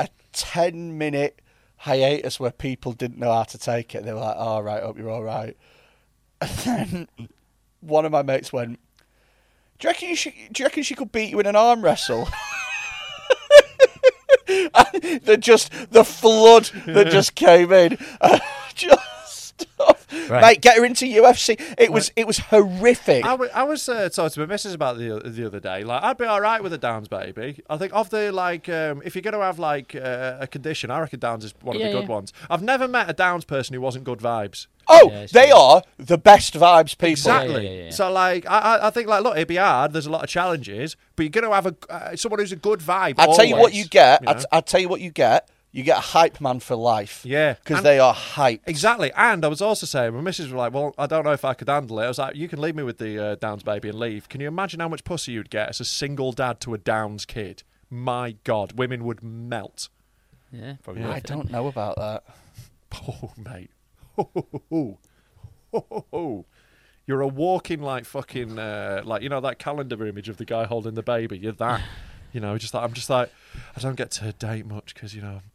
[SPEAKER 4] a ten minute hiatus where people didn't know how to take it. They were like, "All right, hope you're all right," and then one of my mates went. Do you, reckon you should, do you reckon she could beat you in an arm wrestle? the just the flood that just came in. just stuff. Mate, get her into UFC. It was it was horrific.
[SPEAKER 2] I wa- I was uh, talking to my missus about the uh, the other day. Like, I'd be all right with a Downs baby. I think of the like, um, if you're going to have like uh, a condition, I reckon Downs is one of
[SPEAKER 3] Yeah,
[SPEAKER 2] the good
[SPEAKER 3] yeah.
[SPEAKER 2] ones. I've never met a Downs person who wasn't good vibes.
[SPEAKER 4] oh,
[SPEAKER 3] Yeah, it's
[SPEAKER 4] they
[SPEAKER 3] true.
[SPEAKER 4] are the best vibes people.
[SPEAKER 2] Exactly.
[SPEAKER 3] yeah, yeah, yeah.
[SPEAKER 2] So like, I, I- I think like, look, it'd be hard. There's a lot of challenges, but you're going to have a uh, someone who's a good vibe.
[SPEAKER 4] I tell you what
[SPEAKER 2] always,
[SPEAKER 4] you get.
[SPEAKER 2] know?
[SPEAKER 4] I, t- I tell you what you get. You get a hype man for life.
[SPEAKER 2] Yeah.
[SPEAKER 4] because
[SPEAKER 2] And-
[SPEAKER 4] they are hype.
[SPEAKER 2] Exactly, and I was also saying, my missus was like, "Well, I don't know if I could handle it." I was like, "You can leave me with the uh, Downs baby and leave." Can you imagine how much pussy you'd get as a single dad to a Downs kid? My God, women would melt.
[SPEAKER 3] Yeah, probably. worth
[SPEAKER 4] I
[SPEAKER 3] it.
[SPEAKER 4] don't know about that.
[SPEAKER 2] Oh, mate. Ho, ho, ho, ho. Ho, ho, ho. You're a walking, like, fucking, uh, like, you know, that calendar image of the guy holding the baby. You're that. You know, just like, I'm just like, I don't get to date much because, you know, I'm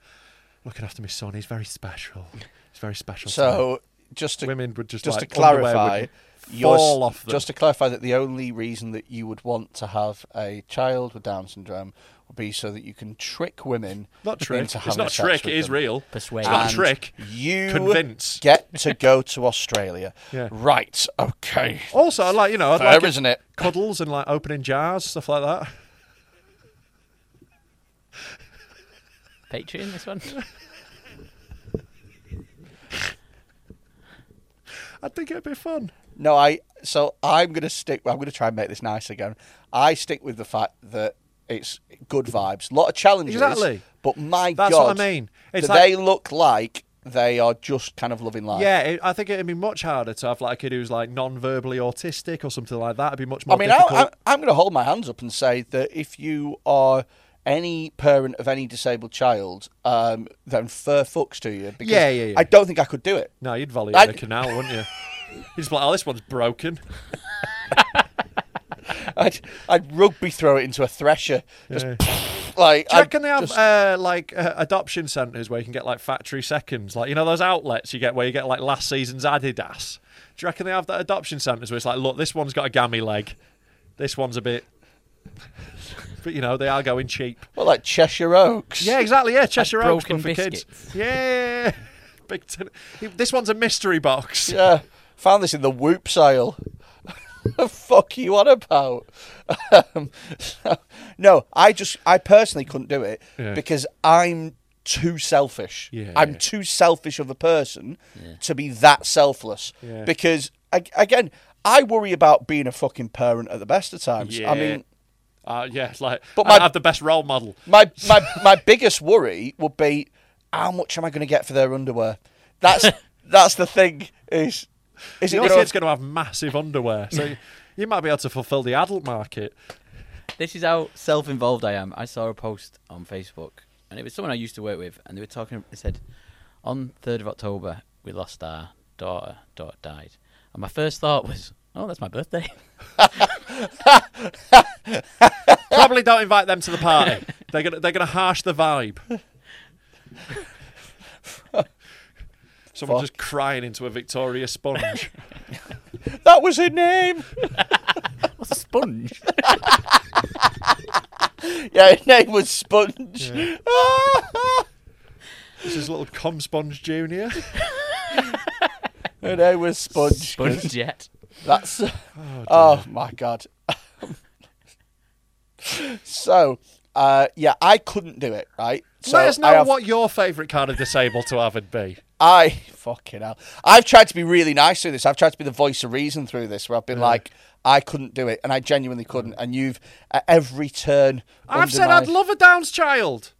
[SPEAKER 2] looking after my son. He's very special. He's very special. to me.
[SPEAKER 4] So just to
[SPEAKER 2] women would just,
[SPEAKER 4] just
[SPEAKER 2] like,
[SPEAKER 4] to
[SPEAKER 2] underwear
[SPEAKER 4] clarify,
[SPEAKER 2] would
[SPEAKER 4] you're s-
[SPEAKER 2] fall off them.
[SPEAKER 4] just to clarify that the only reason that you would want to have a child with Down syndrome would be so that you can trick women
[SPEAKER 2] not trick.
[SPEAKER 4] into having
[SPEAKER 2] It's not
[SPEAKER 4] sex
[SPEAKER 2] trick.
[SPEAKER 4] with
[SPEAKER 2] It is
[SPEAKER 4] them.
[SPEAKER 2] real.
[SPEAKER 3] Persuade.
[SPEAKER 2] It's not a
[SPEAKER 4] And
[SPEAKER 2] trick.
[SPEAKER 4] You
[SPEAKER 2] Convince.
[SPEAKER 4] get to go to Australia.
[SPEAKER 2] Yeah.
[SPEAKER 4] Right. Okay.
[SPEAKER 2] Also, like, you know, I'd
[SPEAKER 4] Fair,
[SPEAKER 2] like
[SPEAKER 4] isn't it?
[SPEAKER 2] cuddles and, like, opening jars, stuff like that.
[SPEAKER 3] Patreon, this one.
[SPEAKER 2] I think it'd be fun.
[SPEAKER 4] No, I. So I'm gonna stick. I'm gonna try and make this nice again. I stick with the fact that it's good vibes. A lot of challenges.
[SPEAKER 2] Exactly.
[SPEAKER 4] But my
[SPEAKER 2] That's
[SPEAKER 4] God,
[SPEAKER 2] what I mean. It's
[SPEAKER 4] do
[SPEAKER 2] like-
[SPEAKER 4] they look like they are just kind of loving life.
[SPEAKER 2] Yeah, it, I think it'd be much harder to have like a kid who's like non-verbally autistic or something like that. It'd be much more
[SPEAKER 4] I mean, I,
[SPEAKER 2] difficult.
[SPEAKER 4] I, I'm going to hold my hands up and say that if you are any parent of any disabled child, um, then fair fucks to you. Because
[SPEAKER 2] Yeah, yeah, yeah.
[SPEAKER 4] I don't think I could do it.
[SPEAKER 2] no, you'd volley
[SPEAKER 4] I-
[SPEAKER 2] in the canal, wouldn't you? You'd just be like, oh, this one's broken.
[SPEAKER 4] I'd, I'd rugby throw it into a thresher. Just like
[SPEAKER 2] Do you
[SPEAKER 4] I'd
[SPEAKER 2] reckon they have
[SPEAKER 4] just-
[SPEAKER 2] uh, like uh, adoption centres where you can get like factory seconds, like you know those outlets you get where you get like last season's Adidas? Do you reckon they have that adoption centres where it's like, look, this one's got a gammy leg, this one's a bit, but you know they are going cheap.
[SPEAKER 4] what, like Cheshire Oaks.
[SPEAKER 2] Yeah, exactly. Yeah, Cheshire Oaks but
[SPEAKER 3] broken
[SPEAKER 2] for kids. Yeah, big. Tin- this one's a mystery box.
[SPEAKER 4] Yeah. Found this in the whoops aisle. Fuck you on about? um, so- no, I just I personally couldn't do it
[SPEAKER 2] Yeah.
[SPEAKER 4] because I'm too selfish.
[SPEAKER 2] Yeah.
[SPEAKER 4] I'm too selfish of a person to be that selfless.
[SPEAKER 2] Yeah.
[SPEAKER 4] Because ag- again, I worry about being a fucking parent at the best of times.
[SPEAKER 2] Yeah.
[SPEAKER 4] I mean,
[SPEAKER 2] Uh, yeah, it's like,
[SPEAKER 4] But
[SPEAKER 2] but
[SPEAKER 4] my-
[SPEAKER 2] I have the best role model.
[SPEAKER 4] my my my biggest worry would be how much am I going to get for their underwear? That's that's the thing is is
[SPEAKER 2] Your
[SPEAKER 4] it gonna-
[SPEAKER 2] kid's going to have massive underwear, so you- you might be able to fulfil the adult market.
[SPEAKER 3] This is how self-involved I am. I saw a post on Facebook, and it was someone I used to work with, and they were talking. They said, "On third of October, we lost our daughter. Daughter died." And my first thought was, "Oh, that's my birthday."
[SPEAKER 2] Probably don't invite them to the party. They're gonna they're gonna harsh the vibe. Someone
[SPEAKER 4] Fuck.
[SPEAKER 2] just crying into a Victoria sponge.
[SPEAKER 4] that was her name.
[SPEAKER 3] What's a sponge?
[SPEAKER 4] Yeah, his name was Sponge.
[SPEAKER 2] this is little com sponge junior.
[SPEAKER 4] her name was Sponge. 'cause
[SPEAKER 3] sponge yet?
[SPEAKER 4] That's oh, my god. so, uh, yeah, I couldn't do it. Right. So
[SPEAKER 2] Let us know
[SPEAKER 4] I have-
[SPEAKER 2] what your favourite kind of disabled to have would be.
[SPEAKER 4] I fucking hell. I've tried to be really nice through this. I've tried to be the voice of reason through this, where I've been like, I couldn't do it, and I genuinely couldn't. And you've at every turn.
[SPEAKER 2] I've
[SPEAKER 4] under
[SPEAKER 2] said
[SPEAKER 4] my-
[SPEAKER 2] I'd love a Downs child.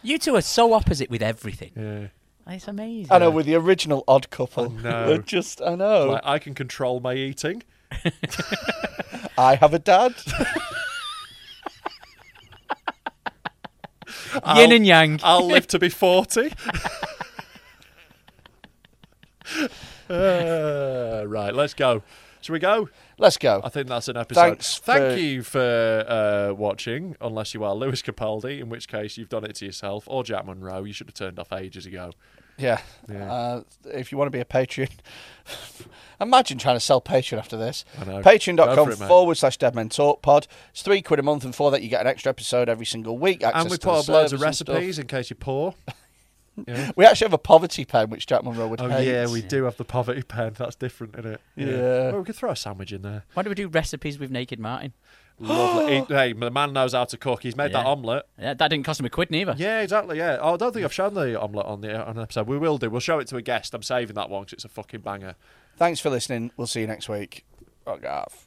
[SPEAKER 3] You two are so opposite with everything.
[SPEAKER 2] Yeah.
[SPEAKER 3] It's amazing.
[SPEAKER 4] I know with the original Odd Couple.
[SPEAKER 2] Uh, know.
[SPEAKER 4] We're Just I know.
[SPEAKER 2] Like uh, I can control my eating.
[SPEAKER 4] I have a dad.
[SPEAKER 3] Yin and Yang.
[SPEAKER 2] I'll live to be forty. Uh, right, let's go. Shall we go?
[SPEAKER 4] Let's go.
[SPEAKER 2] I think that's an episode.
[SPEAKER 4] Thanks
[SPEAKER 2] Thank
[SPEAKER 4] for-
[SPEAKER 2] you for uh, watching, unless you are Lewis Capaldi, in which case you've done it to yourself, or Jack Monroe. You should have turned off ages ago.
[SPEAKER 4] Yeah. Uh, if you want to be a patron, imagine trying to sell Patreon after this.
[SPEAKER 2] I know. Go for
[SPEAKER 4] Patreon.com
[SPEAKER 2] it, mate.
[SPEAKER 4] forward slash Dead Men Talk Pod. It's three quid a month, and for that, you get an extra episode every single week. access
[SPEAKER 2] and we
[SPEAKER 4] to
[SPEAKER 2] put
[SPEAKER 4] the
[SPEAKER 2] up loads of
[SPEAKER 4] service and stuff.
[SPEAKER 2] recipes in case you're poor.
[SPEAKER 4] We actually have a poverty pen, which Jack Monroe would
[SPEAKER 2] Oh,
[SPEAKER 4] hate.
[SPEAKER 2] yeah, we do have the poverty pen. That's different, isn't it?
[SPEAKER 4] Yeah.
[SPEAKER 2] Well, we could throw a sandwich in there.
[SPEAKER 3] Why do we do recipes with Naked Martin?
[SPEAKER 2] Lovely. He- hey, the man knows how to cook. He's made that
[SPEAKER 3] Yeah.
[SPEAKER 2] omelette.
[SPEAKER 3] Yeah, that didn't cost him a quid neither.
[SPEAKER 2] Yeah, exactly. Yeah. Oh, I don't think I've shown the omelette on the on an episode. We will do. We'll show it to a guest. I'm saving that one because it's a fucking banger.
[SPEAKER 4] Thanks for listening. We'll see you next week. Fuck off.